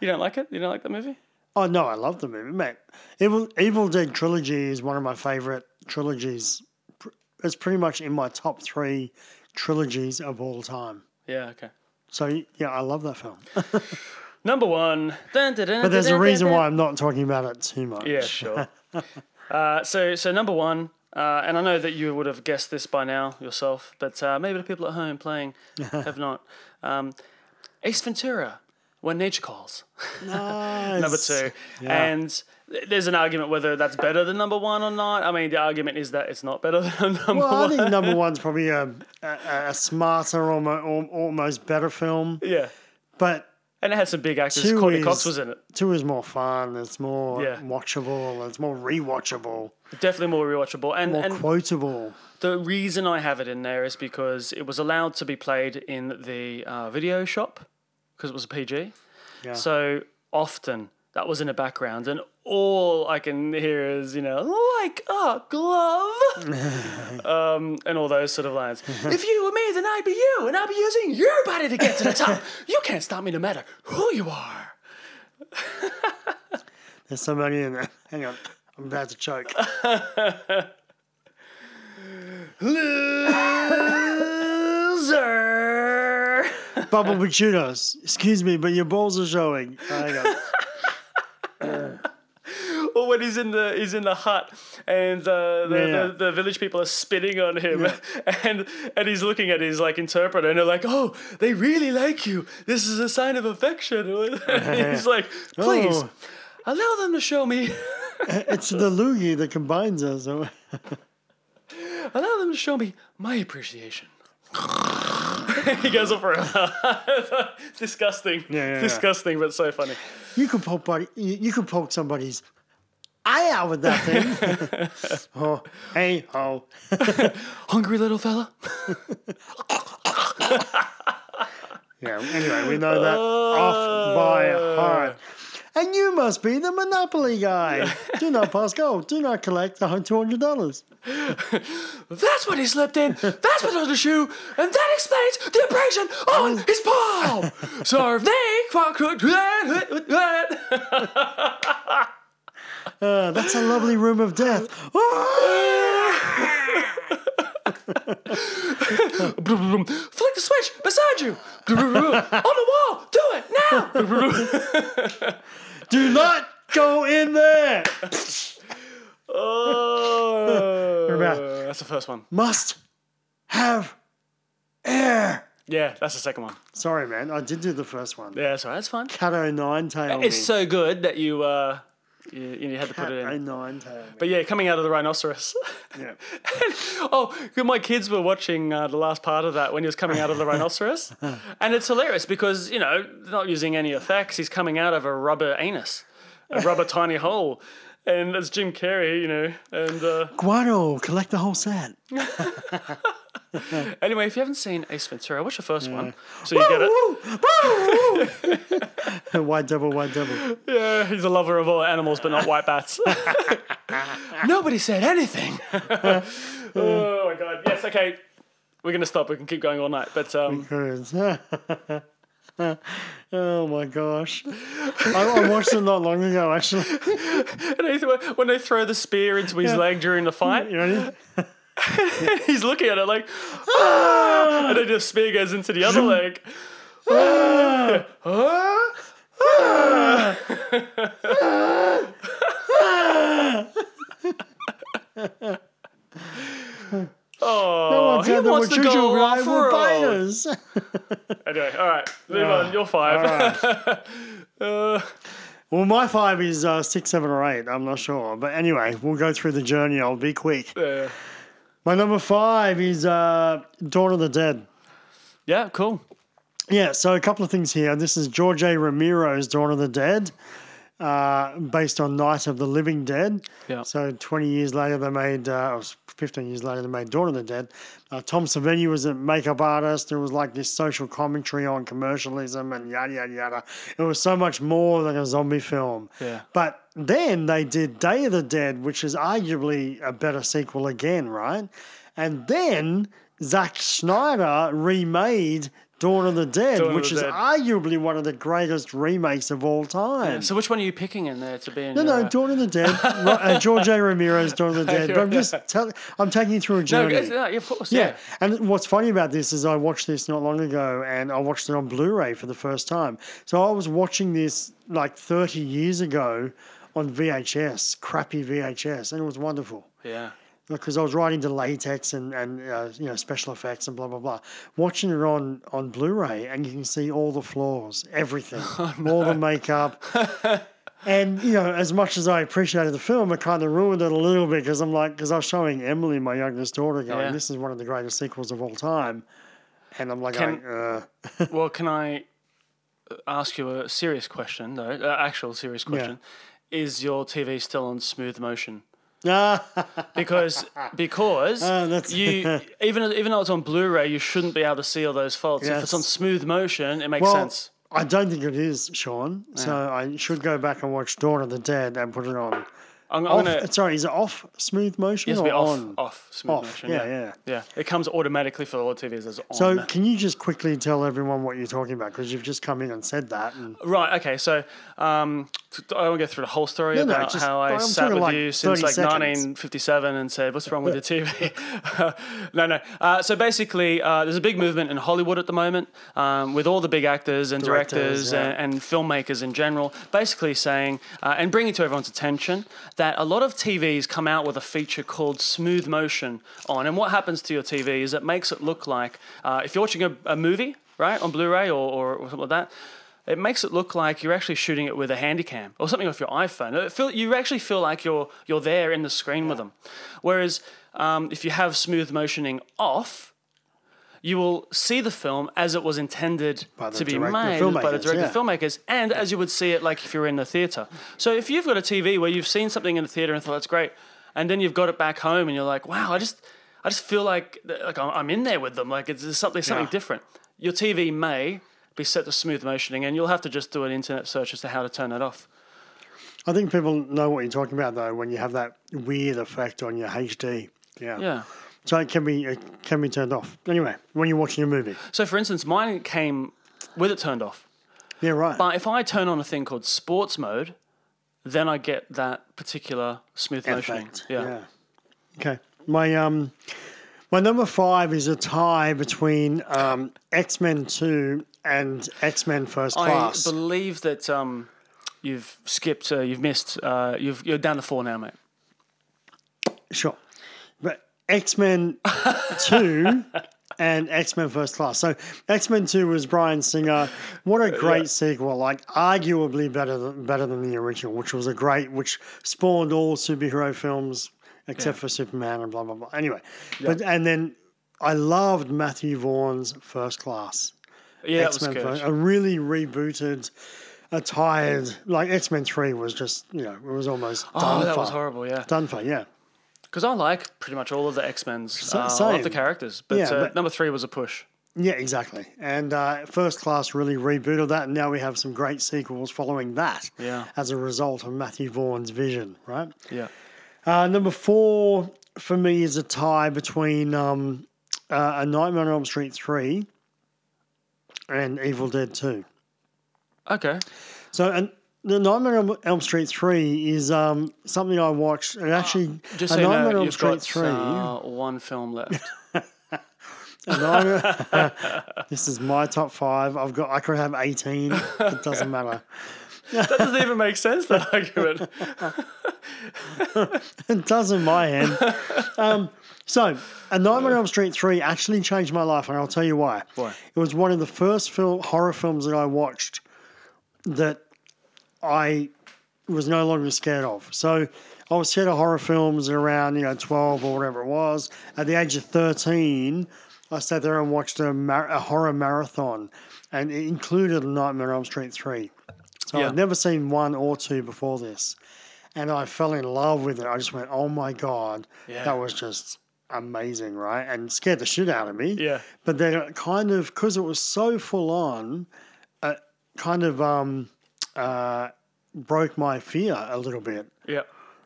Speaker 1: you don't like it? You don't like that movie?
Speaker 7: Oh no, I love the movie, mate. Evil Evil Dead trilogy is one of my favorite trilogies. Pr- It's pretty much in my top three trilogies of all time.
Speaker 1: Yeah. Okay.
Speaker 7: So yeah, I love that film.
Speaker 1: Number one.
Speaker 7: But there's a reason why I'm not talking about it too much.
Speaker 1: Yeah, sure. uh, so, so number one, uh, and I know that you would have guessed this by now yourself, but uh, maybe the people at home playing have not. Um, Ace Ventura, When Nature Calls, number two, and th- there's an argument whether that's better than number one or not. I mean, the argument is that it's not better than number
Speaker 7: Well, I
Speaker 1: one.
Speaker 7: think number one's probably a, a, a smarter, almost, almost better film.
Speaker 1: yeah,
Speaker 7: But
Speaker 1: and it had some big actors.
Speaker 7: Two
Speaker 1: Courtney
Speaker 7: is-
Speaker 1: Cox was in it.
Speaker 7: two is more fun. It's more
Speaker 1: Yeah.
Speaker 7: watchable. It's more rewatchable.
Speaker 1: Definitely more rewatchable, and
Speaker 7: More
Speaker 1: and
Speaker 7: quotable.
Speaker 1: The reason I have it in there is because it was allowed to be played in the uh, video shop because it was a PG. So often that was in the background, and all I can hear is, you know, like a glove, um, and all those sort of lines. if you were me, then I'd be you, and I'd be using your body to get to the top. you can't stop me no matter who you are.
Speaker 7: There's so many in there. Hang on. I'm about to choke.
Speaker 1: Loser.
Speaker 7: Bubble Buchudos. Excuse me, but your balls are showing. Uh, Hang on.
Speaker 1: Or when he's in the he's in the hut and uh, the,
Speaker 7: Yeah.
Speaker 1: the, the village people are spitting on him and and he's looking at his like interpreter and they're like, oh, they really like you. This is a sign of affection. And he's like, please
Speaker 7: Oh.
Speaker 1: allow them to show me,
Speaker 7: It's the loogie that combines us.
Speaker 1: allow them to show me my appreciation. he goes on forever. Disgusting.
Speaker 7: yeah, yeah.
Speaker 1: Disgusting, but so funny.
Speaker 7: You could poke buddy, you, you could poke somebody's eye out with that thing. oh, hey, oh.
Speaker 1: Hungry little fella.
Speaker 7: Yeah, anyway, we know
Speaker 1: Uh,
Speaker 7: that off by heart. And you must be the Monopoly guy. Do not pass go. Do not collect the $200.
Speaker 1: That's what he slipped in. That's what on the shoe, and that explains the abrasion on his palm. Serve they quack quack, quack, quack, quack.
Speaker 7: Uh, that's a lovely room of death. Oh,
Speaker 1: Flick the switch beside you. on the wall. Do it now.
Speaker 7: Do not go in there.
Speaker 1: Oh, that's the first one.
Speaker 7: Must have air.
Speaker 1: Yeah, that's the second one.
Speaker 7: Sorry, man. I did do the first one.
Speaker 1: Yeah, that's all right. That's fine.
Speaker 7: Cato Nine Tail.
Speaker 1: It's so good that you uh, you, you had to put it in.
Speaker 7: Nine Tail.
Speaker 1: But yeah, coming out of the rinoceros.
Speaker 7: Yeah.
Speaker 1: oh, my kids were watching uh, the last part of that when he was coming out of the rhinoceros, and it's hilarious because you know they're not using any effects. He's coming out of a rubber anus, a rubber tiny hole, and that's Jim Carrey, you know. And uh,
Speaker 7: Guano, collect the whole set.
Speaker 1: anyway, if you haven't seen Ace Ventura, watch the first one so you get it.
Speaker 7: white devil, white devil.
Speaker 1: Yeah, he's a lover of all animals, but not white bats. Nobody said anything. oh my god! Yes, okay. We're gonna stop. We can keep going all night, but um,
Speaker 7: oh my gosh. I, I watched it not long ago, actually.
Speaker 1: And they- when they throw the spear into his leg during the fight,
Speaker 7: You ready?
Speaker 1: he's looking at it like, "Ah!" and then the spear goes into the other leg. Ah! Ah! Ah! oh,
Speaker 7: No one turns out that
Speaker 1: Oh,
Speaker 7: we're
Speaker 1: wants to go
Speaker 7: Juju
Speaker 1: off
Speaker 7: right were
Speaker 1: road.
Speaker 7: buyers.
Speaker 1: Anyway, all right, move on. You're five. uh,
Speaker 7: Well, my five is uh, six, seven, or eight. I'm not sure, but anyway, we'll go through the journey. I'll be quick.
Speaker 1: yeah.
Speaker 7: My number five is uh, Dawn of the Dead.
Speaker 1: yeah, cool.
Speaker 7: Yeah, so a couple of things here. This is George A. Romero's Dawn of the Dead, uh, based on Night of the Living Dead.
Speaker 1: Yeah.
Speaker 7: So 20 years later, they made, uh, or 15 years later, they made Dawn of the Dead. Uh, Tom Savini was a makeup artist. There was like this social commentary on commercialism and yada, yada, yada. It was so much more than a zombie film.
Speaker 1: Yeah.
Speaker 7: But then they did Day of the Dead, which is arguably a better sequel again, right? And then Zack Snyder remade Dawn of the Dead,
Speaker 1: of
Speaker 7: which
Speaker 1: the
Speaker 7: is
Speaker 1: Dead.
Speaker 7: arguably one of the greatest remakes of all time.
Speaker 1: So which one are you picking in there to be in?
Speaker 7: No,
Speaker 1: your,
Speaker 7: no, Dawn of the Dead, Ro- uh, George A. Romero's Dawn of the Dead. But I'm just tell- I'm taking you through a
Speaker 1: no,
Speaker 7: journey.
Speaker 1: it's- no, yeah, of course.
Speaker 7: yeah.
Speaker 1: Yeah.
Speaker 7: and what's funny about this is I watched this not long ago, and I watched it on Blu-ray for the first time. So I was watching this like 30 years ago on VHS, crappy VHS, and it was wonderful
Speaker 1: yeah.
Speaker 7: because I was writing to latex and and uh, you know special effects and blah blah blah. Watching it on on Blu-ray and you can see all the flaws, everything, all the makeup. And you know, as much as I appreciated the film, it kind of ruined it a little bit because I'm like, because I was showing Emily, my youngest daughter, going,
Speaker 1: Yeah.
Speaker 7: "This is one of the greatest sequels of all time," and I'm like,
Speaker 1: Can-
Speaker 7: going, uh,
Speaker 1: Well, can I uh, ask you a serious question, though? Uh, actual serious question. Is your TV still on smooth motion?
Speaker 7: uh,
Speaker 1: because because
Speaker 7: Oh, that's-
Speaker 1: you even even though it's on Blu-ray, you shouldn't be able to see all those faults. If
Speaker 7: Yes.
Speaker 1: it's on smooth motion, it makes
Speaker 7: Well,
Speaker 1: sense.
Speaker 7: I don't think it is, Sean. So I should go back and watch Dawn of the Dead and put it on.
Speaker 1: I'm, I'm
Speaker 7: Off,
Speaker 1: gonna
Speaker 7: Sorry, is it off smooth motion
Speaker 1: it's
Speaker 7: or
Speaker 1: be off
Speaker 7: on?
Speaker 1: off smooth
Speaker 7: Off,
Speaker 1: motion.
Speaker 7: yeah,
Speaker 1: Yeah,
Speaker 7: yeah.
Speaker 1: It comes automatically for all TVs as on.
Speaker 7: So, can you just quickly tell everyone what you're talking about? Because you've just come in and said that. And
Speaker 1: Right. Okay. So um, t- t- I won't go through the whole story
Speaker 7: No, no,
Speaker 1: about
Speaker 7: just-
Speaker 1: how I
Speaker 7: I'm
Speaker 1: sat
Speaker 7: talking
Speaker 1: with
Speaker 7: like
Speaker 1: you since
Speaker 7: 30
Speaker 1: like
Speaker 7: seconds.
Speaker 1: 1957 and said, "What's wrong with your TV?" no, no. Uh, so basically, uh, there's a big movement in Hollywood at the moment um, with all the big actors and
Speaker 7: Directors,
Speaker 1: directors,
Speaker 7: yeah.
Speaker 1: and, and filmmakers in general, basically saying uh, and bringing to everyone's attention that a lot of TVs come out with a feature called smooth motion on, and what happens to your TV is it makes it look like uh, if you're watching a, a movie. Right on Blu-ray or, or, or something like that, it makes it look like you're actually shooting it with a handycam or something off your iPhone. It feel, you actually feel like you're you're there in the screen with them. Whereas um, if you have smooth motioning off, you will see the film as it was intended
Speaker 7: the
Speaker 1: to be
Speaker 7: direct- the
Speaker 1: made by the
Speaker 7: filmmakers,
Speaker 1: director
Speaker 7: yeah.
Speaker 1: filmmakers, and as you would see it like if you're in the theater. So if you've got a TV where you've seen something in the theater and thought that's great, and then you've got it back home and you're like, wow, I just I just feel like like I'm- I'm in there with them. Like it's there's something something
Speaker 7: Yeah.
Speaker 1: different. Your TV may be set to smooth motioning, and you'll have to just do an internet search as to how to turn that off.
Speaker 7: I think people know what you're talking about though when you have that weird effect on your HD. Yeah.
Speaker 1: Yeah.
Speaker 7: So it can be it can be turned off. Anyway, when you're watching a movie.
Speaker 1: So for instance, mine came with it turned off.
Speaker 7: Yeah, right.
Speaker 1: But if I turn on a thing called sports mode, then I get that particular smooth motioning.
Speaker 7: Effect.
Speaker 1: Yeah.
Speaker 7: Okay. My um my number five is a tie between um, X Men Two and X Men First
Speaker 1: I
Speaker 7: Class.
Speaker 1: believe that um, you've skipped, uh, you've missed, uh, you've, you're down to four now, mate.
Speaker 7: Sure. But X Men 2 and X Men First Class. So X Men 2 was Brian Singer. What a great sequel. Like, arguably better than, better than the original, which was a great, which spawned all superhero films except for Superman and blah, blah, blah. Anyway. But, and then I loved Matthew Vaughn's First Class.
Speaker 1: Yeah, that
Speaker 7: X
Speaker 1: was
Speaker 7: Men
Speaker 1: good.
Speaker 7: First. A really rebooted. A tired like X Men Three was just you know it was almost
Speaker 1: Oh,
Speaker 7: done
Speaker 1: that
Speaker 7: for.
Speaker 1: was horrible, yeah.
Speaker 7: Done for yeah.
Speaker 1: Because I like pretty much all of the X Men's. Uh, I
Speaker 7: same.
Speaker 1: love the characters, but,
Speaker 7: Yeah,
Speaker 1: uh,
Speaker 7: but-
Speaker 1: number three was a push.
Speaker 7: Yeah, exactly. And uh, First Class really rebooted that, and now we have some great sequels following that.
Speaker 1: Yeah.
Speaker 7: As a result of Matthew Vaughn's vision, right?
Speaker 1: Yeah.
Speaker 7: Uh, number four for me is a tie between um, uh, A Nightmare on Elm Street three and Evil Dead two.
Speaker 1: Okay.
Speaker 7: So, and the Nightmare on Elm Street three is um, something I watched. It actually,
Speaker 1: Ah, Just
Speaker 7: A
Speaker 1: so you
Speaker 7: Nightmare
Speaker 1: know,
Speaker 7: on Elm
Speaker 1: you've
Speaker 7: Street
Speaker 1: got
Speaker 7: three.
Speaker 1: uh, one film left.
Speaker 7: No, this is my top five. I've got. I could have eighteen. It doesn't matter.
Speaker 1: that doesn't even make sense, that argument.
Speaker 7: It does in my head. um, so, A Nightmare on Elm Street 3 actually changed my life, and I'll tell you why. Why? It was one of the first film, horror films that I watched that I was no longer scared of. So, I was scared of horror films around, you know, 12 or whatever it was. At the age of 13, I sat there and watched a, mar- a horror marathon, and it included A Nightmare on Elm Street 3. So,
Speaker 1: Yeah.
Speaker 7: I'd never seen one or two before this and I fell in love with it. I just went, oh my god, that was just amazing, right? And scared the shit out of me.
Speaker 1: Yeah.
Speaker 7: But then it kind of because it was so full on, it kind of um, uh, broke my fear a little bit.
Speaker 1: yeah.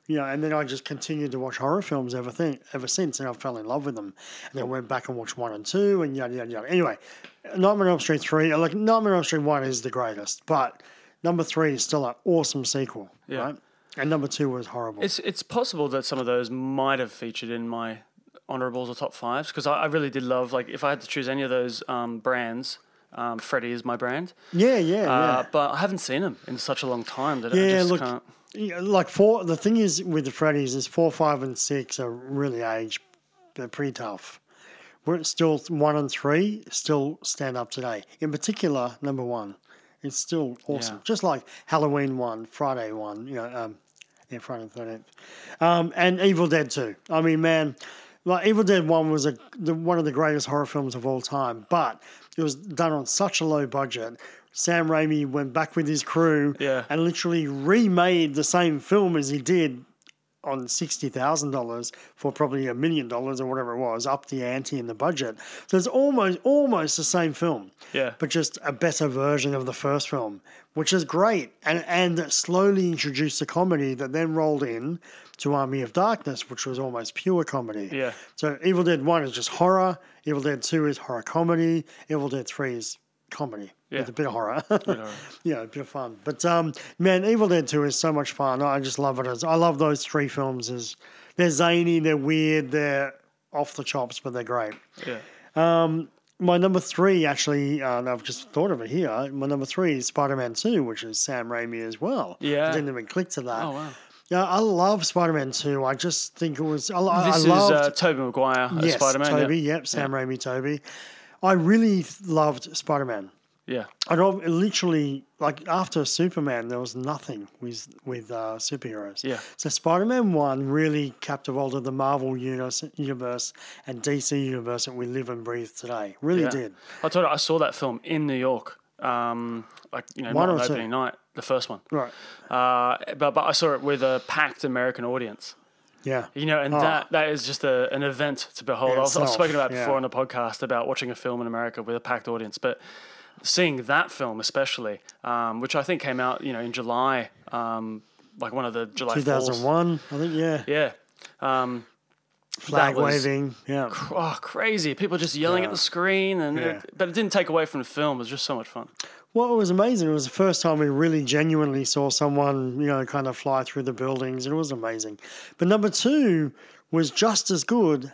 Speaker 7: You know, and then I just continued to watch horror films ever thing ever since, and I fell in love with them. And then went back and watched one and two, and yada yada yada. Anyway, Nightmare on Elm Street three, like Nightmare on Elm Street one is the greatest, but number three is still an awesome sequel, right? And number two was horrible.
Speaker 1: It's it's possible that some of those might have featured in my honorables or top fives because I, I really did love like if I had to choose any of those um, brands, um, Freddy is my brand.
Speaker 7: yeah, yeah,
Speaker 1: Uh,
Speaker 7: yeah.
Speaker 1: but I haven't seen them in such a long time that I
Speaker 7: Yeah,
Speaker 1: just
Speaker 7: look,
Speaker 1: can't.
Speaker 7: yeah. Like four. The thing is with the Freddy's is four, five, and six are really age. They're pretty tough. We're still one and three still stand up today. In particular, number one, it's still awesome.
Speaker 1: Yeah.
Speaker 7: Just like Halloween one, Friday one, you know, um, yeah, Friday the thirteenth, um, and Evil Dead two. I mean, man, like Evil Dead one was a the, one of the greatest horror films of all time, but it was done on such a low budget. Sam Raimi went back with his crew
Speaker 1: Yeah.
Speaker 7: and literally remade the same film as he did on sixty thousand dollars for probably a million dollars or whatever it was, up the ante in the budget. So it's almost almost the same film,
Speaker 1: Yeah.
Speaker 7: but just a better version of the first film, which is great, and and slowly introduced a comedy that then rolled in to Army of Darkness, which was almost pure comedy.
Speaker 1: Yeah.
Speaker 7: So Evil Dead One is just horror. Evil Dead Two is horror comedy. Evil Dead Three is comedy with a bit of horror. yeah, a bit of fun. But um, man, Evil Dead Two is so much fun. I just love it. As I love those three films. As they're zany, they're weird, they're off the chops, but they're great.
Speaker 1: Yeah.
Speaker 7: My number three, actually, uh, and I've just thought of it here. My number three is Spider Man Two, which is Sam Raimi as well.
Speaker 1: Yeah.
Speaker 7: I didn't even click to that.
Speaker 1: Oh wow.
Speaker 7: Yeah, I love Spider Man Two. I just think it was. I, I-
Speaker 1: This
Speaker 7: I
Speaker 1: is
Speaker 7: loved,
Speaker 1: uh, Toby Maguire as
Speaker 7: Yes,
Speaker 1: Spider Man.
Speaker 7: Toby. Yep, Sam Raimi, Toby. I really th- loved Spider Man.
Speaker 1: Yeah.
Speaker 7: I don't literally like after Superman, there was nothing with with uh, superheroes.
Speaker 1: Yeah.
Speaker 7: So Spider Man One really captivated the Marvel universe, universe and DC universe that we live and breathe today. Really
Speaker 1: yeah.
Speaker 7: did.
Speaker 1: I told you I saw that film in New York. Um, like you know,
Speaker 7: One
Speaker 1: not
Speaker 7: or
Speaker 1: on
Speaker 7: two?
Speaker 1: opening night, the first one.
Speaker 7: Right.
Speaker 1: Uh, but but I saw it with a packed American audience.
Speaker 7: Yeah.
Speaker 1: You know, and that that is just a, an event to behold. I've, I've
Speaker 7: Oh. Itself,
Speaker 1: spoken about it
Speaker 7: yeah.
Speaker 1: before on the podcast about watching a film in America with a packed audience, but seeing that film especially, um, which I think came out, you know, in July, um, like one of the July 4th.
Speaker 7: 2001, I think, yeah.
Speaker 1: Yeah.
Speaker 7: Flag
Speaker 1: that was-
Speaker 7: waving. Yeah.
Speaker 1: Oh, crazy! People just yelling at the screen, and
Speaker 7: Yeah.
Speaker 1: but it didn't take away from the film. It was just so much fun.
Speaker 7: Well, it was amazing. It was the first time we really genuinely saw someone, you know, kind of fly through the buildings. It was amazing. But number two was just as good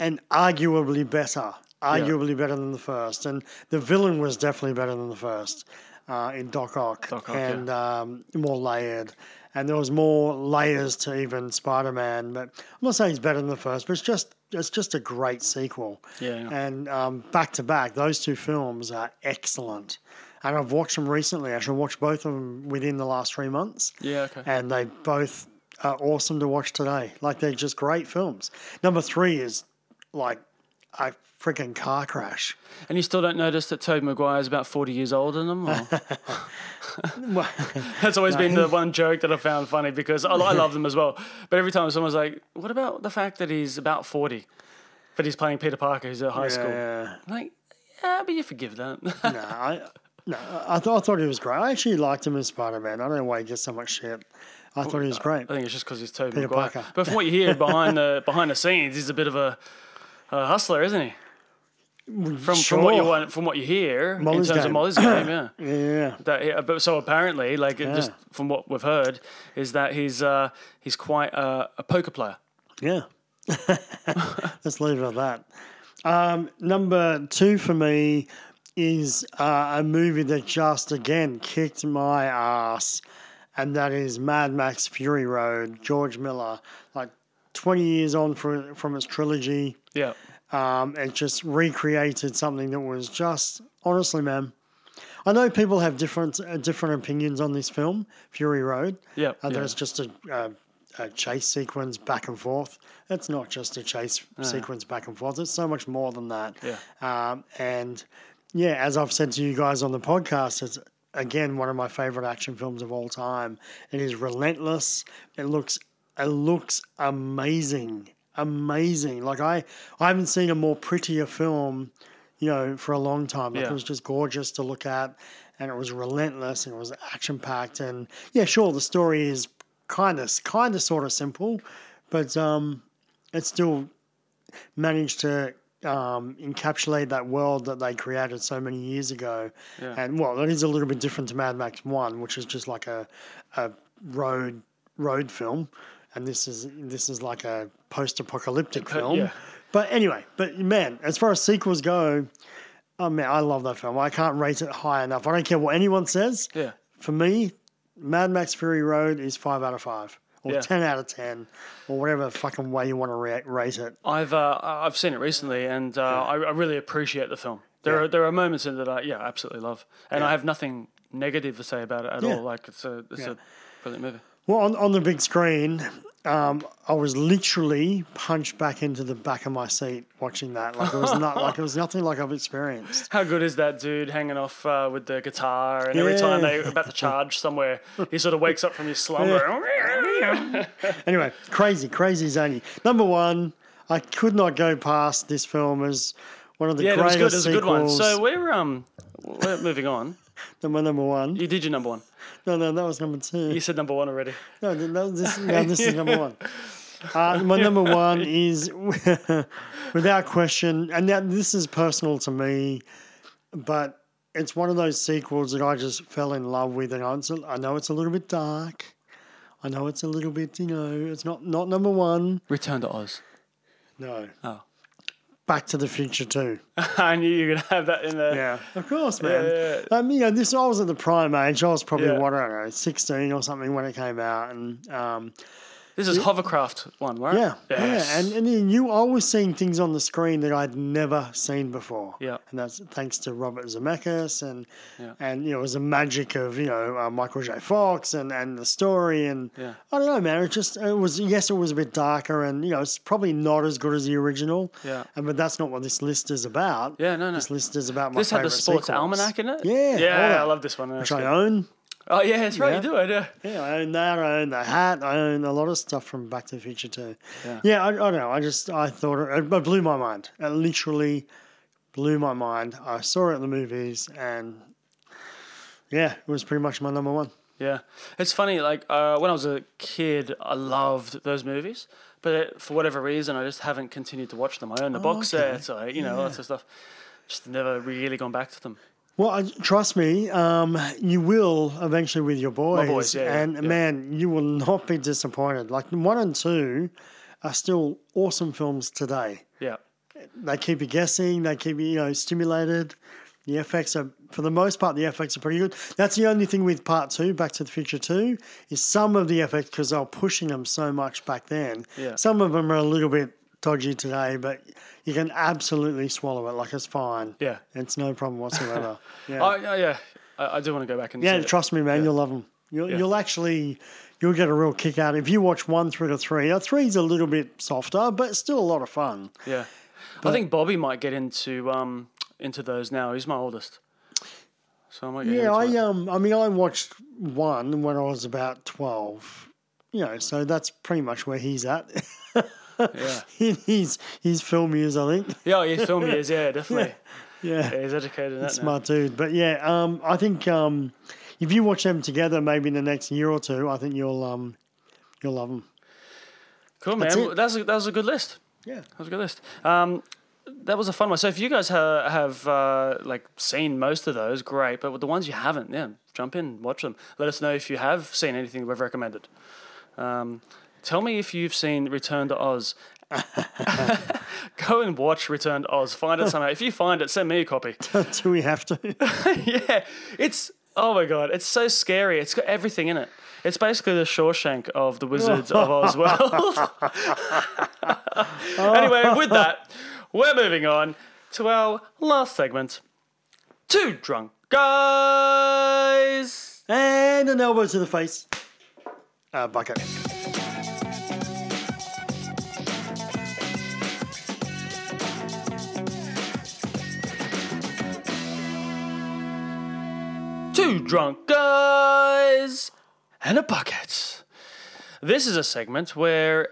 Speaker 7: and arguably better, arguably better than the first. And the villain was definitely better than the first uh, in Doc Ock,
Speaker 1: Doc Ock,
Speaker 7: and um, more layered. And there was more layers to even Spider Man. But I'm not saying it's better than the first, but it's just it's just a great sequel.
Speaker 1: Yeah.
Speaker 7: And um, back to back, those two films are excellent. And I've watched them recently. Actually, I watched both of them within the last three months.
Speaker 1: Yeah, okay.
Speaker 7: And they both are awesome to watch today. Like, they're just great films. Number three is like a freaking car crash.
Speaker 1: And you still don't notice that Tobey Maguire is about forty years older than them. Or? That's always been the one joke that I found funny because I, I love them as well. But every time someone's like, "What about the fact that he's about 40, but he's playing Peter Parker, who's at high school?"
Speaker 7: Yeah.
Speaker 1: I'm like, yeah, but you forgive that.
Speaker 7: No, I, no, I, th- I thought he was great. I actually liked him as Spider Man. I don't know why he gets so much shit. I thought he was great.
Speaker 1: I think it's just because he's Tobey Maguire.
Speaker 7: Parker.
Speaker 1: But from what you hear behind the behind the scenes, he's a bit of a, a hustler, isn't he? From from what you
Speaker 7: sure.
Speaker 1: want, from what you hear
Speaker 7: Molly's
Speaker 1: in terms of
Speaker 7: game.
Speaker 1: Molly's game, yeah.
Speaker 7: Yeah.
Speaker 1: That he, but so apparently, like it just
Speaker 7: Yeah.
Speaker 1: from what we've heard, is that he's uh, he's quite uh, a poker player.
Speaker 7: Yeah. Let's leave it at that. Um, number two for me is uh, a movie that just again kicked my ass, and that is Mad Max Fury Road, George Miller. Like 20 years on from, from its trilogy,
Speaker 1: Yeah.
Speaker 7: um, it just recreated something that was just, honestly, man. I know people have different uh, different opinions on this film, Fury Road.
Speaker 1: Yeah,
Speaker 7: and
Speaker 1: yeah.
Speaker 7: there's just a, a, a chase sequence back and forth. It's not just a chase sequence back and forth. It's so much more than that.
Speaker 1: Ah. Yeah.
Speaker 7: Um, and yeah, as I've said to you guys on the podcast, it's again one of my favorite action films of all time. It is relentless. It looks it looks amazing, amazing. Like I I haven't seen a more prettier film, you know, for a long time. Like
Speaker 1: Yeah.
Speaker 7: it was just gorgeous to look at, and it was relentless and it was action packed. And yeah, sure, the story is kind of kind of sort of simple, but um, it still managed to um, encapsulate that world that they created so many years ago. And well, that is a little bit different to Mad Max One, which is just like a a road road film, and this is this is like a post apocalyptic film.
Speaker 1: yeah.
Speaker 7: But anyway, but man, as far as sequels go, oh man, I love that film. I can't rate it high enough. I don't care what anyone says.
Speaker 1: Yeah.
Speaker 7: For me, Mad Max Fury Road is five out of five. Or
Speaker 1: Yeah.
Speaker 7: 10 out of 10, or whatever fucking way you want to ra- rate it.
Speaker 1: I've uh, I- I've seen it recently, and uh, I, I really appreciate the film. There are there are moments in it that I yeah absolutely love, and I have nothing negative to say about it at
Speaker 7: Yeah.
Speaker 1: all. Like it's a it's a brilliant movie.
Speaker 7: Well, on, on the big screen, um, I was literally punched back into the back of my seat watching that. Like it was not like it was nothing like I've experienced.
Speaker 1: How good is that dude hanging off uh, with the guitar? And every time
Speaker 7: Yeah.
Speaker 1: they're about to charge somewhere, he sort of wakes up from his slumber.
Speaker 7: Anyway, crazy, crazy zany. Number one, I could not go past this film as one of the
Speaker 1: yeah, it was
Speaker 7: greatest
Speaker 1: good. It was a good one.
Speaker 7: sequels.
Speaker 1: So we're um we're moving on.
Speaker 7: number number one.
Speaker 1: You did your number one.
Speaker 7: No, no, that was number two.
Speaker 1: You said number one already.
Speaker 7: No, th- no, this, no, this is number one. Uh, my number one is, without question, and now this is personal to me, but it's one of those sequels that I just fell in love with, and I it's a- I know it's a little bit dark. I know it's a little bit, you know, it's not not number one.
Speaker 1: Return to Oz.
Speaker 7: No. Oh. Back to the Future too.
Speaker 1: I knew you were gonna have that in there.
Speaker 7: Yeah, of course, man. Um, you know, this I was at the prime age. I was probably
Speaker 1: Yeah.
Speaker 7: what I don't know, sixteen or something when it came out, and um,
Speaker 1: This is hovercraft one, right?
Speaker 7: Yeah,
Speaker 1: Yes.
Speaker 7: yeah, and and then you always seeing things on the screen that I'd never seen before.
Speaker 1: Yeah.
Speaker 7: and that's thanks to Robert Zemeckis and and you know it was the magic of you know uh, Michael J. Fox and and the story and
Speaker 1: Yeah.
Speaker 7: I don't know, man. It just it was yes, it was a bit darker and you know it's probably not as good as the original.
Speaker 1: Yeah.
Speaker 7: and but that's not what this list is about.
Speaker 1: Yeah, no, no.
Speaker 7: This list is about my
Speaker 1: This had the
Speaker 7: favourite
Speaker 1: sports
Speaker 7: sequels,
Speaker 1: almanac in it.
Speaker 7: Yeah, all
Speaker 1: yeah,
Speaker 7: that.
Speaker 1: I love this one. That's
Speaker 7: which I
Speaker 1: good.
Speaker 7: own.
Speaker 1: Oh yeah, that's right.
Speaker 7: Yeah.
Speaker 1: You do. I do.
Speaker 7: Yeah, I own that. I own the hat. I own a lot of stuff from Back to the Future too. Yeah, I, I don't know. I just I thought it, it blew my mind. It literally blew my mind. I saw it in the movies, and yeah, it was pretty much my number one.
Speaker 1: Yeah, it's funny. Like uh, when I was a kid, I loved those movies, but it, for whatever reason, I just haven't continued to watch them. I own the
Speaker 7: Oh,
Speaker 1: box set. I, you know, lots of stuff. Just never really gone back to them.
Speaker 7: Well, I, trust me, um, you will eventually with your boys.
Speaker 1: boys, yeah, yeah,
Speaker 7: and
Speaker 1: yeah.
Speaker 7: man, you will not be disappointed. Like one and two are still awesome films today.
Speaker 1: Yeah,
Speaker 7: they keep you guessing. They keep you, you know, stimulated. The FX are, for the most part, the FX are pretty good. That's the only thing with Part Two, Back to the Future Two, is some of the FX because they were pushing them so much back then.
Speaker 1: Yeah.
Speaker 7: Some of them are a little bit dodgy today, but you can absolutely swallow it. Like it's fine.
Speaker 1: Yeah.
Speaker 7: it's no problem whatsoever. yeah,
Speaker 1: I, I, yeah, I, I do want to go back and
Speaker 7: yeah.
Speaker 1: see it.
Speaker 7: Trust me, man, you'll love them. You'll, you'll actually you'll get a real kick out if you watch one through to three. Uh, Three's a little bit softer, but still a lot of fun.
Speaker 1: Yeah, I think Bobby might get into um into those now. He's my oldest, so I might get
Speaker 7: Yeah,
Speaker 1: into
Speaker 7: I
Speaker 1: it.
Speaker 7: um, I mean, I watched one when I was about twelve. You know, so that's pretty much where he's at.
Speaker 1: yeah,
Speaker 7: in his his film years, I think.
Speaker 1: yeah, oh, yeah, film years, yeah, definitely.
Speaker 7: Yeah,
Speaker 1: Yeah, he's educated in that now.
Speaker 7: smart dude. But yeah, um, I think um, if you watch them together, maybe in the next year or two, I think you'll um, you'll love them.
Speaker 1: Cool, man.
Speaker 7: That's
Speaker 1: Well,
Speaker 7: it.
Speaker 1: That's, a, that was a good list.
Speaker 7: Yeah.
Speaker 1: That was a good list. Um, that was a fun one. So if you guys ha- have uh, like seen most of those, great. But with the ones you haven't, yeah, jump in, watch them. Let us know if you have seen anything that we've recommended. Um, Tell me if you've seen Return to Oz. Go and watch Return to Oz. Find it somehow. If you find it, send me a copy.
Speaker 7: Do we have to?
Speaker 1: yeah, it's oh my god, it's so scary. It's got everything in it. It's basically the Shawshank of the Wizards of Oz world. anyway, with that, we're moving on to our last segment. Two drunk guys.
Speaker 7: and an elbow to the face. Uh, bucket.
Speaker 1: Two drunk guys and a bucket. This is a segment where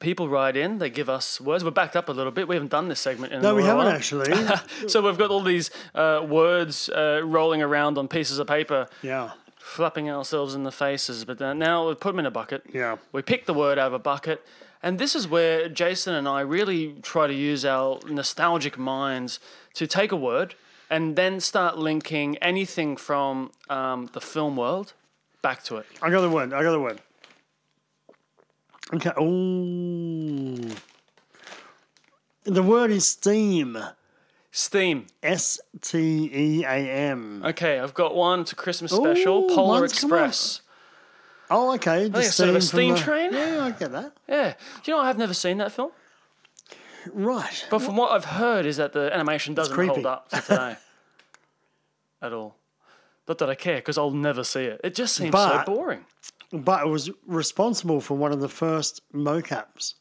Speaker 1: people write in. They give us words. We're backed up a little bit. We haven't done this segment in a
Speaker 7: No, we
Speaker 1: little
Speaker 7: haven't
Speaker 1: while.
Speaker 7: actually.
Speaker 1: So we've got all these uh, words uh, rolling around on pieces of paper,
Speaker 7: yeah.
Speaker 1: flapping ourselves in the faces. But then now we put them in a bucket.
Speaker 7: Yeah.
Speaker 1: We pick the word out of a bucket. And this is where Jason and I really try to use our nostalgic minds to take a word and then start linking anything from um, the film world back to it.
Speaker 7: I got the word. I got the word. Okay. Ooh. The word is steam.
Speaker 1: Steam.
Speaker 7: S T E A M.
Speaker 1: Okay, I've got one. It's a Christmas special.
Speaker 7: Ooh,
Speaker 1: Polar
Speaker 7: mine's come up.
Speaker 1: Express.
Speaker 7: Oh,
Speaker 1: I
Speaker 7: okay. The
Speaker 1: think it's sort of a
Speaker 7: from
Speaker 1: steam
Speaker 7: the-
Speaker 1: train.
Speaker 7: Yeah, I get that.
Speaker 1: Yeah. Do you know, I've never seen that film.
Speaker 7: Right.
Speaker 1: But from what I've heard is that the animation doesn't hold
Speaker 7: creepy.
Speaker 1: up to today at all. Not that I care because I'll never see it. It just seems
Speaker 7: But-
Speaker 1: so boring.
Speaker 7: But it was responsible for one of the first mocaps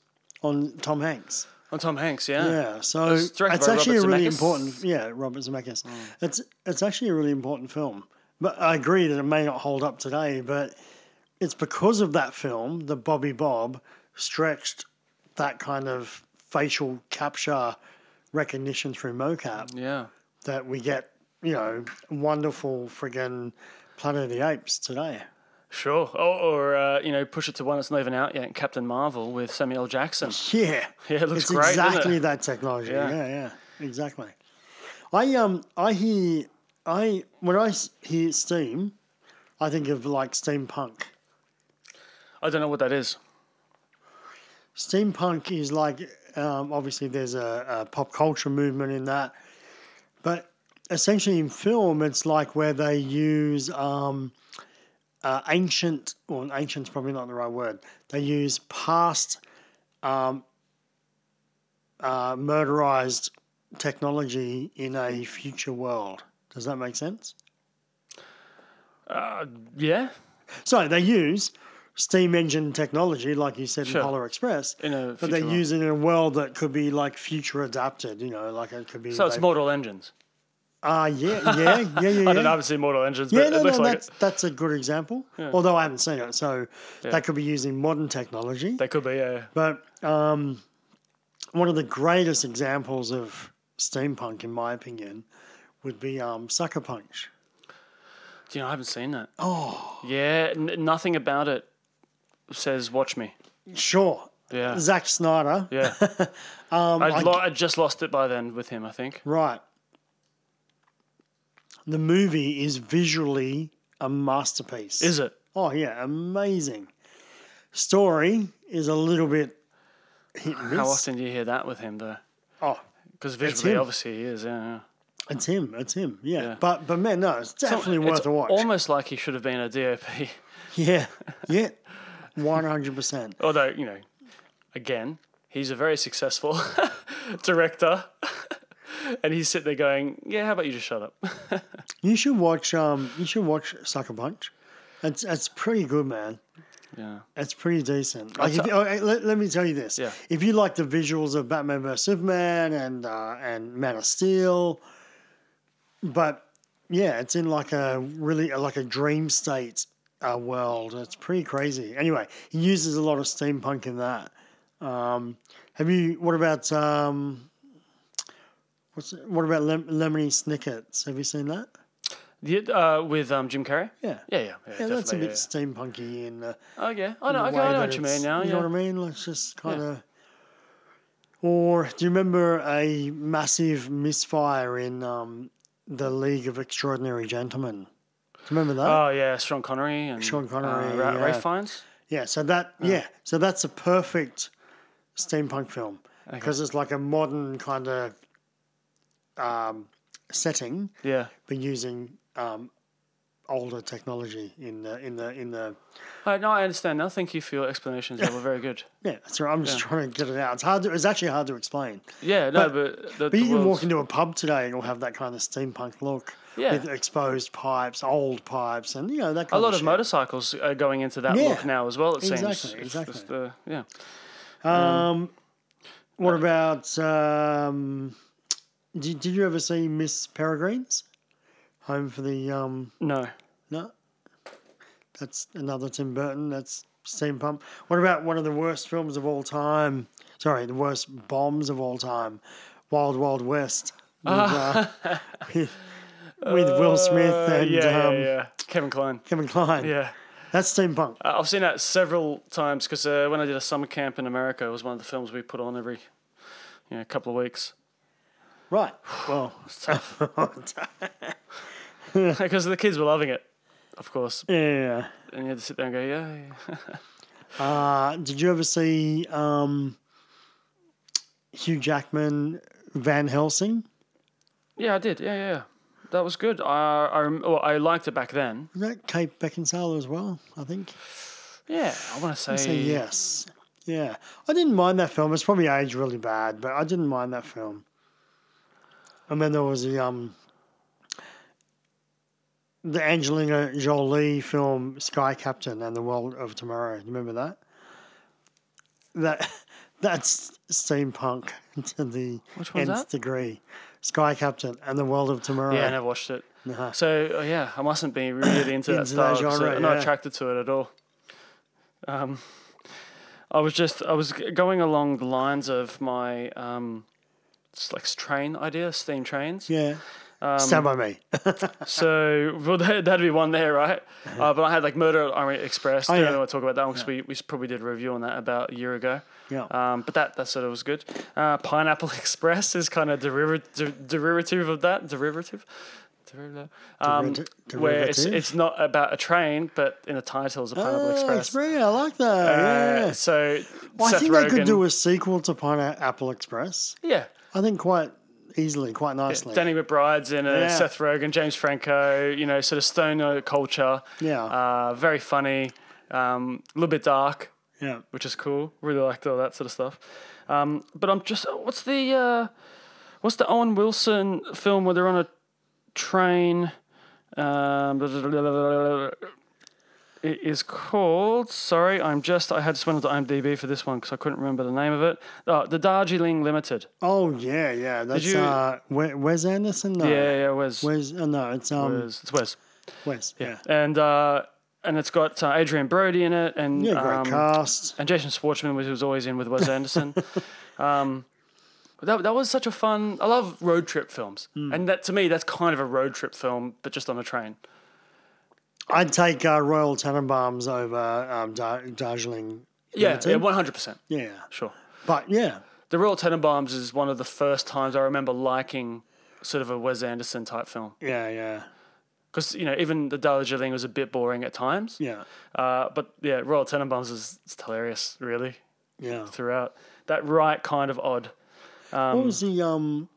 Speaker 7: on Tom Hanks.
Speaker 1: On Tom Hanks, yeah.
Speaker 7: Yeah, so
Speaker 1: It's
Speaker 7: it's,
Speaker 1: directed by
Speaker 7: actually
Speaker 1: Robert
Speaker 7: a really
Speaker 1: Zemeckis. Oh,
Speaker 7: important. Yeah, Robert Zemeckis. It's it's actually a really important film. But I agree that it may not hold up today. But it's because of that film that Bobby Bob stretched that kind of facial capture recognition through mocap
Speaker 1: Yeah.
Speaker 7: that we get you know wonderful friggin' Planet of the Apes today.
Speaker 1: Sure. Or, or uh, you know, push it to one that's not even out yet, Captain Marvel with Samuel L. Jackson.
Speaker 7: Yeah,
Speaker 1: Yeah, it looks
Speaker 7: it's
Speaker 1: great, doesn't it?
Speaker 7: exactly that technology.
Speaker 1: Yeah.
Speaker 7: Yeah. yeah, exactly. I um, I hear, I when I s- hear steam, I think of like steampunk.
Speaker 1: I don't know what that is.
Speaker 7: Steampunk is like um, obviously there's a, a pop culture movement in that, but essentially in film it's like where they use um, uh, ancient or ancient's probably not the right word. They use past um, uh, murderized technology in a future world. Does that make sense?
Speaker 1: Yeah.
Speaker 7: So they use steam engine technology, like you said
Speaker 1: Sure.
Speaker 7: in Polar Express,
Speaker 1: In a
Speaker 7: but they
Speaker 1: future
Speaker 7: use it in a world that could be like future adapted. You know, like it could be.
Speaker 1: So it's
Speaker 7: they-
Speaker 1: Mortal Engines.
Speaker 7: Ah, yeah, yeah, yeah, yeah. yeah.
Speaker 1: I don't know, I haven't seen Mortal Engines, but
Speaker 7: Yeah, no,
Speaker 1: it looks
Speaker 7: no,
Speaker 1: like
Speaker 7: that's,
Speaker 1: it.
Speaker 7: that's a good example. Although I haven't seen it, so that could be using modern technology.
Speaker 1: They could be a.
Speaker 7: But um, one of the greatest examples of steampunk, in my opinion, would be um, Sucker Punch.
Speaker 1: Do you know, I haven't seen that. Oh. Yeah, n- nothing about it says watch me.
Speaker 7: Sure,
Speaker 1: Yeah.
Speaker 7: Zack Snyder,
Speaker 1: Yeah.
Speaker 7: Um,
Speaker 1: I'd, lo- I'd just lost it by then with him, I think.
Speaker 7: Right. The movie is visually a masterpiece.
Speaker 1: Is it?
Speaker 7: Oh yeah, amazing. Story is a little bit hit and miss.
Speaker 1: How often do you hear that with him, though?
Speaker 7: Oh,
Speaker 1: Because visually,
Speaker 7: him.
Speaker 1: obviously, he is, yeah. yeah.
Speaker 7: it's him. It's him. Yeah.
Speaker 1: Yeah.
Speaker 7: But but man, no, it's definitely worth
Speaker 1: It's
Speaker 7: a watch.
Speaker 1: Almost like he should have been a DOP.
Speaker 7: yeah. Yeah. One hundred percent.
Speaker 1: Although, you know, again, he's a very successful director. and he's sitting there going, yeah, how about you just shut up?
Speaker 7: You should watch. Um, you should watch Sucker Punch. It's it's pretty good, man.
Speaker 1: Yeah.
Speaker 7: It's pretty decent. Like if you, oh, hey, let, let me tell you this:
Speaker 1: Yeah.
Speaker 7: if you like the visuals of Batman vs Superman and uh, and Man of Steel, but yeah, it's in like a really like a dream state uh, world. It's pretty crazy. Anyway, he uses a lot of steampunk in that. Um, have you? What about um, what's what about Lem- Lemony Snicket's? Have you seen that?
Speaker 1: The- uh, with um, Jim Carrey?
Speaker 7: Yeah.
Speaker 1: Yeah, yeah. Yeah,
Speaker 7: Yeah, that's a
Speaker 1: definitely,
Speaker 7: bit steampunky and. Uh,
Speaker 1: yeah, yeah. Oh, yeah. I know,
Speaker 7: the
Speaker 1: okay,
Speaker 7: way
Speaker 1: I know
Speaker 7: that
Speaker 1: what you
Speaker 7: it's-
Speaker 1: mean now.
Speaker 7: You
Speaker 1: yeah.
Speaker 7: know what I mean? Let's just kind of. Or do you remember a massive misfire in um, the League of Extraordinary Gentlemen? Do you remember that?
Speaker 1: Uh, Oh, yeah. Sean Connery and
Speaker 7: Sean
Speaker 1: uh,
Speaker 7: Connery,
Speaker 1: Ra-
Speaker 7: yeah.
Speaker 1: Ralph Fiennes?
Speaker 7: Yeah, so that yeah, so that's a perfect steampunk film because it's like a modern kind of um, setting,
Speaker 1: Yeah.
Speaker 7: but using um, older technology in the in the in the
Speaker 1: Uh, no, I understand now. Thank you for your explanations. They were very good.
Speaker 7: yeah. That's right. I'm just trying to get it out. It's hard. To, it's actually hard to explain.
Speaker 1: Yeah, no, but, the,
Speaker 7: But
Speaker 1: the
Speaker 7: you can
Speaker 1: world's-
Speaker 7: walk into a pub today and it'll have that kind of steampunk look
Speaker 1: Yeah.
Speaker 7: with exposed pipes, old pipes, and you know that
Speaker 1: a
Speaker 7: kind
Speaker 1: lot of
Speaker 7: shit.
Speaker 1: motorcycles are going into that
Speaker 7: Yeah.
Speaker 1: look now as well. It seems
Speaker 7: Exactly,
Speaker 1: It's just
Speaker 7: exactly.
Speaker 1: the- yeah.
Speaker 7: What about? Um, did, did you ever see Miss Peregrine's Home for the? Um,
Speaker 1: No.
Speaker 7: no, that's another Tim Burton. That's steampunk. What about one of the worst films of all time? Sorry, the worst bombs of all time, Wild Wild West. With, uh, with, with Will Smith and
Speaker 1: Uh, yeah, yeah,
Speaker 7: um,
Speaker 1: yeah. Kevin Klein.
Speaker 7: Kevin Klein.
Speaker 1: Yeah.
Speaker 7: That's steampunk.
Speaker 1: Uh, I've seen that several times because uh, when I did a summer camp in America, it was one of the films we put on every you know, couple of weeks.
Speaker 7: Right. Well,
Speaker 1: Because the kids were loving it, of course.
Speaker 7: yeah.
Speaker 1: And you had to sit there and go, yeah. yeah.
Speaker 7: Uh, did you ever see um, Hugh Jackman Van Helsing?
Speaker 1: Yeah, I did. Yeah, yeah, yeah. That was good. I, I, rem- well, I liked it back then.
Speaker 7: Was that Kate Beckinsale as well? I think.
Speaker 1: Yeah, I want to say.
Speaker 7: So yes, yeah. I didn't mind that film. It's probably aged really bad, but I didn't mind that film. And then there was the um, the Angelina Jolie film Sky Captain and the World of Tomorrow. You remember that? That that's steampunk to the
Speaker 1: Which one's
Speaker 7: nth
Speaker 1: that?
Speaker 7: degree. Sky Captain and the World of Tomorrow.
Speaker 1: Yeah, I never watched it. So uh, yeah, I mustn't be really into that
Speaker 7: Into that
Speaker 1: style. 'cause, uh,
Speaker 7: genre,
Speaker 1: I'm not
Speaker 7: yeah.
Speaker 1: attracted to it at all. Um, I was just I was g- going along the lines of my um, s- like s- train idea, steam trains.
Speaker 7: yeah.
Speaker 1: Um,
Speaker 7: Stand by me.
Speaker 1: So well, that- that'd be one there, right? Uh, but I had like Murder at Orient Express. I
Speaker 7: Uh-huh. Oh, yeah.
Speaker 1: don't want to talk about that one because we, we s- probably did a review on that about a year ago.
Speaker 7: Yeah.
Speaker 1: Um, but that that sort of was good. Uh, Pineapple Express is kind of derivative derivative of that derivative. Derivative. Um,
Speaker 7: Derivati-
Speaker 1: where it's,
Speaker 7: derivative?
Speaker 1: it's not about a train, but in the title is a Pineapple
Speaker 7: Ah,
Speaker 1: Express.
Speaker 7: Express, I like that.
Speaker 1: Uh,
Speaker 7: yeah.
Speaker 1: So
Speaker 7: Well, I
Speaker 1: Seth
Speaker 7: think
Speaker 1: Rogen,
Speaker 7: they could do a sequel to Pineapple Express.
Speaker 1: yeah.
Speaker 7: I think quite easily, quite nicely.
Speaker 1: Danny McBride's in it,
Speaker 7: Yeah.
Speaker 1: Seth Rogen, James Franco, you know, sort of stoner culture.
Speaker 7: Yeah.
Speaker 1: Uh, very funny, a little bit dark,
Speaker 7: yeah.
Speaker 1: which is cool. Really liked all that sort of stuff. Um, but I'm just, what's the, uh, what's the Owen Wilson film where they're on a train? Um, it is called. Sorry, I'm just. I had to swim to IMDb for this one because I couldn't remember the name of it. Oh, the Darjeeling Limited.
Speaker 7: Oh yeah, yeah. That's
Speaker 1: you-
Speaker 7: uh, Wes Wes Anderson. No.
Speaker 1: Yeah, yeah, Wes.
Speaker 7: Wes. Oh, no, it's um Wes.
Speaker 1: Wes. It's Wes.
Speaker 7: Yeah.
Speaker 1: and uh, and it's got uh, Adrian Brody in it, and
Speaker 7: Yeah, great
Speaker 1: um,
Speaker 7: cast.
Speaker 1: and Jason Schwartzman, which was always in with Wes Anderson. um, but that that was such a fun. I love road trip films, and that to me that's kind of a road trip film, but just on a train.
Speaker 7: I'd take uh, Royal Tenenbaums over um, Dar- Darjeeling.
Speaker 1: Yeah, yeah, one hundred percent,
Speaker 7: Yeah,
Speaker 1: sure.
Speaker 7: but yeah,
Speaker 1: The Royal Tenenbaums is one of the first times I remember liking sort of a Wes Anderson type film
Speaker 7: yeah, yeah,
Speaker 1: because you know even the Darjeeling was a bit boring at times.
Speaker 7: yeah,
Speaker 1: Uh, but yeah, Royal Tenenbaums is it's hilarious, really.
Speaker 7: yeah.
Speaker 1: throughout. That right kind of odd.
Speaker 7: what was the um?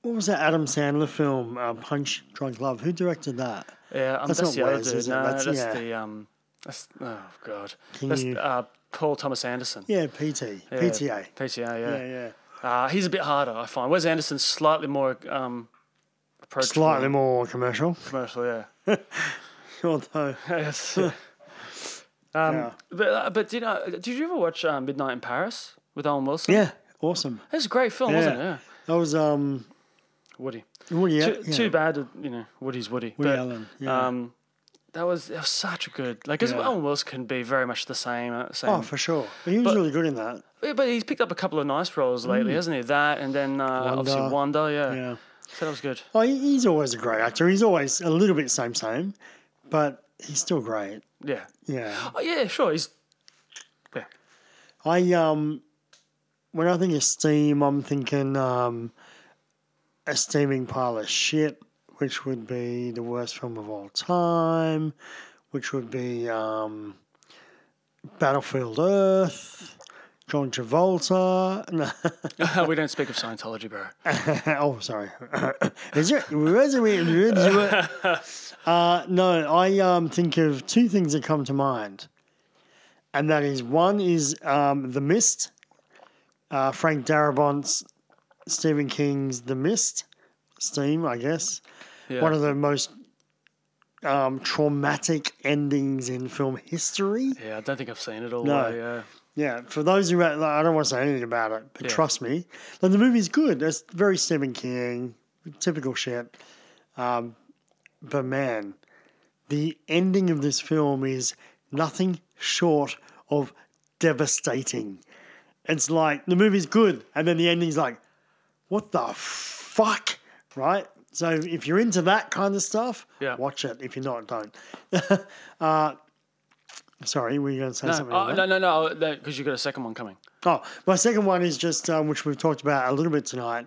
Speaker 7: What was that Adam Sandler film? Uh, Punch Drunk Love. Who directed that?
Speaker 1: Yeah, um,
Speaker 7: That's
Speaker 1: that's,
Speaker 7: not
Speaker 1: the other
Speaker 7: Wes,
Speaker 1: dude.
Speaker 7: is it?
Speaker 1: No,
Speaker 7: That's-
Speaker 1: that's,
Speaker 7: yeah.
Speaker 1: the um. That's oh god. that's
Speaker 7: you-
Speaker 1: uh, Paul Thomas Anderson.
Speaker 7: Yeah, PT, PTA.
Speaker 1: PTA. Yeah.
Speaker 7: Yeah, yeah.
Speaker 1: Uh, he's a bit harder, I find. Wes Anderson's slightly more um. approachable
Speaker 7: Slightly
Speaker 1: and
Speaker 7: more commercial,
Speaker 1: commercial. Yeah.
Speaker 7: although
Speaker 1: Yes. um,
Speaker 7: Yeah.
Speaker 1: But uh, but did uh, did you ever watch uh, Midnight in Paris with Owen Wilson?
Speaker 7: Yeah, awesome.
Speaker 1: It was a great film, wasn't it?
Speaker 7: Yeah.
Speaker 1: Yeah.
Speaker 7: That was um
Speaker 1: Woody.
Speaker 7: Woody
Speaker 1: too,
Speaker 7: yeah.
Speaker 1: too bad that you know Woody's Woody.
Speaker 7: Woody
Speaker 1: but,
Speaker 7: Allen. Yeah.
Speaker 1: Um, that was, that was such a good like because
Speaker 7: Yeah.
Speaker 1: Owen Wilson can be very much the same. uh, same.
Speaker 7: oh, for sure. But he was really good in that.
Speaker 1: Yeah, but he's picked up a couple of nice roles lately, hasn't he? That and then uh, obviously Wanda, yeah.
Speaker 7: Hmm. Yeah.
Speaker 1: So that was good.
Speaker 7: Oh, he- he's always a great actor. He's always a little bit same same, but he's still great.
Speaker 1: Yeah.
Speaker 7: Yeah.
Speaker 1: Oh yeah, sure. He's yeah.
Speaker 7: I um when I think of steam, I'm thinking um a steaming pile of shit, which would be the worst film of all time, which would be um Battlefield Earth, John Travolta. No.
Speaker 1: we don't speak of Scientology, bro.
Speaker 7: oh, sorry. Is it- is it- is it- uh, no, I um, think of two things that come to mind, and that is one is um, The Mist, uh, Frank Darabont's Stephen King's The Mist, Steam, I guess.
Speaker 1: Yeah.
Speaker 7: One of the most um, traumatic endings in film history.
Speaker 1: yeah, I don't think I've seen it all.
Speaker 7: No.
Speaker 1: I, uh,
Speaker 7: Yeah, for those who like, I don't want to say anything about it, but
Speaker 1: Yeah.
Speaker 7: trust me, then the movie's good. It's very Stephen King, typical shit. Um, but man, the ending of this film is nothing short of devastating. It's like the movie's good, and then the ending's like, what the fuck, right? So if you're into that kind of stuff,
Speaker 1: Yeah.
Speaker 7: watch it. If you're not, don't. uh, sorry, were you going to say something? on
Speaker 1: oh,
Speaker 7: that?
Speaker 1: no, no, no, because you've got a second one coming.
Speaker 7: Oh, my second one is just um, which we've talked about a little bit tonight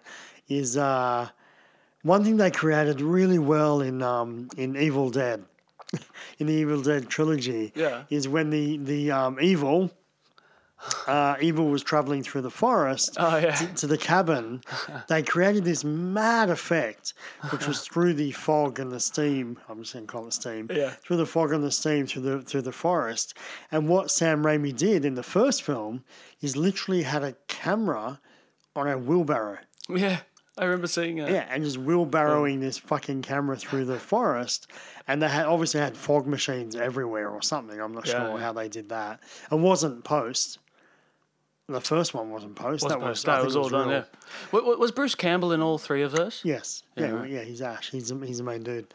Speaker 7: is uh, one thing they created really well in um, in Evil Dead, in the Evil Dead trilogy.
Speaker 1: Yeah.
Speaker 7: is when the the um, evil. Uh, evil was traveling through the forest
Speaker 1: Oh, yeah.
Speaker 7: to, to the cabin. They created this mad effect, which was through the fog and the steam. I'm just going to call it steam.
Speaker 1: Yeah.
Speaker 7: Through the fog and the steam through the through the forest. And what Sam Raimi did in the first film is literally had a camera on a wheelbarrow.
Speaker 1: Yeah, I remember seeing it.
Speaker 7: Yeah, and just wheelbarrowing this fucking camera through the forest. And they had obviously had fog machines everywhere or something. I'm not
Speaker 1: Yeah,
Speaker 7: sure
Speaker 1: yeah.
Speaker 7: how they did that. It wasn't post. The first one wasn't post.
Speaker 1: Wasn't
Speaker 7: that was,
Speaker 1: post- no,
Speaker 7: I
Speaker 1: it
Speaker 7: think
Speaker 1: was
Speaker 7: it
Speaker 1: all
Speaker 7: was
Speaker 1: done.
Speaker 7: real.
Speaker 1: Yeah. Wa- wa- was Bruce Campbell in all three of those?
Speaker 7: Yes. Yeah.
Speaker 1: right.
Speaker 7: Yeah. He's Ash. He's the- he's the main dude.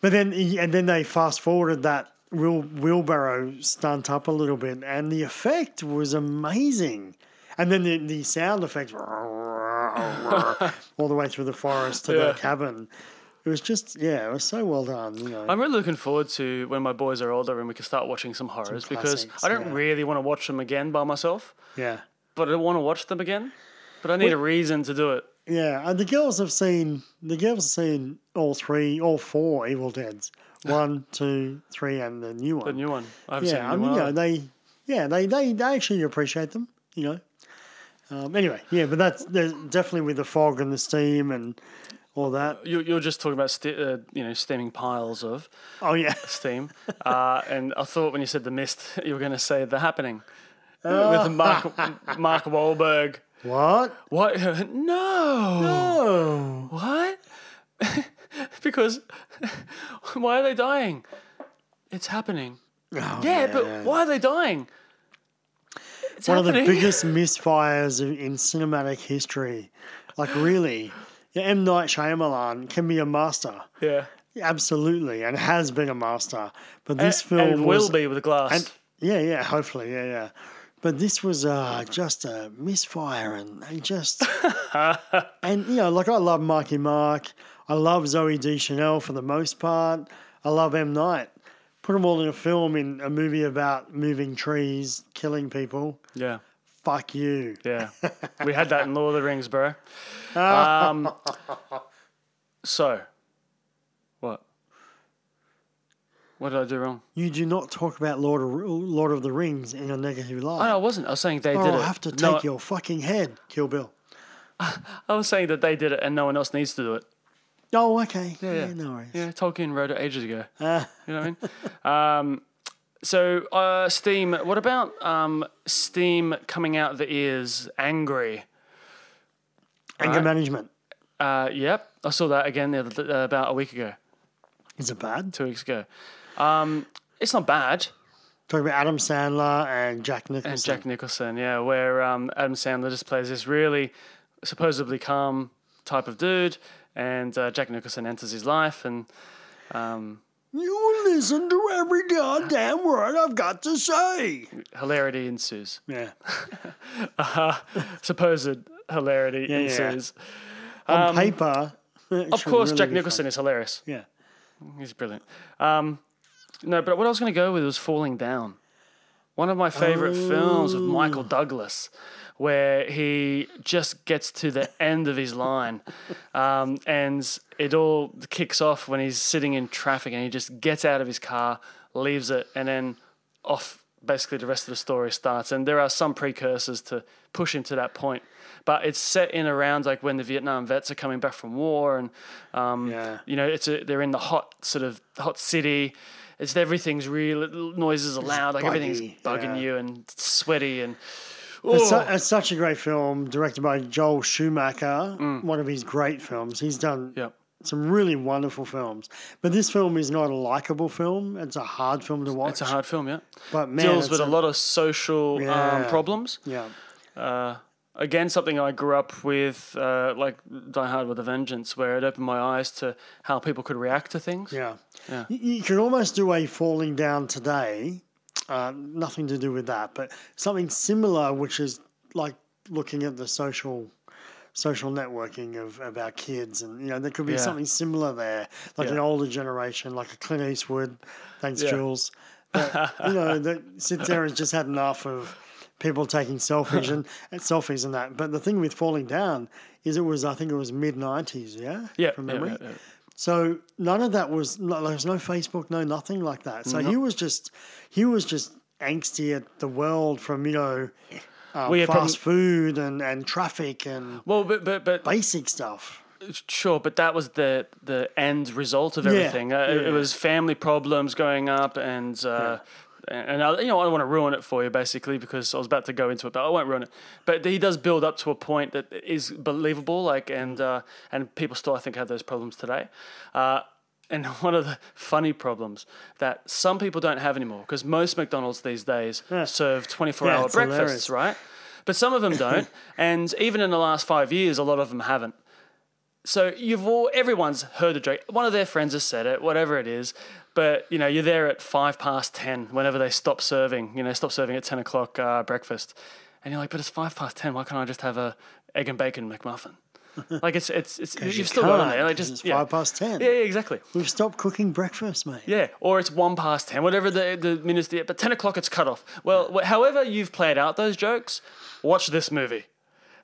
Speaker 7: But then he- and then they fast forwarded that wheel, wheelbarrow stunt up a little bit, and the effect was amazing. And then the, the sound effects all the way through the forest to
Speaker 1: Yeah.
Speaker 7: the cabin. It was just yeah, it was so well done. You know.
Speaker 1: I'm really looking forward to when my boys are older and we can start watching some horrors because
Speaker 7: classics,
Speaker 1: I don't
Speaker 7: yeah.
Speaker 1: really want to watch them again by myself,
Speaker 7: yeah.
Speaker 1: but I want to watch them again. But I need a reason to do it.
Speaker 7: Yeah, and the girls have seen the girls have seen all three, all four Evil Deads, one, two, three, and the new one.
Speaker 1: The new one. I haven't seen
Speaker 7: Yeah,
Speaker 1: the
Speaker 7: I
Speaker 1: new
Speaker 7: mean, you
Speaker 1: one.
Speaker 7: know, they, yeah, they, they, they actually appreciate them, you know. Um, anyway, yeah, but that's there's definitely with the fog and the steam and all that.
Speaker 1: you, you're just talking about ste uh, you know steaming piles of
Speaker 7: Oh yeah,
Speaker 1: steam, uh, and I thought when you said the mist, you were going to say the happening uh, with Mark Mark Wahlberg.
Speaker 7: what?
Speaker 1: What? No.
Speaker 7: Oh,
Speaker 1: What? because why are they dying? It's happening.
Speaker 7: Oh,
Speaker 1: yeah, but why are they dying? It's
Speaker 7: one of the
Speaker 1: happening.
Speaker 7: biggest misfires in, in cinematic history. Like really, yeah, M Night Shyamalan can be a master,
Speaker 1: yeah.
Speaker 7: absolutely, and has been a master. But this
Speaker 1: And-
Speaker 7: film
Speaker 1: and
Speaker 7: was,
Speaker 1: will be with the glass.
Speaker 7: And yeah, yeah, hopefully, yeah, yeah. But this was uh, just a misfire, and they just and you know, like I love Marky Mark, I love Zoe Deschanel for the most part, I love M Night. Put them all in a film in a movie about moving trees, killing people.
Speaker 1: yeah.
Speaker 7: Fuck you.
Speaker 1: Yeah. we had that in Lord of the Rings, bro. Um, so, what? What did I do wrong?
Speaker 7: You do not talk about Lord of Lord of the Rings in a negative
Speaker 1: Oh, no, I
Speaker 7: light.
Speaker 1: wasn't. I was saying they
Speaker 7: or
Speaker 1: did it.
Speaker 7: I'll have to take
Speaker 1: No,
Speaker 7: your fucking head, Kill Bill.
Speaker 1: I was saying that they did it and no one else needs to do it.
Speaker 7: Oh, okay. Yeah, Ah.
Speaker 1: yeah.
Speaker 7: no worries.
Speaker 1: Yeah, Tolkien wrote it ages ago. you know what I mean? Um, so, uh, Steam, what about um, Steam coming out the ears angry?
Speaker 7: Anger management.
Speaker 1: Uh, yep, I saw that again the other, uh, about a week ago,
Speaker 7: Is it bad?
Speaker 1: two weeks ago. Um, it's not bad.
Speaker 7: Talking about Adam Sandler and Jack Nicholson.
Speaker 1: And Jack Nicholson, yeah, where um, Adam Sandler just plays this really supposedly calm type of dude, and uh, Jack Nicholson enters his life, and
Speaker 7: You listen to every goddamn word I've got to say.
Speaker 1: hilarity ensues.
Speaker 7: Yeah.
Speaker 1: Supposed hilarity
Speaker 7: yeah, yeah.
Speaker 1: ensues.
Speaker 7: On paper.
Speaker 1: Um, Of course, Jack Nicholson is hilarious.
Speaker 7: Yeah.
Speaker 1: He's brilliant. Um, no, but what I was going to go with was Falling Down. One of my favorite films with Michael Douglas, where he just gets to the end of his line. Um, and it all kicks off when he's sitting in traffic and he just gets out of his car, leaves it, and then off basically the rest of the story starts. And there are some precursors to push him to that point. But it's set in around like when the Vietnam vets are coming back from war, and um,
Speaker 7: Yeah.
Speaker 1: you know it's a, they're in the hot sort of hot city. It's everything's real. Noises are loud. Like everything's
Speaker 7: buggy,
Speaker 1: bugging
Speaker 7: yeah.
Speaker 1: you and sweaty and
Speaker 7: It's,
Speaker 1: Oh.
Speaker 7: su- it's such a great film, directed by Joel Schumacher,
Speaker 1: Mm.
Speaker 7: one of his great films. He's done
Speaker 1: Yep.
Speaker 7: some really wonderful films. But this film is not a likable film. It's a hard film to watch.
Speaker 1: it's a hard film. Yeah,
Speaker 7: but man,
Speaker 1: deals
Speaker 7: it's
Speaker 1: with a, lot of social um,
Speaker 7: Yeah.
Speaker 1: problems.
Speaker 7: Yeah.
Speaker 1: again something I grew up with, uh, like Die Hard with a Vengeance, where it opened my eyes to how people could react to things.
Speaker 7: Yeah. You, you could almost do a falling down today. Uh, nothing to do with that, but something similar, which is like looking at the social social networking of, of our kids and you know there could be
Speaker 1: Yeah.
Speaker 7: something similar there like an
Speaker 1: Yeah.
Speaker 7: older generation like a clint eastwood thanks
Speaker 1: Yeah.
Speaker 7: jules that, you know that sits there and just had enough of people taking selfies and, and selfies and that but the thing with falling down is it was i think it was mid-90s yeah
Speaker 1: Yeah,
Speaker 7: from
Speaker 1: yeah,
Speaker 7: memory
Speaker 1: yeah, yeah.
Speaker 7: so none of that was no, there was no Facebook, no nothing like that. So he was just he was just angsty at the world from you know uh,
Speaker 1: We had
Speaker 7: fast
Speaker 1: problem-
Speaker 7: food and and traffic and
Speaker 1: Well, but but but
Speaker 7: basic stuff.
Speaker 1: sure, but that was the the end result of everything. Uh, it, it
Speaker 7: yeah.
Speaker 1: was family problems going up, and uh, and I, you know I don't want to ruin it for you basically because I was about to go into it, but I won't ruin it. But he does build up to a point that is believable, like and uh, and people still I think have those problems today. Uh, and one of the funny problems that some people don't have anymore because most McDonald's these days serve twenty four
Speaker 7: Yeah,
Speaker 1: hour
Speaker 7: it's
Speaker 1: breakfasts,
Speaker 7: hilarious.
Speaker 1: right? But some of them don't, and even in the last five years, a lot of them haven't. So you've all everyone's heard the joke. One of their friends has said it, whatever it is. But you know, you're there at five past ten whenever they stop serving. You know, stop serving at ten o'clock uh, breakfast, and you're like, but it's five past ten. Why can't I just have a egg and bacon McMuffin? like it's it's it's you've
Speaker 7: You
Speaker 1: still got it
Speaker 7: can't,
Speaker 1: there. Like
Speaker 7: 'cause
Speaker 1: just
Speaker 7: it's
Speaker 1: yeah.
Speaker 7: five past ten.
Speaker 1: Yeah, yeah, exactly.
Speaker 7: We've stopped cooking breakfast, mate.
Speaker 1: Yeah, or it's one past ten, whatever the the minister. But ten o'clock, it's cut off. Well, wh- however you've played out those jokes, watch this movie,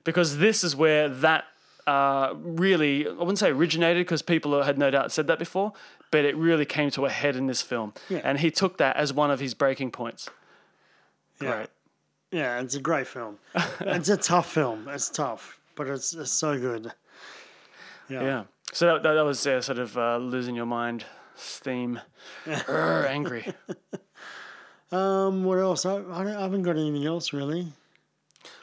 Speaker 1: because this is where that uh, really I wouldn't say originated, because people had no doubt said that before, but it really came to a head in this film, and he took that as one of his breaking points.
Speaker 7: Yeah.
Speaker 1: Great.
Speaker 7: Yeah, it's a great film. it's a tough film. It's tough, but it's, it's so good.
Speaker 1: Yeah. So that, that, that was uh, sort of uh, losing your mind theme. Urgh, angry.
Speaker 7: Um, what else? I, I, don't, I haven't got anything else really.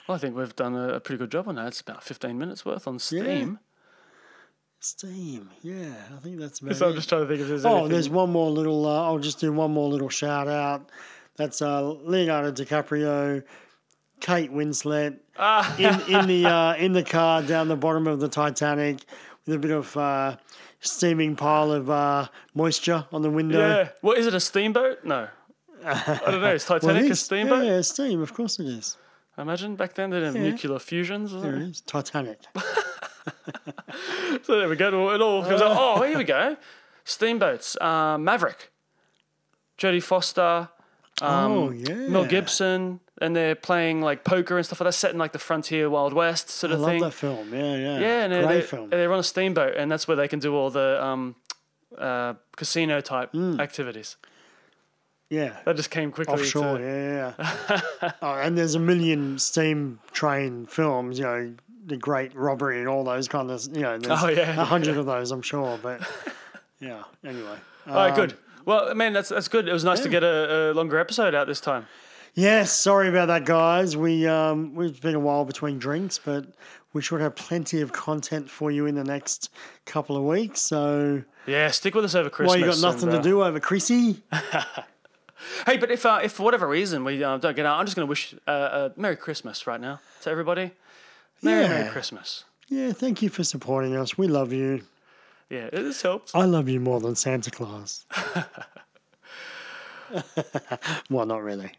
Speaker 1: Well, I think we've done a, a pretty good job on that. It's about 15 minutes worth on Steam.
Speaker 7: Steam. Yeah, I think that's about
Speaker 1: So
Speaker 7: it.
Speaker 1: I'm just trying to think if there's
Speaker 7: Oh,
Speaker 1: anything.
Speaker 7: there's one more little. Uh, I'll just do one more little shout out. That's uh, Leonardo DiCaprio, Kate Winslet
Speaker 1: Ah.
Speaker 7: in in the uh, in the car down the bottom of the Titanic with a bit of uh, steaming pile of uh, moisture on the window.
Speaker 1: Yeah. What is it? A steamboat? No. I don't know. Is
Speaker 7: Well,
Speaker 1: Titanic
Speaker 7: it
Speaker 1: a
Speaker 7: is.
Speaker 1: steamboat?
Speaker 7: Yeah, yeah, steam. Of course it is.
Speaker 1: I imagine back then they didn't have nuclear fusions or
Speaker 7: There
Speaker 1: something.
Speaker 7: it is. Titanic.
Speaker 1: Um, So there we go. It all comes out. Oh, here we go. Steamboats. Uh, Maverick. Jodie Foster.
Speaker 7: oh yeah.
Speaker 1: Mel Gibson. And they're playing like poker and stuff like that, set in like the frontier Wild West sort
Speaker 7: I
Speaker 1: of
Speaker 7: love
Speaker 1: thing.
Speaker 7: that film. Yeah, yeah.
Speaker 1: Yeah, and they're,
Speaker 7: great
Speaker 1: they're,
Speaker 7: film.
Speaker 1: they're on a steamboat, and that's where they can do all the um, uh, casino type
Speaker 7: Hmm.
Speaker 1: activities.
Speaker 7: yeah.
Speaker 1: That just came quickly.
Speaker 7: Offshore,
Speaker 1: to,
Speaker 7: yeah, yeah. yeah. oh, and there's a million steam train films, you know, the Great Robbery and all those kind of, you know, there's
Speaker 1: Oh, yeah,
Speaker 7: a hundred of those, I'm sure. But yeah, anyway. Uh,
Speaker 1: All right,
Speaker 7: Um,
Speaker 1: good. Well, man, that's that's good. It was nice to get a, a longer episode out this time.
Speaker 7: Yes, sorry about that, guys. We um, we've been a while between drinks, but we should have plenty of content for you in the next couple of weeks. So,
Speaker 1: Yeah, stick with us over Christmas.
Speaker 7: well, you got nothing
Speaker 1: and,
Speaker 7: to
Speaker 1: uh,
Speaker 7: do over Chrissy.
Speaker 1: Hey, but if uh, if for whatever reason we uh, don't get out, I'm just going to wish uh, uh, Merry Christmas right now to everybody. Merry, Merry
Speaker 7: Yeah.
Speaker 1: Christmas.
Speaker 7: Yeah, thank you for supporting us. We love you.
Speaker 1: Yeah, it has helped.
Speaker 7: I love you more than Santa Claus. well, not really.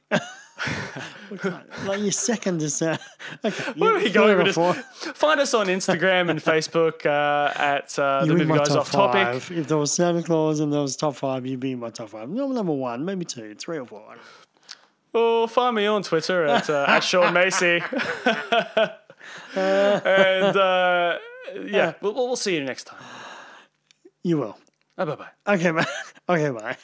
Speaker 7: like your second is uh, okay. Where
Speaker 1: are we going with Find us on Instagram and Facebook uh, at uh, the
Speaker 7: You're in
Speaker 1: Movie
Speaker 7: my
Speaker 1: Guys
Speaker 7: top
Speaker 1: Off Topic.
Speaker 7: five. If there was Santa Claus and there was top five, you'd be in my top five. No, number one, maybe two, three or four. I don't know.
Speaker 1: Or find me on Twitter at, uh, at Sean Macy. and uh, yeah, we'll, we'll see you next time.
Speaker 7: You will.
Speaker 1: Uh, bye bye.
Speaker 7: Okay, bye. Okay, bye.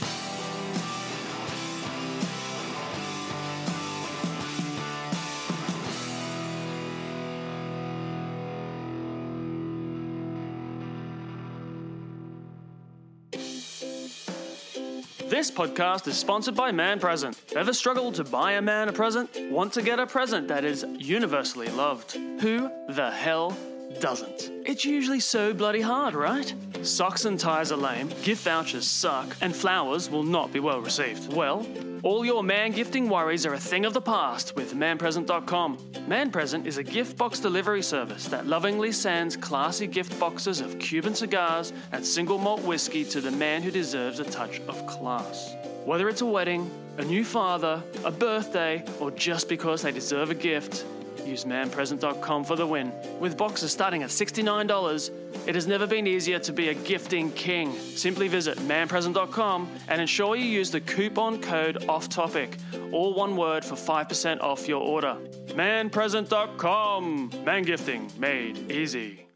Speaker 1: This podcast is sponsored by Man Present. Ever struggled to buy a man a present? Want to get a present that is universally loved? Who the hell doesn't? It's usually so bloody hard, right? Socks and ties are lame, gift vouchers suck, and flowers will not be well received. Well, all your man gifting worries are a thing of the past with manpresent.com. Man Present is a gift box delivery service that lovingly sends classy gift boxes of Cuban cigars and single malt whiskey to the man who deserves a touch of class. Whether it's a wedding, a new father, a birthday, or just because they deserve a gift, use manpresent.com for the win. With boxes starting at $69, it has never been easier to be a gifting king. Simply visit manpresent.com and ensure you use the coupon code off topic, all one word for 5% off your order. manpresent.com. Man gifting made easy.